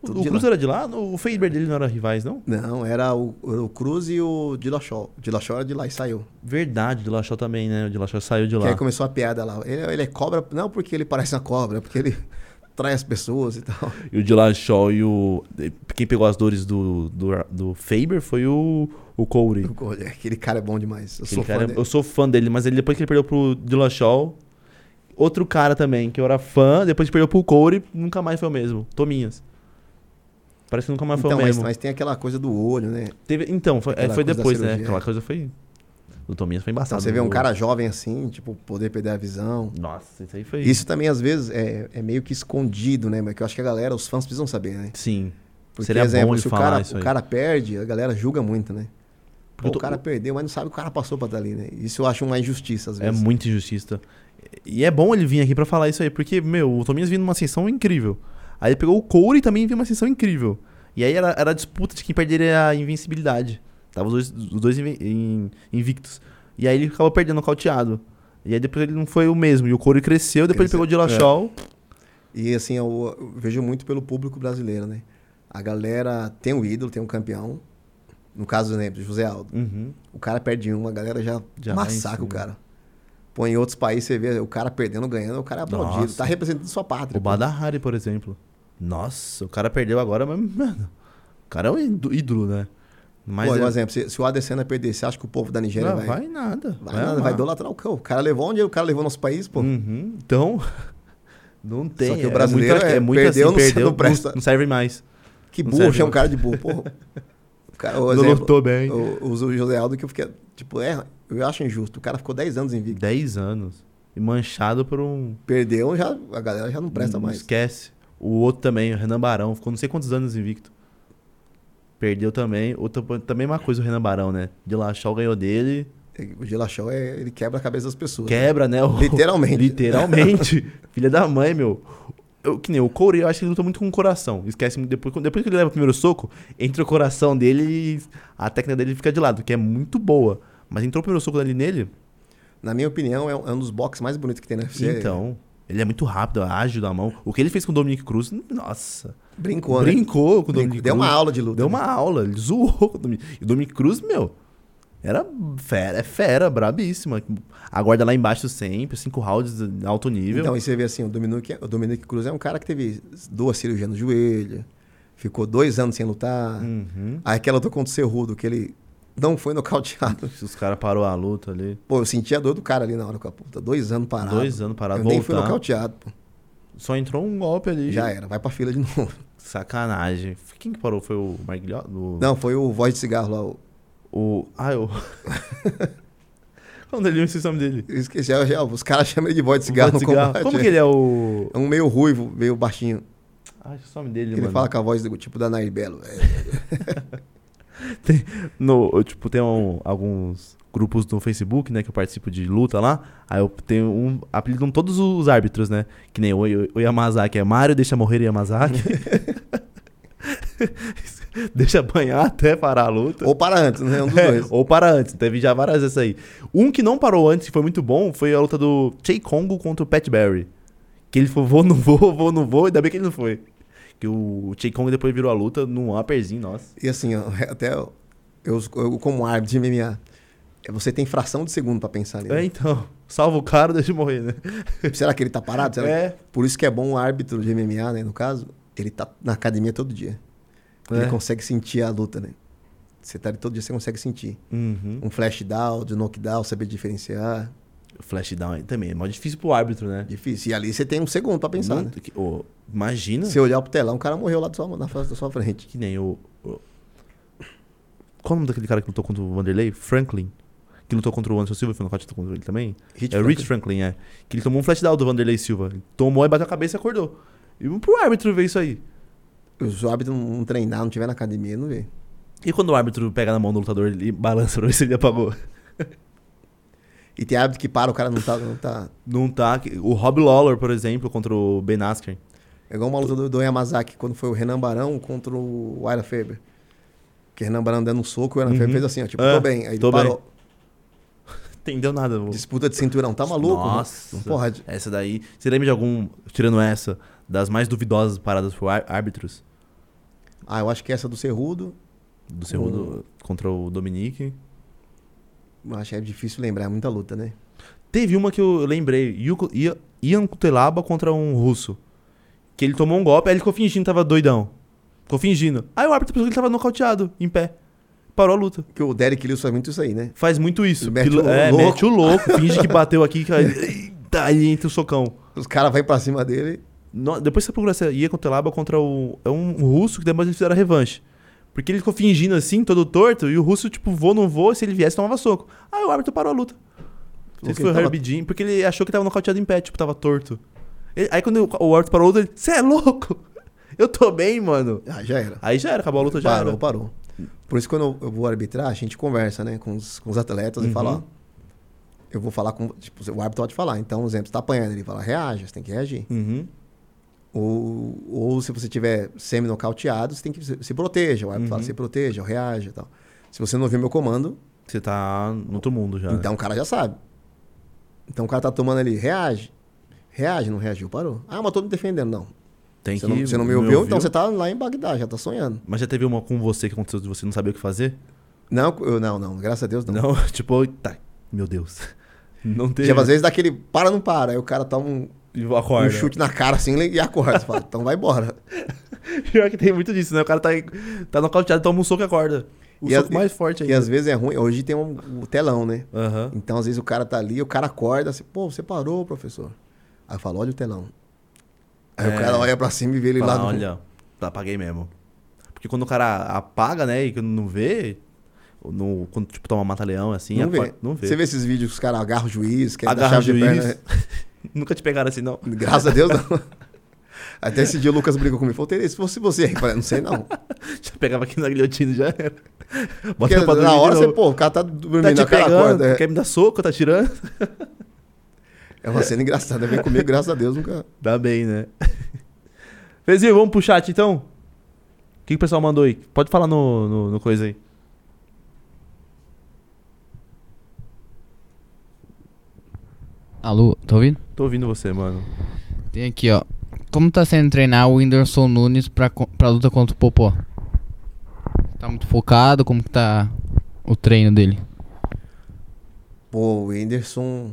A: O,
B: Tudo
A: o
B: de
A: Cruz
B: lá.
A: era de lá? O Faber dele não era rivais, não?
B: Não, era o, o Cruz e o Dilachol. O Dilachol era de lá e saiu.
A: Verdade, o Dilachó também, né? O Dilachó saiu de
B: é Que aí
A: lá.
B: começou a piada lá. Ele, ele é cobra, não porque ele parece uma cobra, é porque ele trai as pessoas e tal.
A: E o Dilachó e o. Quem pegou as dores do, do, do Faber foi o, o Corey.
B: Aquele cara é bom demais. Eu
A: Aquele
B: sou
A: cara- é-
B: fã dele.
A: eu sou fã dele, mas ele, depois que ele perdeu pro Dilachó. Outro cara também, que eu era fã, depois que perdeu pro Corey, nunca mais foi o mesmo. Tominhas. Parece que nunca mais foi
B: Então,
A: o
B: mas,
A: mesmo.
B: mas tem aquela coisa do olho, né?
A: Teve- então, foi, é,
B: Aquela
A: foi
B: coisa da
A: depois, né?
B: cirurgia.
A: Aquela coisa foi. O Tomias foi
B: Então,
A: embaçado.
B: você vê um
A: O-
B: cara jovem assim, tipo, poder perder a visão.
A: Nossa, isso aí foi.
B: Isso também, às vezes, é, é meio que escondido, né? Mas que eu acho que a galera, os fãs precisam saber, né?
A: Sim.
B: Porque,
A: Seria bom ele
B: se o
A: falar
B: cara,
A: isso
B: o
A: aí.
B: cara perde, a galera julga muito, né? Pô,
A: Eu tô-
B: O cara perdeu, mas não sabe o que o cara passou pra estar ali, né? Isso eu acho uma injustiça, às
A: É
B: vezes.
A: muito injustiça. E é bom ele vir aqui pra falar isso aí, porque, meu, o Tomias vinha numa ascensão incrível. Aí ele pegou o Corey e também vinha numa ascensão incrível. E aí era, era a disputa de quem perderia a invencibilidade. Tava os dois, os dois inve- in- invictos. E aí ele acabou perdendo o cauteado. E aí depois ele não foi o mesmo. E o Corey cresceu, depois ele pegou
B: Ele-
A: o Dillashaw.
B: E assim, eu, eu vejo muito pelo público brasileiro, né? A galera tem um ídolo, tem um campeão. No caso, né, do José Aldo.
A: Uhum.
B: O cara perde um, a galera já,
A: Já vai em
B: massacra
A: cima.
B: o cara. Pô, em outros países você vê o cara perdendo, ganhando, o cara é aplaudido.
A: Nossa.
B: Tá representando sua pátria.
A: O Badahari, por exemplo. Nossa, o cara perdeu agora, mas, mano. O cara é um ído- ídolo, né? Mas.
B: Mas Por
A: é-
B: exemplo, se, se o Adesanya perder, você acha que o povo da Nigéria
A: não,
B: vai?
A: vai nada.
B: Vai, nada, vai
A: amar.
B: idolatrar o cão. O cara levou onde o cara levou nosso país, pô.
A: Uhum, Então. Não tem.
B: Só que o brasileiro é, perdeu, não- não presta.
A: Não serve mais.
B: Que
A: Não
B: burro,
A: serve,
B: chama um
A: não.
B: cara de burro, porra. O cara, o
A: Não
B: exemplo,
A: lutou bem.
B: O, o José Aldo que eu fiquei, tipo, é, eu acho injusto. O cara ficou 10 anos invicto.
A: 10 anos. E manchado por um.
B: Perdeu, já, a galera já não presta
A: não
B: mais.
A: um Esquece. O outro também, o Renan Barão, ficou não sei quantos anos invicto. Perdeu também. Outro, também uma coisa o Renan Barão, né? De Lachal ganhou dele.
B: O Gilachão, é, ele quebra a cabeça das pessoas.
A: Quebra, né? O-
B: Literalmente.
A: Literalmente. Filha da mãe, meu. Eu, que nem o Corey, eu acho que ele luta muito com o coração. Esquece muito. Depois, depois que ele leva o primeiro soco, entra o coração dele e a técnica dele fica de lado, que é muito boa. Mas entrou o primeiro soco ali nele,
B: Na minha opinião, é um, é um dos boxes mais bonitos que tem na UFC.
A: então. Ele é muito rápido, ágil da mão. O que ele fez com o Dominic Cruz, nossa.
B: Brincou, né?
A: brincou com o
B: Brincou.
A: Dominic
B: Deu
A: Cruz.
B: uma aula de luta. né?
A: Deu uma aula, ele zoou com o Dominic. E o Dominic Cruz, meu, era fera, é fera, brabíssima. Aguarda lá embaixo sempre, cinco rounds de alto nível.
B: Então, aí você vê assim, o Dominic, o Dominic Cruz é um cara que teve duas cirurgias no joelho, ficou dois anos sem lutar.
A: Uhum.
B: Aí aquela luta contra o Cerrudo, que ele não foi nocauteado.
A: Os caras parou a luta ali.
B: Pô, eu senti a dor do cara ali na hora com a puta. Dois anos parado.
A: Dois anos parado,
B: Eu nem fui
A: voltar.
B: nocauteado, pô.
A: Só entrou um golpe ali.
B: Já é. era, vai pra fila de novo.
A: Sacanagem. Quem que parou? Foi o Marguilhosa? O...
B: Não, foi o voz de cigarro lá. o-
A: O... Ah, eu... Qual dele? Eu esqueci o nome dele.
B: Eu esqueci, já- já- os caras chamam ele de voz de cigarro
A: Voz
B: no
A: de cigarro.
B: combate.
A: Como que ele é o...
B: É um meio ruivo, meio baixinho.
A: Ah, esqueci o nome dele,
B: Ele
A: mano.
B: fala com a voz do tipo da Nair Belo. É,
A: Tem, no, tipo, tem um- alguns grupos no Facebook, né, que eu participo de luta lá. Aí eu tenho um. Apelidam todos os árbitros, né? Que nem o, o, o Yamazaki é Mario, deixa morrer Yamazaki. deixa apanhar até parar a luta.
B: Ou para antes, né? Um dos
A: É,
B: dois.
A: ou para antes, teve já várias dessas aí. Um que não parou antes, que foi muito bom, foi a luta do Chey Congo contra o Pat Barry. Que ele falou, vou, não vou, vou, não vou, ainda bem que ele não foi. Que o Chey Congo depois virou a luta num upperzinho, nossa.
B: E assim, ó, até eu, eu como árbitro de MMA, é, você tem fração de segundo pra pensar nele.
A: É, então. Salva o cara, deixa eu morrer, né?
B: Será que ele tá parado? Será
A: É.
B: que- Por isso que é bom o árbitro de MMA, né? No caso, ele tá na academia todo dia.
A: É.
B: Ele consegue sentir a luta, né? Você tá ali todo dia, você consegue sentir.
A: Uhum.
B: Um flash down, de knockdown, saber diferenciar.
A: O flash down aí também. É mó difícil pro árbitro, né? É
B: Difícil. E ali você tem um segundo pra pensar, né?
A: Muito que- ô, imagina
B: Se olhar pro telão, o cara morreu lá da sua, na face da sua frente.
A: que nem o, o- Qual o nome daquele cara que lutou contra o Vanderlei? Franklin. Que lutou contra o Anderson Silva, foi no nocaute contra ele também.
B: Hit
A: é o Rich Franklin, é. Que ele tomou um flash down do Vanderlei Silva. Ele tomou e bateu a cabeça e acordou. E pro árbitro ver isso aí.
B: Se o árbitro não treinar, não tiver na academia, não vê.
A: E quando o árbitro pega na mão do lutador, ele balança pra ver se ele apagou.
B: E tem árbitro que para, o cara não tá. Não tá...
A: Não tá. O Rob Lawler, por exemplo, contra o Ben Askren.
B: É igual uma luta do, do Yamazaki, quando foi o Renan Barão contra o Ira Faber. Que o Renan Barão dando um soco, o Ira
A: Uhum.
B: Faber fez assim, ó, tipo,
A: É,
B: tô bem. Aí
A: tô
B: ele parou.
A: Entendeu nada, vô.
B: Disputa de cinturão, tá maluco? mano?
A: Nossa.
B: Não pode.
A: Essa daí. Você lembra de algum, tirando essa, das mais duvidosas paradas por ár- árbitros?
B: Ah, eu acho que essa do Cerrudo,
A: Do seu
B: Hum.
A: contra o Dominique?
B: eu acho que é difícil lembrar, é muita luta, né?
A: Teve uma que eu lembrei. Yuko- Ia- Ian Kutelaba contra um russo. Que ele tomou um golpe, aí ele ficou fingindo que tava doidão. Ficou fingindo. Aí o árbitro pensou que ele tava nocauteado, em pé. Parou a luta.
B: Porque o Derek Lewis faz muito isso aí, né?
A: Faz muito isso.
B: Ele mete
A: Pilo-
B: o
A: é,
B: louco.
A: mete o louco. Finge que bateu aqui. Que... Eita, aí entra o socão.
B: Os caras vão pra cima dele,
A: no- depois você procura se ia contra o Laba contra o. É um russo que depois eles fizeram a revanche. Porque ele ficou fingindo assim, todo torto, e o russo, tipo, vou, não vou, se ele viesse, tomava soco. Aí o árbitro parou a luta. Não sei
B: Porque
A: se foi o
B: tava-
A: Herbie Jean, porque ele achou que tava nocauteado em pé, tipo, tava torto. Ele- aí quando o o árbitro parou a luta, ele, você é louco? Eu tô bem, mano.
B: Ah, já era.
A: Aí já era, acabou a luta, já
B: parou,
A: era.
B: parou. Por isso, quando eu- eu vou arbitrar, a gente conversa, né, com os, com os atletas
A: Uhum.
B: e fala, ó, eu vou falar com, tipo, o árbitro pode falar, então, por exemplo, você tá apanhando, ele fala, reage, você tem que reagir.
A: Uhum.
B: Ou, ou se você tiver semi-nocauteado, você tem que se, se proteja, o árbitro fala,
A: Uhum.
B: se proteja, eu reage e tal. Se você não ouvir meu comando,
A: Você tá no outro mundo já. né?
B: então o cara já sabe. Então o cara tá tomando ali, reage, reage, não reagiu, parou. Ah, mas tô me defendendo, não.
A: Tem
B: Você
A: que
B: não, você não me ouviu, então você tá lá em Bagdá, já tá sonhando.
A: Mas já teve uma com você que aconteceu de você não saber o que fazer?
B: Não, eu, não, não, graças a Deus não.
A: Não, tipo, tá. Meu Deus. Não teve.
B: Tipo, às vezes dá aquele para, não para. Aí o cara toma um,
A: E
B: um
A: Acorda.
B: chute na cara assim e acorda. Você fala, então vai embora.
A: Pior que tem muito disso, né? O cara tá, tá nocauteado, toma um soco e acorda. O
B: E
A: soco
B: as-
A: mais forte
B: E
A: ainda.
B: às vezes é ruim. Hoje tem um, o telão, né?
A: Aham.
B: Então às vezes o cara tá ali, o cara acorda assim, pô, você parou, professor. Aí eu falo, olha o telão. Aí
A: É.
B: o cara olha pra cima e vê ele lá.
A: Fala,
B: no-
A: Olha, tá, apaguei mesmo. Porque quando o cara apaga, né, e que não vê, ou no, quando tipo toma mata-leão assim,
B: não,
A: acorda-
B: vê.
A: não vê.
B: Você vê esses vídeos que os caras agarram o juiz, que
A: Agarra o
B: de
A: juiz.
B: perna. né?
A: Nunca te pegaram assim, não.
B: Graças a Deus, não. Até esse dia o Lucas brigou comigo. Falou, Tereza, se fosse você. Eu falei, não sei não.
A: Já pegava aqui na guilhotina e já era.
B: Porque
A: pra dormir
B: na
A: de
B: hora você,
A: novo.
B: pô, o cara tá dormindo,
A: tá
B: na
A: te
B: cara
A: pegando,
B: acorda. É.
A: quer me dar soco, tá tirando.
B: É uma cena engraçada. Vem comigo, graças a Deus, nunca.
A: Dá bem, né? Fezinho, vamos pro chat então? O que, que o pessoal mandou aí? Pode falar no, no, no coisa aí.
C: Alô, tá ouvindo?
A: Tô ouvindo você, mano.
C: Tem aqui, ó. Como tá sendo treinar o Whindersson Nunes pra, co- pra luta contra o Popó? Tá muito focado? Como que tá o treino dele?
B: Pô, o Whindersson,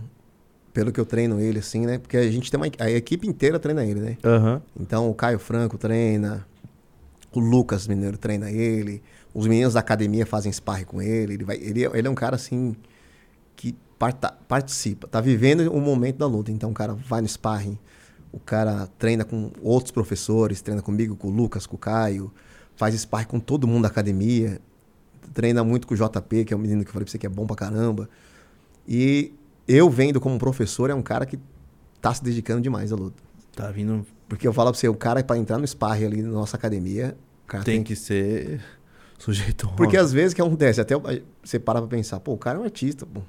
B: pelo que eu treino ele, assim, né? Porque a gente tem uma. equi- A equipe inteira treina ele, né?
A: Aham.
B: Então o Caio Franco treina, o Lucas Mineiro treina ele, os meninos da academia fazem sparring com ele. Ele, vai, ele, é- ele é um cara, assim, que parta- participa, tá vivendo o momento da luta. Então o cara vai no sparring, o cara treina com outros professores, treina comigo, com o Lucas, com o Caio, faz sparring com todo mundo da academia, treina muito com o JP, que é o menino que eu falei pra você que é bom pra caramba. E eu vendo como professor, é um cara que tá se dedicando demais à luta.
A: Tá vindo.
B: Porque eu falo pra você, o cara, pra entrar no sparring ali na nossa academia, o cara tem,
A: Tem
B: que.
A: que ser sujeito. a
B: Porque
A: honra.
B: às vezes o que acontece, até o- você para pra pensar, pô, o cara é um artista, pô.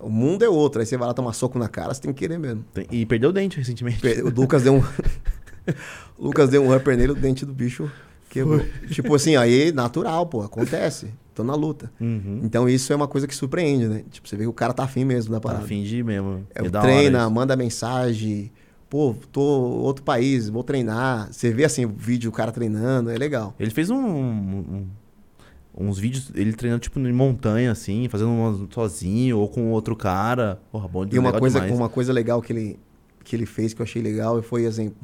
B: O mundo é outro, aí você vai lá tomar soco na cara, você tem que querer mesmo.
A: Tem- E perdeu o dente recentemente.
B: Pe- O Lucas deu um. o Lucas deu um upper nele, o dente do bicho quebrou. Tipo assim, aí natural, pô, acontece. Tô na luta.
A: Uhum.
B: Então isso é uma coisa que surpreende, né? Tipo, você vê que o cara tá afim mesmo da
A: Pra
B: parada.
A: fingir mesmo.
B: É,
A: É da
B: treina,
A: hora isso.
B: manda mensagem. Pô, tô outro país, vou treinar. Você vê assim o vídeo, o cara treinando, é legal.
A: Ele fez um, um- uns vídeos, ele treinando tipo em montanha, assim, fazendo umas sozinho ou com outro cara. Porra, bom
B: E uma
A: legal
B: coisa,
A: demais.
B: uma coisa legal que ele, que ele fez que eu achei legal foi, exemplo,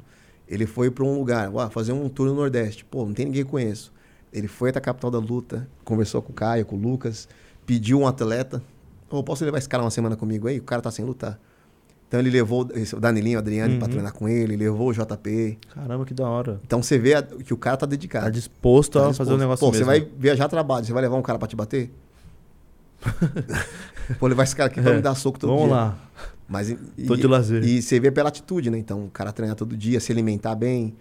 B: ele foi pra um lugar, ó, fazer um tour no Nordeste. Pô, não tem ninguém que conheço. Ele foi até a capital da luta, conversou com o Caio, com o Lucas, pediu um atleta. Ô, posso levar esse cara uma semana comigo aí? O cara tá sem lutar. Então ele levou esse- o Danilinho, o Adriane
A: Uhum.
B: pra treinar com ele, levou o JP.
A: Caramba, que da hora.
B: Então você vê a- que o cara tá dedicado.
A: Tá disposto a
B: Tá
A: fazer
B: disposto.
A: um negócio
B: Pô,
A: mesmo.
B: você vai viajar a trabalho, você vai levar um cara pra te bater? Vou levar esse cara aqui pra me dar soco todo
A: É. Vamos
B: dia.
A: lá.
B: Mas, e-
A: Tô
B: e-
A: de lazer.
B: E você vê pela atitude, né? Então, o cara treinar todo dia, se alimentar bem.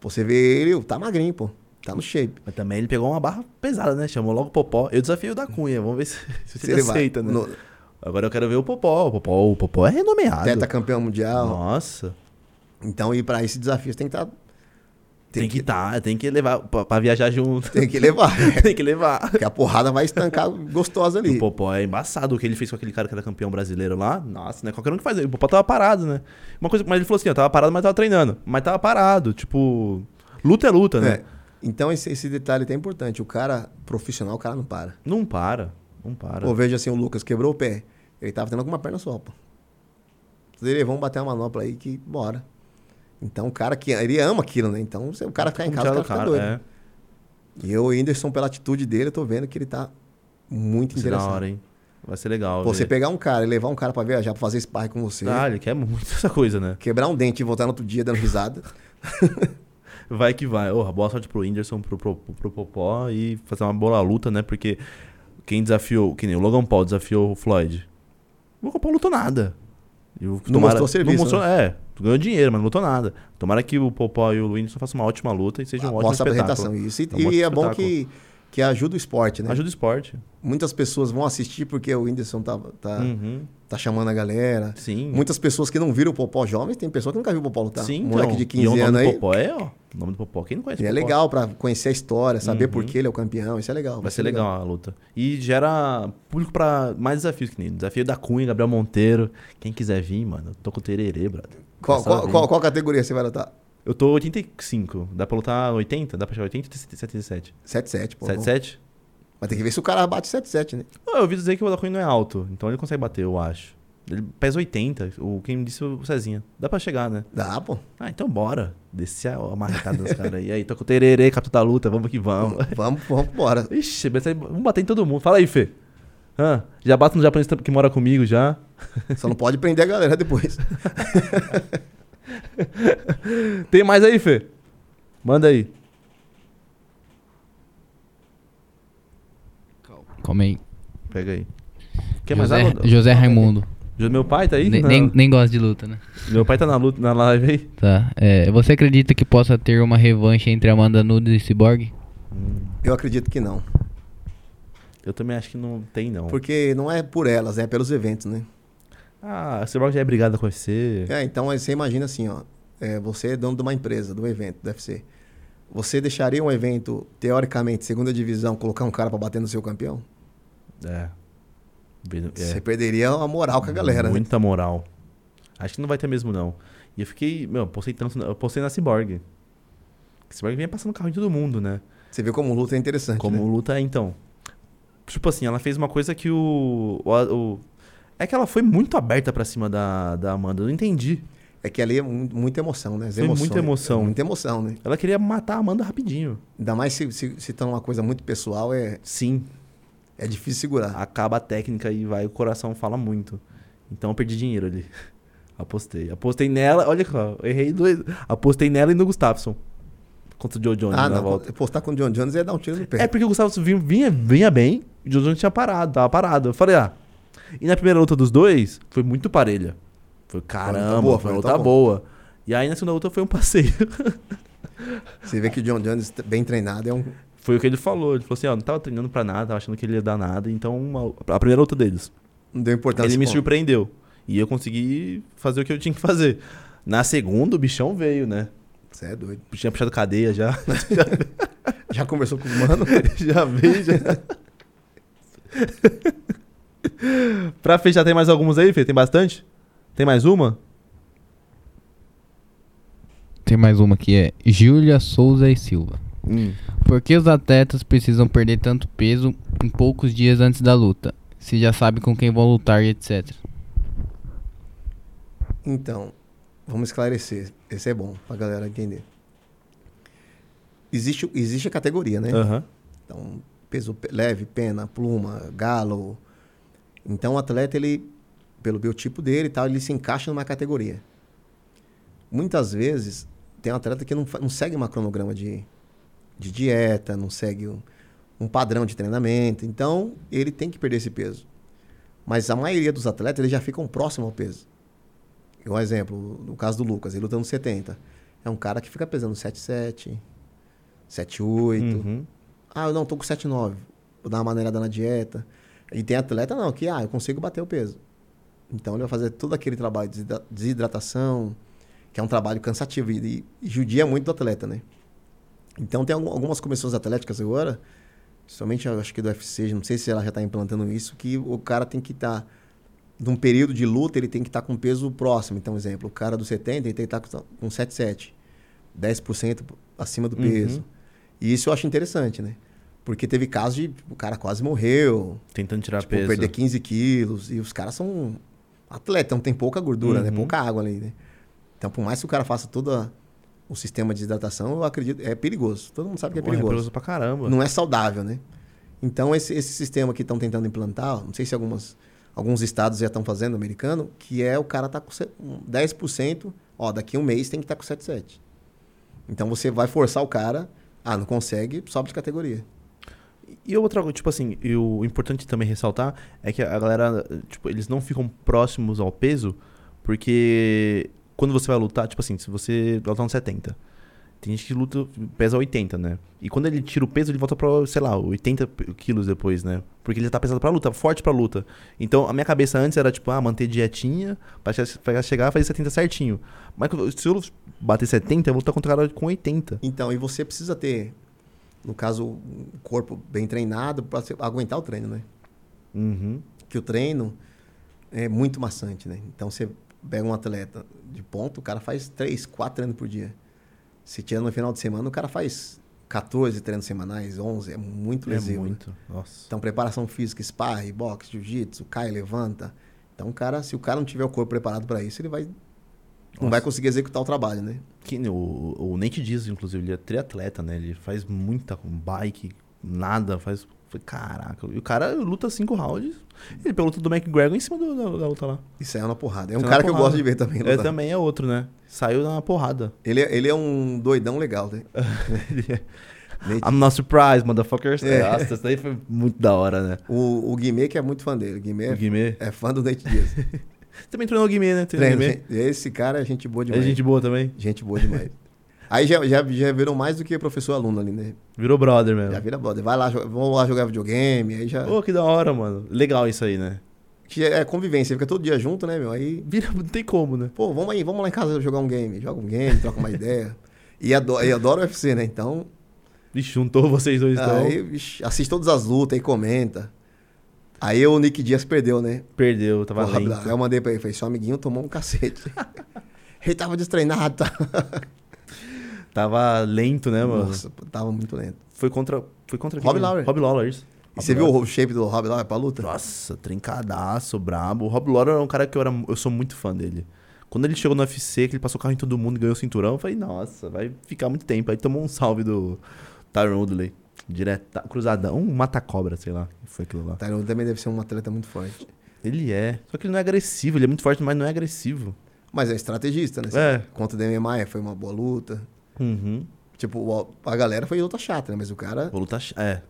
B: Pô, você vê ele, tá magrinho, pô. Tá no shape.
A: Mas também ele pegou uma barra pesada, né? Chamou logo o Popó. Eu desafio da Cunha. Vamos ver se, se
B: Se
A: ele
B: vai
A: aceita, né?
B: No,
A: Agora eu quero ver o Popó. O Popó, o Popó é renomeado.
B: teta campeão mundial.
A: Nossa.
B: Então, e pra esse desafio, você tem que tá,
A: Tem, que estar, tem que levar pra, pra viajar junto.
B: tem que levar. né?
A: tem que levar.
B: Porque a porrada vai estancar gostosa
A: E o
B: ali.
A: Popó é embaçado o que ele fez com aquele cara que era campeão brasileiro lá. Nossa, né? Qualquer um que faz. O Popó tava parado, né? Uma coisa, mas ele falou assim, ó, tava parado, mas tava treinando. Mas tava parado, tipo, luta é luta, né?
B: É. Então, esse, esse detalhe é importante. O cara profissional, o cara não para.
A: Não para, não para.
B: Pô, veja assim, o Lucas quebrou o pé. Ele tava tendo alguma perna só, pô. Ele, vamos bater uma manopla aí que bora. Então o cara que. Ele ama aquilo, né? Então se o cara ficar em casa, o
A: Tira do
B: cara, fica
A: é.
B: doido. E eu, o Whindersson, pela atitude dele, eu tô vendo que ele tá muito
A: Vai ser é da
B: interessado.
A: hora, hein? Vai ser legal.
B: Pô, você
A: ver.
B: pegar um cara e levar um cara pra viajar, pra fazer sparring com você,
A: Ah, ele quer é muito essa coisa, né?
B: quebrar um dente e voltar no outro dia dando risada.
A: vai que vai. Oh, boa sorte pro Whindersson, pro, pro, pro Popó e fazer uma boa luta, né? Porque quem desafiou, que nem o Logan Paul desafiou o Floyd. O Logan Paul lutou nada. E o-
B: Não mostrou serviço, né?
A: Não mostrou, É, ganhou dinheiro, mas não lutou nada. Tomara que o Popó e o Whindersson façam uma ótima luta e seja um ótimo
B: Ah, mostra a
A: espetáculo.
B: apresentação. Isso.
A: É um
B: E,
A: ótimo
B: e é bom
A: espetáculo.
B: que, que ajuda o esporte, né?
A: Ajuda o esporte.
B: Muitas pessoas vão assistir porque o Whindersson tá, tá,
A: Uhum.
B: tá chamando a galera.
A: Sim.
B: Muitas pessoas que não viram o Popó jovem, tem pessoa que nunca viu o Popó lutar.
A: Sim,
B: Um Moleque
A: então.
B: de
A: E o
B: 15
A: nome
B: anos
A: do
B: aí.
A: Popó é, ó. O nome do Popó, quem não conhece
B: E é
A: Popó?
B: legal pra conhecer a história, saber por
A: Uhum.
B: que ele é o campeão. Isso é legal.
A: Vai ser legal a luta. E gera público pra mais desafios que nem desafio da Cunha, Gabriel Monteiro. Quem quiser vir, mano, eu tô com o tererê, brother.
B: Qual,
A: É só
B: qual,
A: vir.
B: qual, qual categoria você vai lutar?
A: Eu tô 85. Dá pra lutar 80? Dá pra chegar 80 ou 77?
B: 7-7, pô.
A: 77?
B: Mas tem que ver se o cara bate 7-7, né?
A: Ah, eu ouvi dizer que o da Cunha não é alto, então ele consegue bater, eu acho. Ele pesa 80, o, quem me disse foi o Cezinha. Dá pra chegar, né?
B: Dá, pô.
A: Ah, então bora. Descer a a marretada dos caras aí. Aí, tô com o tererê, capitão da luta, vamos que vamos.
B: Vamos, vamos embora.
A: Ixi, mas aí vamos bater em todo mundo. Fala aí, Fê. Hã? já bato no japonês que mora comigo já.
B: Só não pode prender a galera depois.
A: Tem mais aí, Fê? Manda aí.
C: Calma aí.
A: Pega aí. Quer mais
C: José,
A: água?
C: José Raimundo.
A: Jo- Meu pai tá aí?
C: Ne-
A: Não.
C: nem, nem gosta de luta, né?
A: Meu pai tá na, luta, na live aí?
C: Tá. É, você acredita que possa ter uma revanche entre Amanda Nunes e Cyborg?
B: Eu acredito que não.
A: Eu também acho que não tem, não.
B: Porque não é por elas, é pelos eventos, né?
A: Ah, a Cyborg já é brigada com você.
B: É, então aí você imagina assim, ó. é, você é dono de uma empresa, de um evento, do UFC. Você deixaria um evento, teoricamente, segunda divisão, colocar um cara pra bater no seu campeão?
A: É. Vendo- é.
B: Você perderia a moral com a galera, né?
A: Muita moral. Acho que não vai ter mesmo, não. E eu fiquei, meu, eu postei tanto. na- Eu postei na Cyborg. A Cyborg vinha passando carro em todo mundo, né?
B: Você vê como luta é interessante.
A: Como
B: né?
A: luta é, então. Tipo assim, ela fez uma coisa que o. o- o- é que ela foi muito aberta pra cima da, da Amanda. Eu não entendi.
B: É que ali é mu- muita emoção, né? As
A: Foi
B: emoções,
A: muita emoção.
B: Muita emoção, né?
A: Ela queria matar a Amanda rapidinho.
B: Ainda mais se, se, se tá uma coisa muito pessoal, é,
A: Sim.
B: é difícil segurar.
A: Acaba a técnica e vai, o coração fala muito. Então eu perdi dinheiro ali. Apostei. Apostei nela, olha só, eu errei dois. Apostei nela e no Gustafsson. Contra o Joe Jones
B: Ah,
A: na
B: não.
A: volta.
B: Postar com o John Jones é dar um tiro no pé.
A: É porque o Gustavo vinha, vinha, vinha bem e o Joe Jones tinha parado, tava parado. Eu falei, ah. E na primeira luta dos dois, foi muito parelha. Foi caramba,
B: boa,
A: foi uma
B: foi uma
A: luta
B: luta
A: boa. E aí na segunda luta foi um passeio.
B: Você vê que o John Jones, t- bem treinado, é um.
A: foi o que ele falou. Ele falou assim, ó, não tava treinando pra nada, tava achando que ele ia dar nada. Então, uma- a primeira luta deles.
B: Não deu importância.
A: ele me
B: bom.
A: surpreendeu. E eu consegui fazer o que eu tinha que fazer. Na segunda, o bichão veio, né?
B: Você é doido.
A: Tinha puxado cadeia já.
B: Já conversou com o mano?
A: já veio, já. pra fechar, tem mais alguns aí, Fê? Tem bastante? Tem mais uma?
C: Tem mais uma que é Júlia Souza e Silva.
B: Hum,
C: Por que os atletas precisam perder tanto peso em poucos dias antes da luta? Se já sabe com quem vão lutar e etc.
B: Então, vamos esclarecer. Esse é bom pra galera entender. Existe, existe a categoria, né?
A: Aham.
B: Então, peso pe- leve, pena, pluma, galo. Então, o atleta, ele, pelo biotipo dele e tal, ele se encaixa numa categoria. Muitas vezes, tem um atleta que não, fa- não segue uma cronograma de, de dieta, não segue um, um padrão de treinamento. Então, ele tem que perder esse peso. Mas a maioria dos atletas, eles já ficam próximo ao peso. Um exemplo, no caso do Lucas, ele lutando 70. É um cara que fica pesando 7,7, 7,8.
A: Uhum.
B: Ah, eu não, tô com 7,9. Vou dar uma maneirada na dieta. E tem atleta não, que ah, eu consigo bater o peso. Então ele vai fazer todo aquele trabalho de desidra- desidratação, que é um trabalho cansativo e, e judia muito do atleta, né? Então tem algu- algumas comissões atléticas agora, principalmente eu acho que do UFC, não sei se ela já tá implantando isso, que o cara tem que estar num período de luta, ele tem que estar com peso próximo. Então, exemplo, o cara do 70, ele tem que estar com 7,7. 10% acima do
A: Uhum.
B: peso. E isso eu acho interessante, né? Porque teve casos de tipo, o cara quase morreu,
A: Tentando tirar
B: tipo,
A: peso.
B: perder 15 quilos. E os caras são atletas, então tem pouca gordura, né?
A: Uhum.
B: Pouca água ali, né? Então, por mais que o cara faça todo o sistema de hidratação, eu acredito, é perigoso. Todo mundo sabe que é
A: Porra, é
B: perigoso.
A: perigoso pra caramba.
B: Não é saudável, né? Então, esse, esse sistema que estão tentando implantar, não sei se algumas, alguns estados já estão fazendo, tá americano, que é o cara tá com se- um 10%, ó, daqui a um mês tem que estar com 7,7. Então você vai forçar o cara, ah, não consegue, sobe de categoria.
A: E outra coisa, tipo assim, e o importante também ressaltar é que a galera, tipo, eles não ficam próximos ao peso, porque quando você vai lutar, tipo assim, se você lutar uns 70, tem gente que luta, pesa 80, né? E quando ele tira o peso, ele volta pra, sei lá, 80 quilos depois, né? Porque ele já tá pesado pra luta, forte pra luta. Então, a minha cabeça antes era, tipo, ah, manter dietinha pra, che- pra chegar e fazer 70 certinho. Mas se eu bater 70, eu vou lutar contra o cara com 80.
B: Então, e você precisa ter, no caso, um corpo bem treinado para aguentar o treino, né?
A: Uhum.
B: Que o treino é muito maçante, né? Então você pega um atleta de ponto, o cara faz 3, 4 treinos por dia. Se tira no final de semana, o cara faz 14 treinos semanais, 11, é muito lesivo. né?
A: Nossa.
B: Então, preparação física, sparring, boxe, jiu-jitsu, cai, levanta. Então, o cara, se o cara não tiver o corpo preparado para isso, ele vai não
A: Nossa.
B: vai conseguir executar o trabalho, né?
A: Que, nem o, o Nate Diaz, inclusive, ele é triatleta, né? Ele faz muita bike, nada, faz. foi- Caraca. E o cara luta cinco rounds. Ele pegou a luta do McGregor em cima do- da, da luta lá.
B: E saiu na porrada. É um
A: Saiu na
B: cara que eu
A: porrada.
B: gosto de ver também.
A: Ele
B: lutar.
A: também é outro, né? Saiu na porrada.
B: Ele, é- ele é um doidão legal, né?
A: Ele é-
B: Nate-
A: I'm not surprised, motherfuckers.
B: É.
A: Nossa, isso daí foi muito da hora, né?
B: O, o Guimê, que é muito fã dele. O Guimê
A: O
B: é,
A: Guimê.
B: é fã do Nate Diaz.
A: Você também treinou o Guimê, né? Treinou o
B: Treino,
A: Guimê.
B: gente- Esse cara é gente boa
A: É
B: demais.
A: gente boa também.
B: Gente boa demais. Aí já, já, já virou mais do que professor e aluno ali, né?
A: Virou brother
B: Já
A: mesmo.
B: vira brother. Vai lá, jo- vamos lá jogar videogame. Aí já.
A: Pô, que da hora, mano. Legal isso aí, né?
B: que É convivência, fica todo dia junto, né, meu? Aí
A: Vira, não tem como, né?
B: Pô, vamos aí, vamos lá em casa jogar um game. Joga um game, troca uma ideia. E adoro, e adoro UFC, né? Então,
A: Vixe, juntou vocês dois, então.
B: aí, vixi, assiste todas as lutas aí comenta. Aí o Nick Dias perdeu, né?
A: Perdeu, tava
B: Porra,
A: lento.
B: Aí eu mandei pra ele, falei, seu amiguinho tomou um cacete. ele tava destreinado, tá?
A: Tava lento, né, mano?
B: Nossa, pô, tava muito lento.
A: Foi contra. Foi contra
B: Uhum. Rob
A: quem?
B: Lawler.
A: Rob Lawler, isso.
B: E você viu o shape do Rob lá pra luta?
A: Nossa, trincadaço, brabo. O Rob Lawler é um cara que eu, era, eu sou muito fã dele. Quando ele chegou no UFC, que ele passou o carro em todo mundo, ganhou o cinturão, eu falei, nossa, vai ficar muito tempo. Aí tomou um salve do Tyron Woodley. Direta, cruzadão, um mata-cobra, sei lá. que Foi aquilo lá.
B: Tyrone também deve ser um atleta muito forte.
A: Ele é. Só que ele não é agressivo, ele é muito forte, mas não é agressivo.
B: Mas é estrategista, né?
A: É.
B: Contra o DMMI, foi uma boa luta.
A: Uhum.
B: Tipo, o- a galera foi luta chata, né? Mas o cara
A: Vou lutar. ch- É.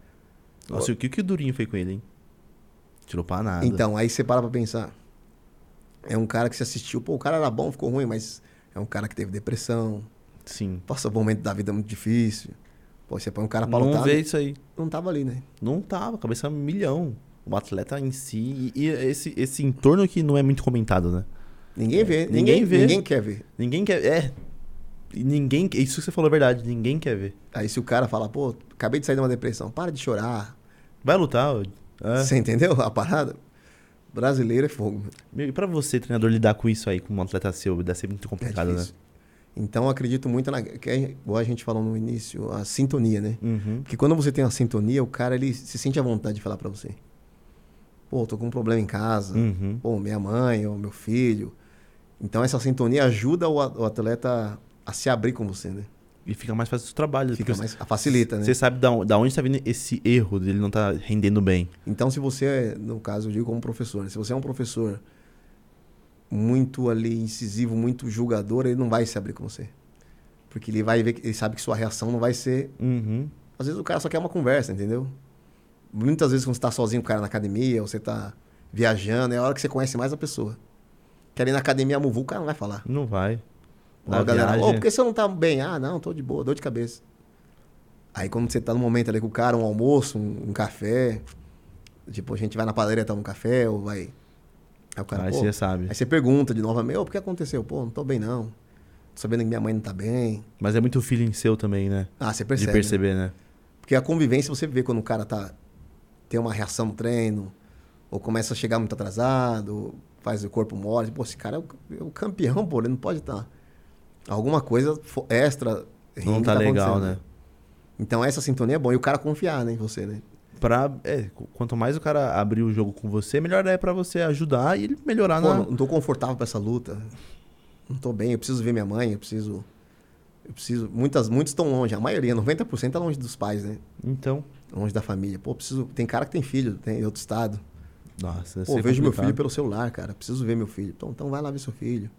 A: Nossa, e o que, que o Durinho fez com ele, hein? Tirou pra nada.
B: Então, aí você para pra pensar. É um cara que se assistiu, pô, o cara era bom, ficou ruim, mas é um cara que teve depressão,
A: Sim.
B: passou por um momento da vida muito difícil. Pô, você põe um cara pra
A: não
B: lutar,
A: vê isso aí.
B: não tava ali, né?
A: Não tava, cabeça um milhão. O atleta em si. E, e esse, esse entorno que não é muito comentado, né?
B: Ninguém vê,
A: ninguém
B: ninguém, ninguém
A: vê.
B: quer ver.
A: Ninguém quer. É. E Ninguém. Isso que você falou é verdade. Ninguém quer ver.
B: Aí se o cara fala, pô, acabei de sair de uma depressão, para de chorar.
A: Vai lutar. ô. É.
B: Você entendeu a parada? Brasileiro é fogo, meu.
A: Meu, E pra você, treinador, lidar com isso aí, com um atleta seu, deve ser muito
B: é
A: complicado, né?
B: difícil. Então eu acredito muito na, que é, igual a gente falou no início, a sintonia, né?
A: Uhum.
B: Porque quando você tem uma sintonia, o cara ele se sente à vontade de falar pra você. Pô, tô com um problema em casa.
A: Uhum.
B: Pô, minha mãe ou meu filho. Então essa sintonia ajuda o a- o atleta a se abrir com você, né?
A: E fica mais fácil o trabalho.
B: Fica
A: porque
B: mais, a facilita, né?
A: Você sabe da on- da onde tá vindo esse erro dele não tá rendendo bem.
B: Então se você, é, no caso eu digo como professor, né? se você é um professor muito ali incisivo, muito julgador, ele não vai se abrir com você. Porque ele vai ver, que- ele sabe que sua reação não vai ser
A: Uhum.
B: Às vezes o cara só quer uma conversa, entendeu? Muitas vezes quando você tá sozinho com o cara na academia, ou você tá viajando, é a hora que você conhece mais a pessoa. Que ali na academia muvu, o cara não vai falar.
A: Não vai.
B: Ó,
A: Na
B: a galera, ô,
A: viagem-
B: por que você não tá bem? Ah, não, tô de boa, dor de cabeça. Aí quando você tá no momento ali com o cara, um almoço, um, um café, tipo, a gente vai na padaria tomar um café, ou vai. Aí o cara,
A: Aí
B: pô,
A: você já sabe.
B: aí você pergunta de novamente, ô, por que aconteceu? Pô, não tô bem não. Tô sabendo que minha mãe não tá bem.
A: Mas é muito feeling seu também, né?
B: Ah, você
A: De
B: percebe. né?
A: perceber, né?
B: Porque a convivência você vê quando o cara tá tem uma reação no treino, ou começa a chegar muito atrasado, ou faz o corpo mole. Pô, esse cara é o, é o campeão, pô, ele não pode estar. Alguma coisa fo- extra.
A: Não
B: ringue
A: tá legal,
B: acontecendo,
A: né?
B: Então essa sintonia é bom. E o cara confiar né, em você, né?
A: Pra, é, qu- quanto mais o cara abrir o jogo com você, melhor é pra você ajudar e ele melhorar
B: Pô,
A: na...
B: não, não tô confortável pra essa luta. Não tô bem, eu preciso ver minha mãe, eu preciso. Eu preciso. Muitas, muitos estão longe, a maioria, 90% tá longe dos pais, né?
A: Então,
B: Longe da família. Pô, preciso. Tem cara que tem filho, tem em outro estado.
A: nossa, deve
B: Pô,
A: ser
B: vejo meu
A: complicado.
B: filho pelo celular, cara. Preciso ver meu filho. Então, então vai lá ver seu filho.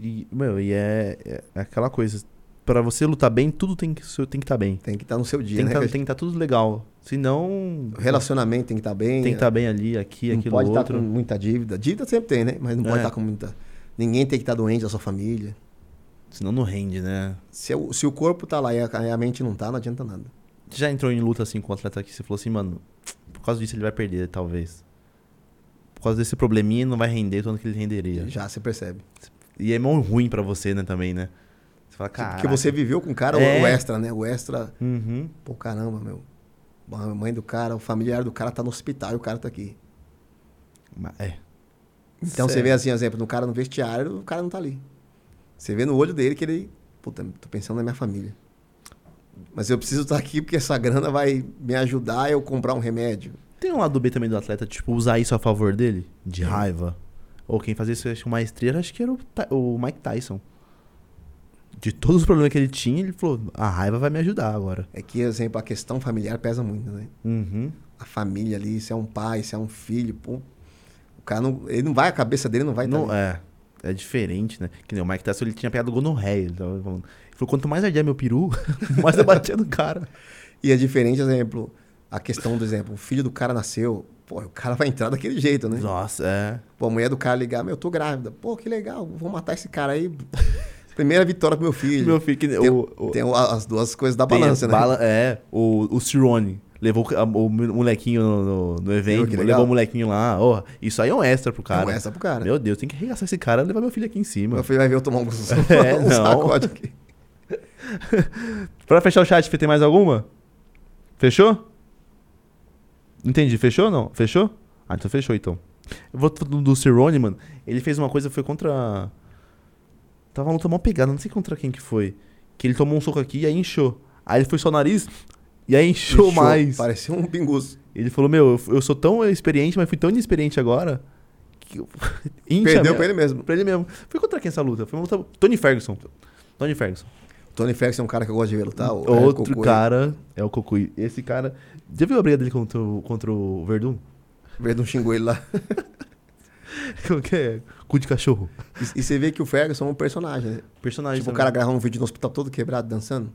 A: E, meu, e é, é aquela coisa. pra você lutar bem, tudo tem que estar tem que tá bem.
B: Tem que estar no seu dia,
A: Tem
B: né?
A: que
B: que a
A: estar tá, tudo legal. Senão.
B: gente- O relacionamento tem que estar bem.
A: Tem que estar bem ali, aqui,
B: Não
A: aquilo
B: pode estar
A: outro.
B: com muita dívida. Dívida sempre tem, né? Mas não pode
A: É.
B: estar com muita. Ninguém tem que estar doente da sua família.
A: Senão não rende, né?
B: Se, o- se o corpo tá lá e a, e a mente não tá, não adianta nada.
A: Você já entrou em luta assim com o atleta que você falou assim, mano, por causa disso ele vai perder, talvez. Por causa desse probleminha, ele não vai render o tanto que ele renderia.
B: Já se percebe.
A: E é mão ruim pra você, né, também, né? Você fala, cara.
B: Porque você viveu com o cara o-
A: É.
B: o extra, né? O extra.
A: Uhum.
B: Pô, caramba, meu. A mãe do cara, o familiar do cara tá no hospital e o cara tá aqui.
A: Mas- É.
B: Então você vê assim, exemplo, no cara no vestiário, o cara não tá ali. Você vê no olho dele que ele, puta, tô pensando na minha família. Mas eu preciso estar aqui porque essa grana vai me ajudar eu comprar um remédio.
A: Tem um lado B também do atleta, tipo, usar isso a favor dele? De raiva. Ou quem fazia isso acho, que com maestria, acho que era o, Ty- o Mike Tyson. De todos os problemas que ele tinha, ele falou, a raiva vai me ajudar agora.
B: É que, exemplo, a questão familiar pesa muito, né?
A: Uhum.
B: A família ali, se é um pai, se é um filho, pô, o cara não, ele não vai, a cabeça dele não vai tá
A: não,
B: ali.
A: é. É diferente, né? Que nem o Mike Tyson, ele tinha pegado gonorreia. Ele tava falando. Ele falou, quanto mais ardia meu peru, mais eu batia no cara.
B: E é diferente, exemplo, a questão do exemplo, o filho do cara nasceu, pô, o cara vai entrar daquele jeito, né?
A: Nossa, é.
B: Pô, a mulher do cara ligar, meu, eu tô grávida. Pô, que legal, vou matar esse cara aí. Primeira vitória pro meu filho.
A: Meu filho, que nem
B: Tem,
A: o- o-
B: tem o- as duas coisas da
A: Tem
B: balança,
A: a
B: né?
A: bala- é, o, o Cirone levou o- a- o molequinho no, no- no evento,
B: Viu que legal?
A: levou o molequinho lá. ó, isso aí é um extra pro cara.
B: É um extra pro cara.
A: Meu Deus, tem que arregaçar esse cara e levar meu filho aqui em cima.
B: Meu filho vai ver eu tomar um,
A: É,
B: um
A: não.
B: sacode aqui.
A: Pra fechar o chat, Fê, tem mais alguma? Fechou? Entendi, fechou ou não? Fechou? Ah, então fechou então. Eu vou do do Cirone, mano. Ele fez uma coisa, foi contra. Tava uma luta mal pegada, não sei contra quem que foi. Que ele tomou um soco aqui e aí inchou. Aí ele foi só o nariz e aí inchou,
B: Show,
A: mais.
B: Parecia um pinguço.
A: Ele falou, meu, eu- eu sou tão experiente, mas fui tão inexperiente agora que eu... Incha
B: Perdeu
A: mesmo.
B: pra ele mesmo.
A: Pra ele mesmo. Foi contra quem essa luta? Foi uma luta... Tony Ferguson. Tony Ferguson.
B: Tony Ferguson é um cara que eu gosto de ver lutar. o- é, o
A: Outro
B: Cocu,
A: cara é o Cocuy. Esse cara... Já viu a briga dele contra o, contra o Verdun?
B: ele- O Verdun xingou ele lá.
A: Como que é? Cu de cachorro.
B: E, e você vê que o Ferguson é um personagem, né?
A: Personagem
B: tipo, o
A: também.
B: cara gravar um vídeo no hospital todo quebrado, dançando.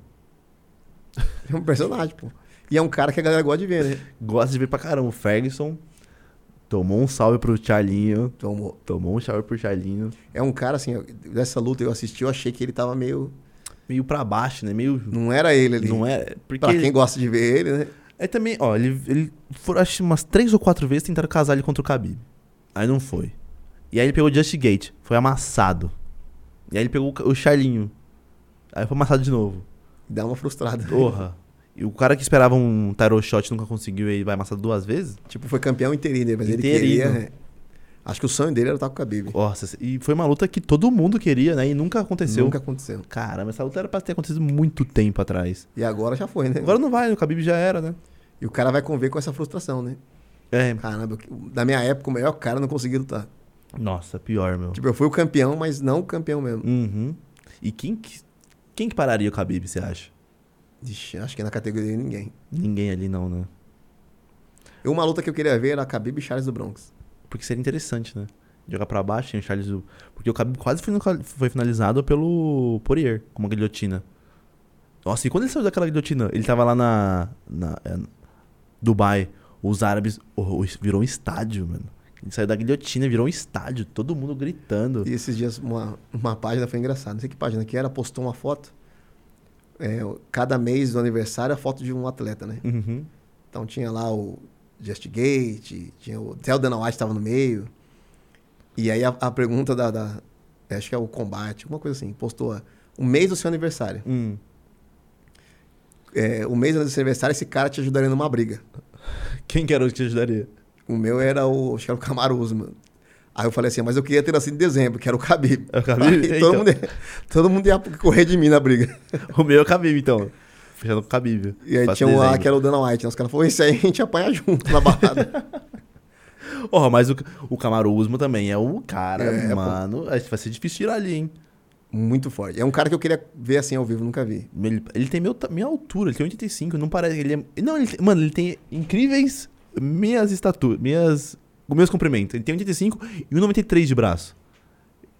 B: É um personagem, pô. E é um cara que a galera gosta de ver, né?
A: Gosta de ver pra caramba. O Ferguson tomou um salve pro Charlinho.
B: Tomou.
A: Tomou um salve pro Charlinho.
B: É um cara, assim, eu- dessa luta eu assisti, eu achei que ele tava meio...
A: Meio pra baixo, né? Meio...
B: Não era ele ali.
A: Não é... Porque
B: Pra
A: ele-
B: quem gosta de ver ele, né?
A: É também, ó, ele, ele foram, acho, umas três ou quatro vezes tentaram casar ele contra o Khabib. Aí não foi. E aí ele pegou o Just Gate, foi amassado. E aí ele pegou o Ca- o Charlinho. Aí foi amassado de novo.
B: Dá uma frustrada.
A: Porra. E o cara que esperava um tarot shot e nunca conseguiu, ele vai amassado duas vezes?
B: Tipo, foi campeão interino, né? mas ele
A: Interino.
B: queria... né? Acho que o sonho dele era estar com o Khabib.
A: Nossa, e foi uma luta que todo mundo queria, né? E nunca aconteceu.
B: Nunca aconteceu.
A: Caramba, essa luta era pra ter acontecido muito tempo atrás.
B: E agora já foi, né?
A: Agora não vai, né? o Khabib já era, né?
B: E o cara vai conviver com essa frustração, né?
A: É.
B: Caramba, eu- na minha época o melhor cara não conseguia lutar.
A: Nossa, pior, meu.
B: Tipo, eu fui o campeão, mas não o campeão mesmo.
A: Uhum. E quem que, quem que pararia o Khabib, você acha?
B: Ixi, acho que na categoria de ninguém.
A: Ninguém ali não, né?
B: E Uma luta que eu queria ver era Khabib e Charles do Bronx.
A: Porque seria interessante, né? Jogar pra baixo, tem o Charles. do- Porque o Khabib quase foi, no- foi finalizado pelo Poirier, com uma guilhotina. Nossa, e quando ele saiu daquela guilhotina? Ele tava lá na. na é, Dubai. Os árabes. o- o- virou um estádio, mano. Ele saiu da guilhotina, virou um estádio. Todo mundo gritando.
B: E esses dias uma, uma página foi engraçada. Não sei que página que era, postou uma foto. É, o- cada mês do aniversário a foto de um atleta, né?
A: Uhum.
B: Então tinha lá o Just Gate, tinha o até o Dana White estava no meio. E aí a, a pergunta da, da- acho que é o combate, alguma coisa assim, postou ó, o mês do seu aniversário.
A: Hum.
B: É, o mês do seu aniversário esse cara te ajudaria numa briga.
A: Quem que era o que te ajudaria?
B: O meu era o, acho que era o Camaruso, mano. Aí eu falei assim, mas eu queria ter nascido em dezembro, que era o Khabib.
A: É o Khabib?
B: Aí
A: Então.
B: todo, mundo ia, todo mundo ia correr de mim na briga.
A: O meu é o Khabib, então. Fechando com o Khabib.
B: E aí
A: Faço
B: tinha um lá
A: desenho.
B: que era o Dana White. Né? Os caras falaram, esse aí a gente apanha junto na balada.
A: Oh, mas o, o Camaro Usman também é um cara,
B: É, pô.
A: mano. acho que Vai ser difícil tirar ali, hein?
B: Muito forte. É um cara que eu queria ver assim ao vivo, nunca vi.
A: Ele, ele tem meu, ta- minha altura, ele tem 85, não parece. Ele é, não, ele, tem- mano, ele tem incríveis um minhas estaturas, minhas, meus comprimentos. Ele tem 85 e 1,93 de braço.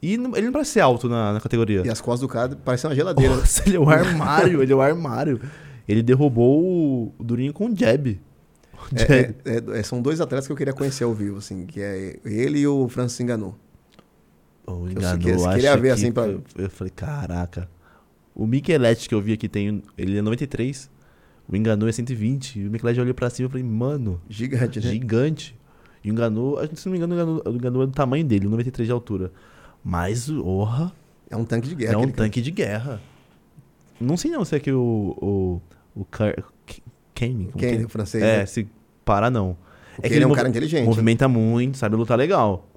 A: E não- ele não parece ser alto na, na categoria.
B: E as costas do cara parecem uma geladeira.
A: Nossa, ele é um armário, ele é um armário. Ele derrubou o- o Durinho com um jab.
B: É, é- é- é- são dois atletas que eu queria conhecer ao vivo, assim, que é ele e o Francis Enganou.
A: Oh,
B: fiquei- eu queria ver, assim, pra-
A: Eu, eu falei, caraca. O Micheletti que eu vi aqui tem. Ele é 93. O Enganou é 120. E o Micheletti olhou pra cima e falei, mano, é
B: Gigante, né?
A: gigante. E o Enganou, acho que, se não me engano, o Enganou, o Enganou é do tamanho dele, 93 de altura. Mas, orra,
B: É um tanque de
A: é,
B: guerra.
A: um
B: aquele cara.
A: tanque de guerra. Não sei não se é que o. O. O Car... K- Kane, como
B: Quem?
A: que
B: O francês.
A: é?
B: né?
A: é, se parar não.
B: Porque ele é um
A: mov-
B: cara inteligente. né?
A: Movimenta muito, sabe lutar legal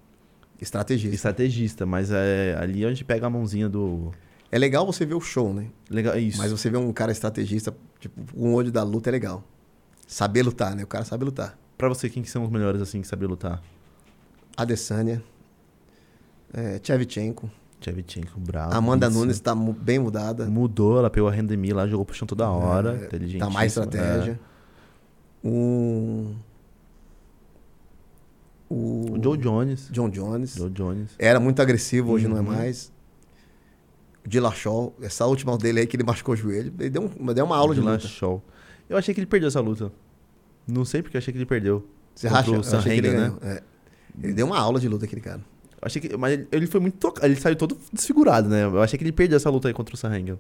B: Estrategista.
A: estrategista, mas é ali onde pega a mãozinha do.
B: É legal você ver o show, né?
A: Legal, é isso.
B: Mas você vê um cara estrategista, tipo, um olho da luta é legal. Saber lutar, né? O cara sabe lutar.
A: Pra você, quem que são os melhores assim que sabe lutar?
B: Adesanya, é, Tchevchenko,
A: Tchevchenko, bravo.
B: Amanda
A: isso.
B: Nunes tá mu- bem mudada.
A: Mudou, ela pegou a Rendemir lá, jogou pro chão toda hora.
B: É,
A: inteligente.
B: Tá mais estratégia. O... O...
A: O Joe Jones.
B: John Jones.
A: Joe Jones.
B: Era muito agressivo, hoje não é
A: Uhum.
B: mais. O Dillashaw, essa última dele aí que ele machucou o joelho. Ele deu, um- deu uma aula de luta.
A: Show. Eu achei que ele perdeu essa luta. Não sei porque eu achei que ele perdeu.
B: Você
A: Contra
B: racha?
A: o né?
B: Eu
A: Sam
B: achei que ele
A: Hagen,
B: ganhou. É. Ele deu uma aula de luta, aquele cara.
A: Eu achei que, mas ele, ele foi muito tocado. Ele saiu todo desfigurado, né? Eu achei que ele perdeu essa luta aí contra o Sanheng. é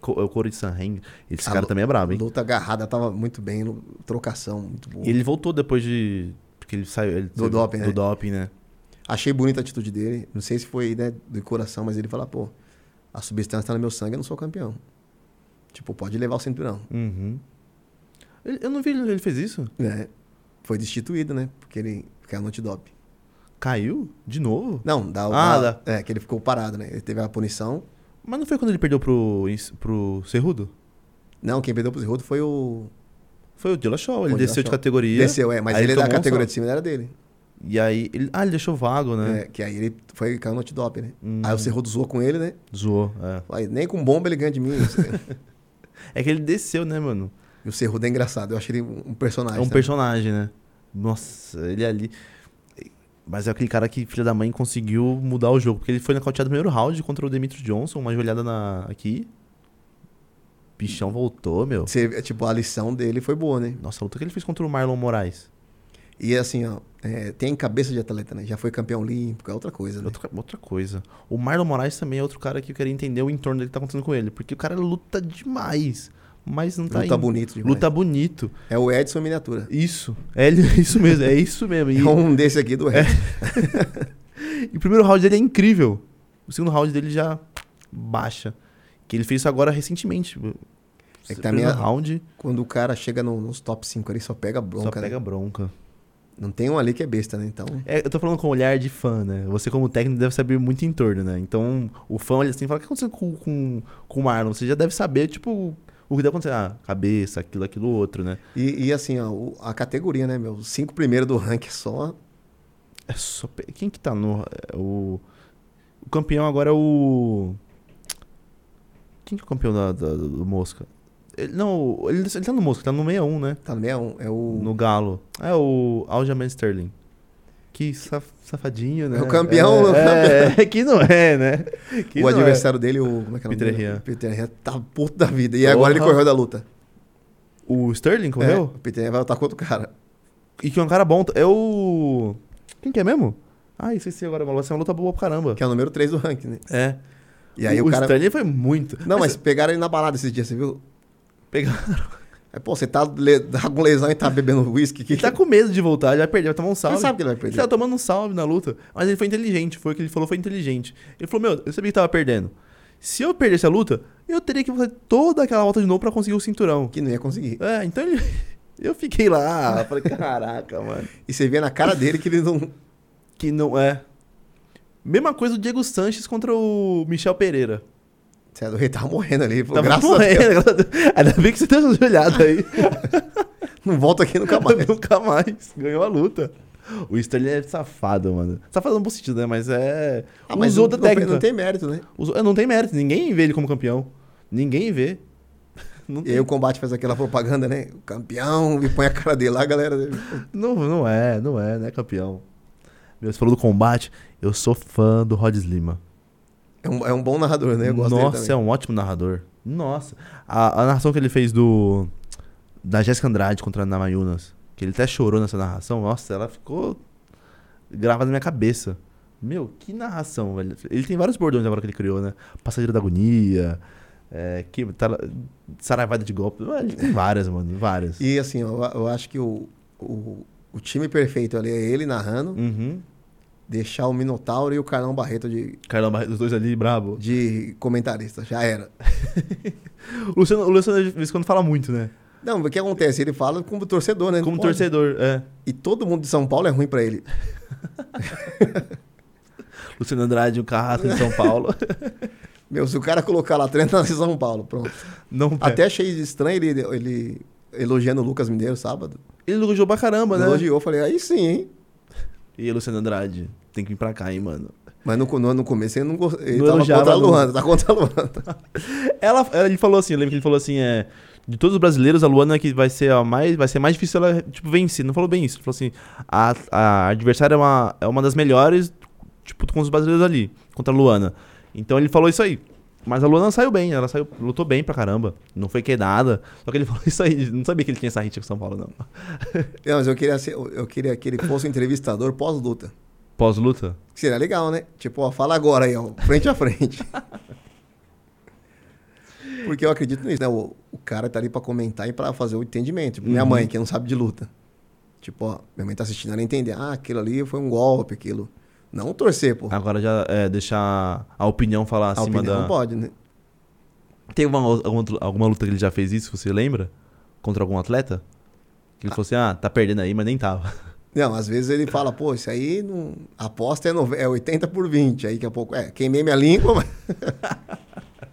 A: O couro de Sanheng. Esse
B: A
A: cara
B: lu-
A: também é brabo, hein?
B: Luta agarrada, tava muito bem. lu- Trocação, muito boa.
A: E ele voltou depois de. Porque ele saiu. Ele
B: Do doping,
A: do
B: né?
A: doping, né?
B: Achei bonita a atitude dele. Não sei se foi né, do coração, mas ele fala, pô, a substância tá no meu sangue, eu não sou campeão. Tipo, pode levar o cinturão.
A: Uhum. Ele- Eu não vi ele ele fez isso.
B: né? Foi destituído, né? Porque ele caiu no antidoping.
A: Caiu? De novo?
B: Não, da,
A: Ah,
B: da- É, que ele ficou parado, né? Ele teve a punição.
A: Mas não foi quando ele perdeu pro, ins- pro Cerrudo?
B: Não, quem perdeu pro Zerrudo foi o.
A: Foi o Dillashaw. Ele
B: Foi o
A: desceu de
B: Dillashaw.
A: categoria.
B: Desceu, é, mas
A: aí
B: ele da
A: tomou um
B: categoria
A: salto.
B: de cima era dele.
A: E aí. Ele... Ah, ele deixou vago, né?
B: É, que aí ele foi caiu no antidoping, né?
A: Hum.
B: Aí o Cerrudo zoou com ele, né?
A: Zoou. É.
B: Aí, nem com bomba ele ganha de mim.
A: É que ele desceu, né, mano?
B: e o Cerrudo é engraçado. Eu achei ele um um
A: É
B: personagem.
A: um
B: né?
A: personagem, né? Nossa, ele é ali. Mas é aquele cara que, filha da mãe, conseguiu mudar o jogo. Porque ele foi nocauteado no primeiro round contra o Demetrio Johnson, uma joelhada na... aqui. Bichão voltou, meu.
B: Você- é, tipo, a lição dele foi boa, né?
A: Nossa, a luta que ele fez contra o Marlon Moraes.
B: E assim, ó, é, tem cabeça de atleta, né? Já foi campeão olímpico, é outra coisa, né?
A: Outra, outra coisa. O Marlon Moraes também é outro cara que eu queria entender o entorno dele que tá acontecendo com ele. Porque o cara luta demais. Mas não tá
B: Luta
A: indo.
B: bonito demais.
A: Luta bonito.
B: É o Edson em miniatura.
A: Isso. É ele- é isso mesmo. É isso mesmo.
B: É
A: E,
B: um desse aqui do Edson.
A: e o primeiro round dele é incrível. O segundo round dele já baixa. Que ele fez isso agora recentemente.
B: É que
A: O
B: também
A: primeiro
B: a-
A: round
B: Quando o cara chega no- nos top 5 ali, só pega bronca.
A: só
B: né?
A: pega bronca.
B: Não tem um ali que é besta, né? Então,
A: É, eu tô falando com olhar de fã, né? Você, como técnico, deve saber muito em torno, né? Então, o fã olha assim e fala: o que aconteceu com, com, com o Marlon? Você já deve saber, tipo, o que deve acontecer. Ah, cabeça, aquilo, aquilo, outro, né?
B: e, e assim, ó, o- a categoria, né, meu? Os cinco primeiros do ranking é só.
A: É só. pe- Quem que tá no. é o... o campeão agora é o. Quem que é o campeão da, da- do Mosca? Ele, não, ele, ele tá no Mosca, tá no 61, né?
B: Tá no 61. É o.
A: No Galo. É o Aljamain Sterling. Que saf- safadinho, né?
B: É o campeão,
A: é,
B: o
A: É, que não é, né? Que
B: o
A: não é.
B: adversário dele, o. Como é que é o nome
A: Peter
B: dele?
A: Rian.
B: Peter Rian tá puto da vida. E agora ele
A: Porra.
B: correu da luta.
A: O Sterling
B: É,
A: correu?
B: o Peter Rian vai lutar com outro cara.
A: E que é um cara bom. É o. Quem que é mesmo? Ai, esqueci agora, mano. Vai ser uma luta boa pra caramba.
B: Que é o número 3 do ranking, né?
A: É.
B: E aí
A: o,
B: o, cara.
A: Sterling foi muito.
B: Não, mas pegaram ele na balada esses dias, você viu?
A: Pegaram.
B: É, pô, você tá le... tá com lesão e tá bebendo uísque. Que...
A: Ele tá com medo de voltar, ele vai perder, vai tomar um salve.
B: Ele sabe que ele é- vai
A: Ele
B: perder.
A: tava tomando um salve na luta, mas ele foi inteligente, foi o que ele falou, foi inteligente. Ele falou, meu, eu sabia que tava perdendo. Se eu perdesse a luta, eu teria que fazer toda aquela volta de novo pra conseguir o cinturão.
B: Que não ia conseguir.
A: É, então ele... eu fiquei lá, falei, caraca, mano.
B: E você vê na cara dele que ele não.
A: Que não é. Mesma coisa o Diego Sanches contra o Michel Pereira.
B: Sério, é Ele tava morrendo ali. Ele falou,
A: Tava
B: Graças a Deus.
A: morrendo, graças a Deus. Ainda bem que você deu essa joelhada aí.
B: Não volta aqui nunca mais.
A: Nunca mais. Ganhou a luta. O Sterling é safado, mano. Safado no bom sentido, né? Mas é.
B: Ah, mas
A: Usou
B: não,
A: da
B: não-
A: técnica.
B: Não tem mérito, né?
A: Usou- é, Não tem mérito. Ninguém vê ele como campeão. Ninguém vê. Não,
B: E
A: tem-
B: aí o combate faz aquela propaganda, né? O campeão, e põe a cara dele lá, a galera.
A: não, não né, é, não é, não é campeão. Meu, você falou do combate. Eu sou fã do Rod Lima.
B: É um, é um bom narrador, né? Eu gosto dele
A: Nossa,
B: também.
A: é um ótimo narrador. Nossa. A, a narração que ele fez do. Da Jéssica Andrade contra a Ana Mayunas, que ele até chorou nessa narração, nossa, ela ficou gravada na minha cabeça. Meu, que narração, velho. Ele tem vários bordões agora que ele criou, né? Passageiro da agonia, é, que, tala- saraivada de golpe. Ele tem várias, mano, várias.
B: E assim, eu, eu acho que o, o, o time perfeito ali é ele narrando,
A: Uhum.
B: deixar o Minotauro e o Carlão Barreto de,
A: Carlão Barreto, os dois ali, brabo.
B: de comentarista. Já era.
A: O Luciano, o Luciano de vez em quando fala muito, né?
B: Não, mas o que acontece? Ele fala como torcedor, né? Não
A: Como
B: pode.
A: torcedor, é.
B: E todo mundo de São Paulo é ruim pra ele.
A: Luciano Andrade, o Carrasco de São Paulo.
B: Meu, se o cara colocar lá treina de São Paulo, pronto.
A: Não
B: Até achei estranho ele, ele elogiando o Lucas Mineiro sábado.
A: Ele elogiou pra caramba, né?
B: Elogiou, eu falei, aí sim, hein?
A: E Luciano Andrade, tem que vir pra cá, hein, mano.
B: Mas no, no, no começo ele não gostou. Ele
A: Não
B: tava
A: elogiava,
B: contra a
A: não.
B: Luana, tá contra a Luana.
A: Ela, ela- ele falou assim, eu lembro que ele falou assim, é. De todos os brasileiros, a Luana é que vai ser a mais. Vai ser mais difícil ela, tipo, vencer. Não falou bem isso. Ele falou assim, a, a adversária é uma, é uma das melhores, tipo, com os brasileiros ali, contra a Luana. Então ele falou isso aí. Mas a Luana saiu bem, ela saiu, lutou bem pra caramba. Não foi quedada. Só que ele falou isso aí. Não sabia que ele tinha essa hit com São Paulo, não.
B: Não, mas eu queria, ser, eu queria que ele fosse um entrevistador pós-luta.
A: Pós-luta?
B: Seria legal, né? Tipo, ó, fala agora aí, ó, frente a frente. Porque eu acredito nisso, né? O, o cara tá ali pra comentar e pra fazer o entendimento. Tipo, minha
A: Uhum.
B: mãe, que não sabe de luta. Tipo, ó, minha mãe tá assistindo, ela entender. Ah, aquilo ali foi um golpe, aquilo. Não torcer, pô.
A: Agora já é, deixar a opinião falar
B: A
A: acima
B: opinião
A: da.
B: não pode, né?
A: Tem uma, ou- alguma, outra- alguma luta que ele já fez isso, você lembra? Contra algum atleta? Que ele falou assim, ah, tá perdendo aí, mas nem tava.
B: Não, às vezes ele fala, pô, isso aí não... a aposta é, nove- é 80 por 20. Aí daqui a pouco, é, queimei minha língua, mas...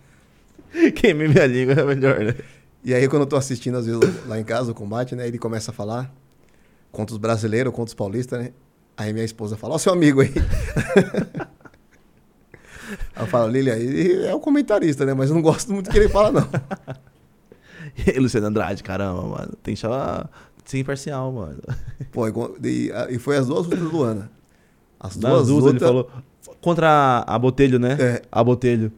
A: Queimei minha língua, é melhor, né?
B: E aí quando eu tô assistindo, às vezes, lá em casa, o combate, né? Ele começa a falar contra os brasileiros, contra os paulistas, né? Aí minha esposa fala, ó, seu amigo aí. aí eu falo, Lilia, ele é o comentarista, né? Mas eu não gosto muito do que ele fala, não.
A: E aí, Luciano Andrade, caramba, mano. Tem que chamar... Sem parcial, mano.
B: Pô, e go- e, a- e foi as duas lutas do Ana. As
A: Nas
B: duas
A: duas ele
B: lutas...
A: falou... Contra a, a Botelho, né?
B: É.
A: A Botelho.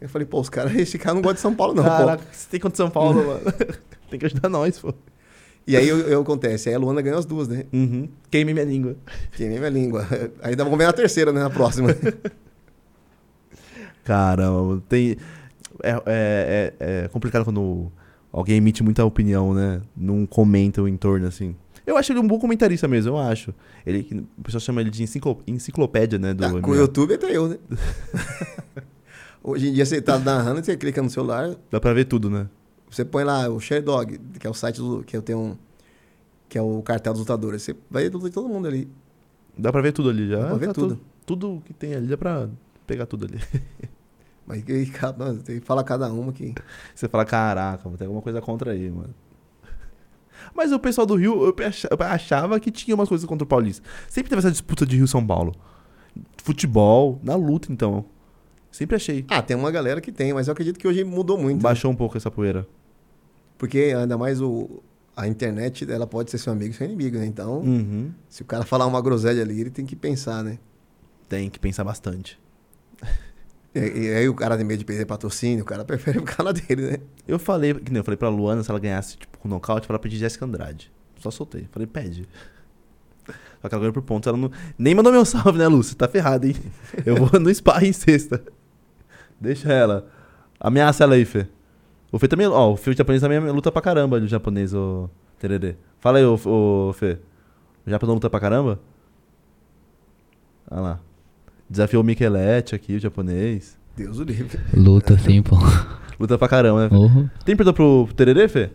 B: Eu falei, pô, os caras, esse cara não gosta de São Paulo, não, pô.
A: Caraca, você tem contra São Paulo, mano. tem que ajudar nós, pô.
B: E aí eu, eu acontece, aí a Luana ganhou as duas, né?
A: Uhum. Queimei minha língua.
B: Queimei minha língua. Aí dá- vamos ver na terceira, né? Na próxima.
A: Caramba, mano, tem. É, é- é- é complicado quando alguém emite muita opinião, né? Não comenta o entorno, assim. Eu acho ele um bom comentarista mesmo, eu acho. Ele, que- o pessoal chama ele de enciclo- enciclopédia, né? Do
B: Ah, com o
A: MMA.
B: YouTube até eu, né? Hoje em dia você tá narrando, você clica no celular,
A: Dá pra ver tudo, né?
B: você põe lá o Sherdog, que é o site do, que eu tenho um, que é o cartel dos lutadores. Você vai ver tudo de todo mundo ali.
A: Dá pra ver tudo ali já.
B: Dá pra ver
A: Tá
B: tudo.
A: Tudo, tudo que tem ali, dá pra pegar tudo ali.
B: Mas que- cada- tem que falar cada uma que.
A: Você fala, caraca, mano, tem alguma coisa contra aí, mano. Mas o pessoal do Rio, eu acha- eu achava que tinha umas coisas contra o Paulista. Sempre teve essa disputa de Rio-São Paulo. Futebol, na luta, então. Sempre achei.
B: Ah, tem uma galera que tem, mas eu acredito que hoje mudou muito.
A: Baixou um pouco essa poeira.
B: Porque ainda mais o, a internet, ela pode ser seu amigo e seu inimigo, né? Então,
A: Uhum.
B: se o cara falar uma groselha ali, ele tem que pensar, né?
A: Tem que pensar bastante.
B: E, e aí o cara tem medo de perder patrocínio, o cara prefere ficar na dele, né?
A: Eu falei, que nem eu falei pra Luana, se ela ganhasse, tipo, com nocaute, eu falei pra pedir Jéssica Andrade. Só soltei. Falei, pede. Só que ela ganhou por pontos. Ela não... nem mandou meu salve, né, Lu? Você tá ferrado, hein? Eu vou no spa em sexta. Deixa ela. Ameaça ela aí, Fê. O Fê também. Ó, o Fê japonês também luta pra caramba, o japonês, ô. Tererê. Fala aí, ô, ô Fê. O Japão não luta pra caramba? Olha lá. Desafiou o Michelete aqui, o japonês.
B: Deus o livre.
C: Luta sim, pô.
A: Luta pra caramba, né? Fê?
C: Porra.
A: Tem pergunta pro Tererê, Fê?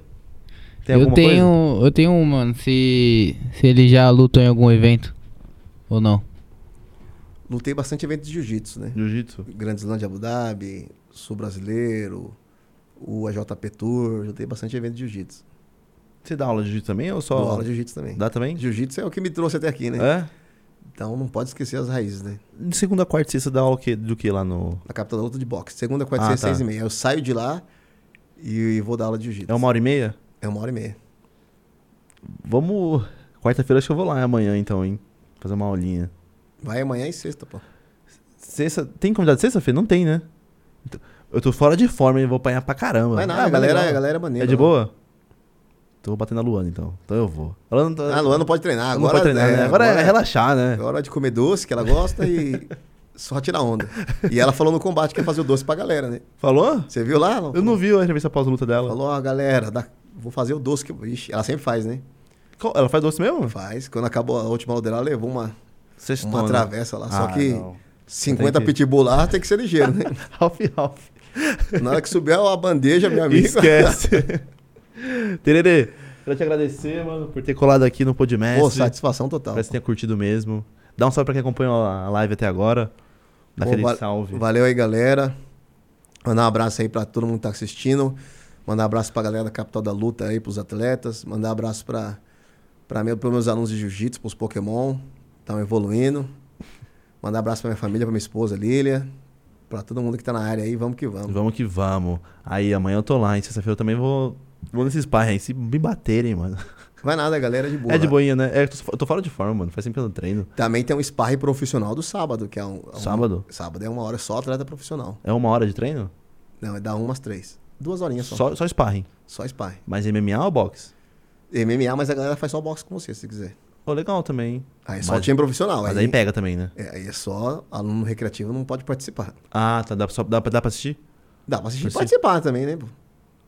A: Tem
C: eu
A: alguma
C: tenho.
A: coisa?
C: Eu tenho um, mano, se. Se ele já lutou em algum evento. Ou não.
B: Lutei bastante evento de jiu-jitsu, né?
A: Jiu-jitsu.
B: Grande Slam de Abu Dhabi, Sul Brasileiro, o AJP Tour, lutei bastante evento de jiu-jitsu.
A: Você dá aula de jiu-jitsu também ou só.
B: Dou aula de jiu-jitsu também.
A: Dá também?
B: Jiu-jitsu é o que me trouxe até aqui, né?
A: É?
B: Então não pode esquecer as raízes, né?
A: De segunda, quarta e sexta dá aula o quê? do que lá no.
B: Na capital da luta de boxe. Segunda, quarta,
A: Ah,
B: sexta,
A: tá.
B: seis e meia. Eu saio de lá e vou dar aula de jiu-jitsu.
A: É uma hora e meia?
B: É uma hora e meia.
A: Vamos. Quarta-feira acho que eu vou lá amanhã então, hein? Fazer uma aulinha.
B: Vai amanhã e sexta, pô.
A: Sexta, tem convidado de sexta-feira? Não tem, né? Então, Eu tô fora de forma e vou apanhar pra caramba.
B: Mas não,
A: Ah,
B: a, galera,
A: legal.
B: a galera é maneira.
A: É de
B: né?
A: boa? Tô batendo a Luana, então. Então eu vou. A Luana, tá-
B: Ah, A Luana não pode treinar.
A: não
B: Agora,
A: pode treinar, né? Agora, é relaxar, né?
B: Agora é de comer doce, que ela gosta, e só tirar onda. E ela falou no combate que ia fazer o doce pra galera, né?
A: Falou?
B: Você viu lá?
A: Eu não vi a entrevista pós-luta dela.
B: Falou, ó, galera, dá- vou fazer o doce que. Ixi, ela sempre faz, né?
A: Qual- Ela faz doce mesmo?
B: Faz. Quando acabou a última luta dela, ela levou uma,
A: Sextona.
B: uma travessa lá. Só
A: Ah,
B: que
A: não.
B: 50
A: Tem que-
B: pitbull lá tem que ser ligeiro, né?
A: Ralph, Ralph.
B: Na hora que subir a bandeja, meu amigo.
A: Esquece. Tererê, quero te agradecer, mano, por ter colado aqui no
B: Pô,
A: Podmestre.
B: satisfação total.
A: Espero que você tenha curtido mesmo. Dá um salve pra quem acompanha a live até agora.
B: Pô,
A: Daquele
B: va-
A: salve.
B: Valeu aí, galera. Mandar um abraço aí pra todo mundo que tá assistindo. Mandar um abraço pra galera da Capital da Luta aí, pros atletas. Mandar um abraço pra, pra meu, pros meus alunos de Jiu-Jitsu, pros Pokémon. Estão evoluindo. Mandar um abraço pra minha família, pra minha esposa Lília. Pra todo mundo que tá na área aí, vamos que vamos.
A: Vamos que vamos. Aí, amanhã eu tô lá, em sexta-feira eu também vou. Vou nesse sparring aí. Se me baterem, mano.
B: Vai nada, galera, é de boa.
A: É de
B: lá.
A: boinha, né? É, eu, tô, eu tô fora de forma, mano. Faz sempre que eu não treino.
B: Também tem um sparring profissional do sábado, que é um. um-
A: Sábado?
B: Sábado é uma hora só atleta profissional.
A: É uma hora de treino?
B: Não, é da uma às três. Duas horinhas só. Só,
A: Só, só sparring.
B: sparring.
A: Mas MMA ou boxe?
B: MMA, mas a galera faz só boxe com você, se quiser.
A: Ô, legal também. hein?
B: Aí é só
A: Mas-
B: time profissional.
A: Mas aí pega também, né?
B: É, aí é só aluno recreativo não pode participar.
A: Ah, tá. Dá, pra- só, dá, pra- dá pra assistir?
B: Dá pra assistir
A: Por si-
B: participar também, né? pô?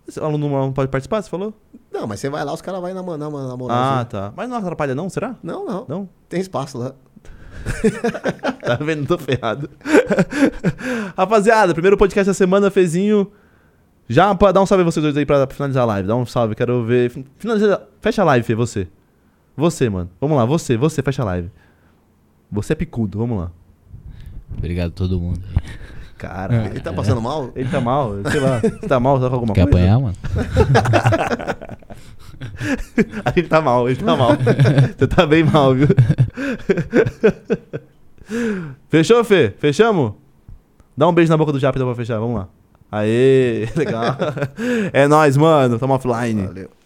A: Esse aluno não pode participar, você falou?
B: Não, mas você vai lá, os caras vão na, na, na, na
A: ah,
B: moralzinha.
A: tá. Mas não atrapalha não, será?
B: Não, não,
A: Não?
B: Tem espaço lá.
A: Tá vendo? Tô ferrado. Rapaziada, primeiro podcast da semana, Fezinho. Já pra dar um salve a vocês dois aí pra finalizar a live. Dá um salve, quero ver. Fin- Finaliza. Fecha a live, Fê, você. Você, mano. Vamos lá, você, você, fecha a live. Você é picudo, vamos lá.
C: Obrigado a todo mundo.
A: Cara,
B: Ele tá passando mal?
A: ele tá mal, sei lá. Você tá mal, tá com alguma
C: É, Quer
A: coisa?
C: apanhar, mano?
A: Ah, Ele tá mal, ele tá mal. Você tá bem mal, viu? Fechou, Fê? Fechamos? Dá um beijo na boca do Japa então pra fechar, vamos lá. Aê, legal. É nóis, mano. Tamo offline.
B: Valeu.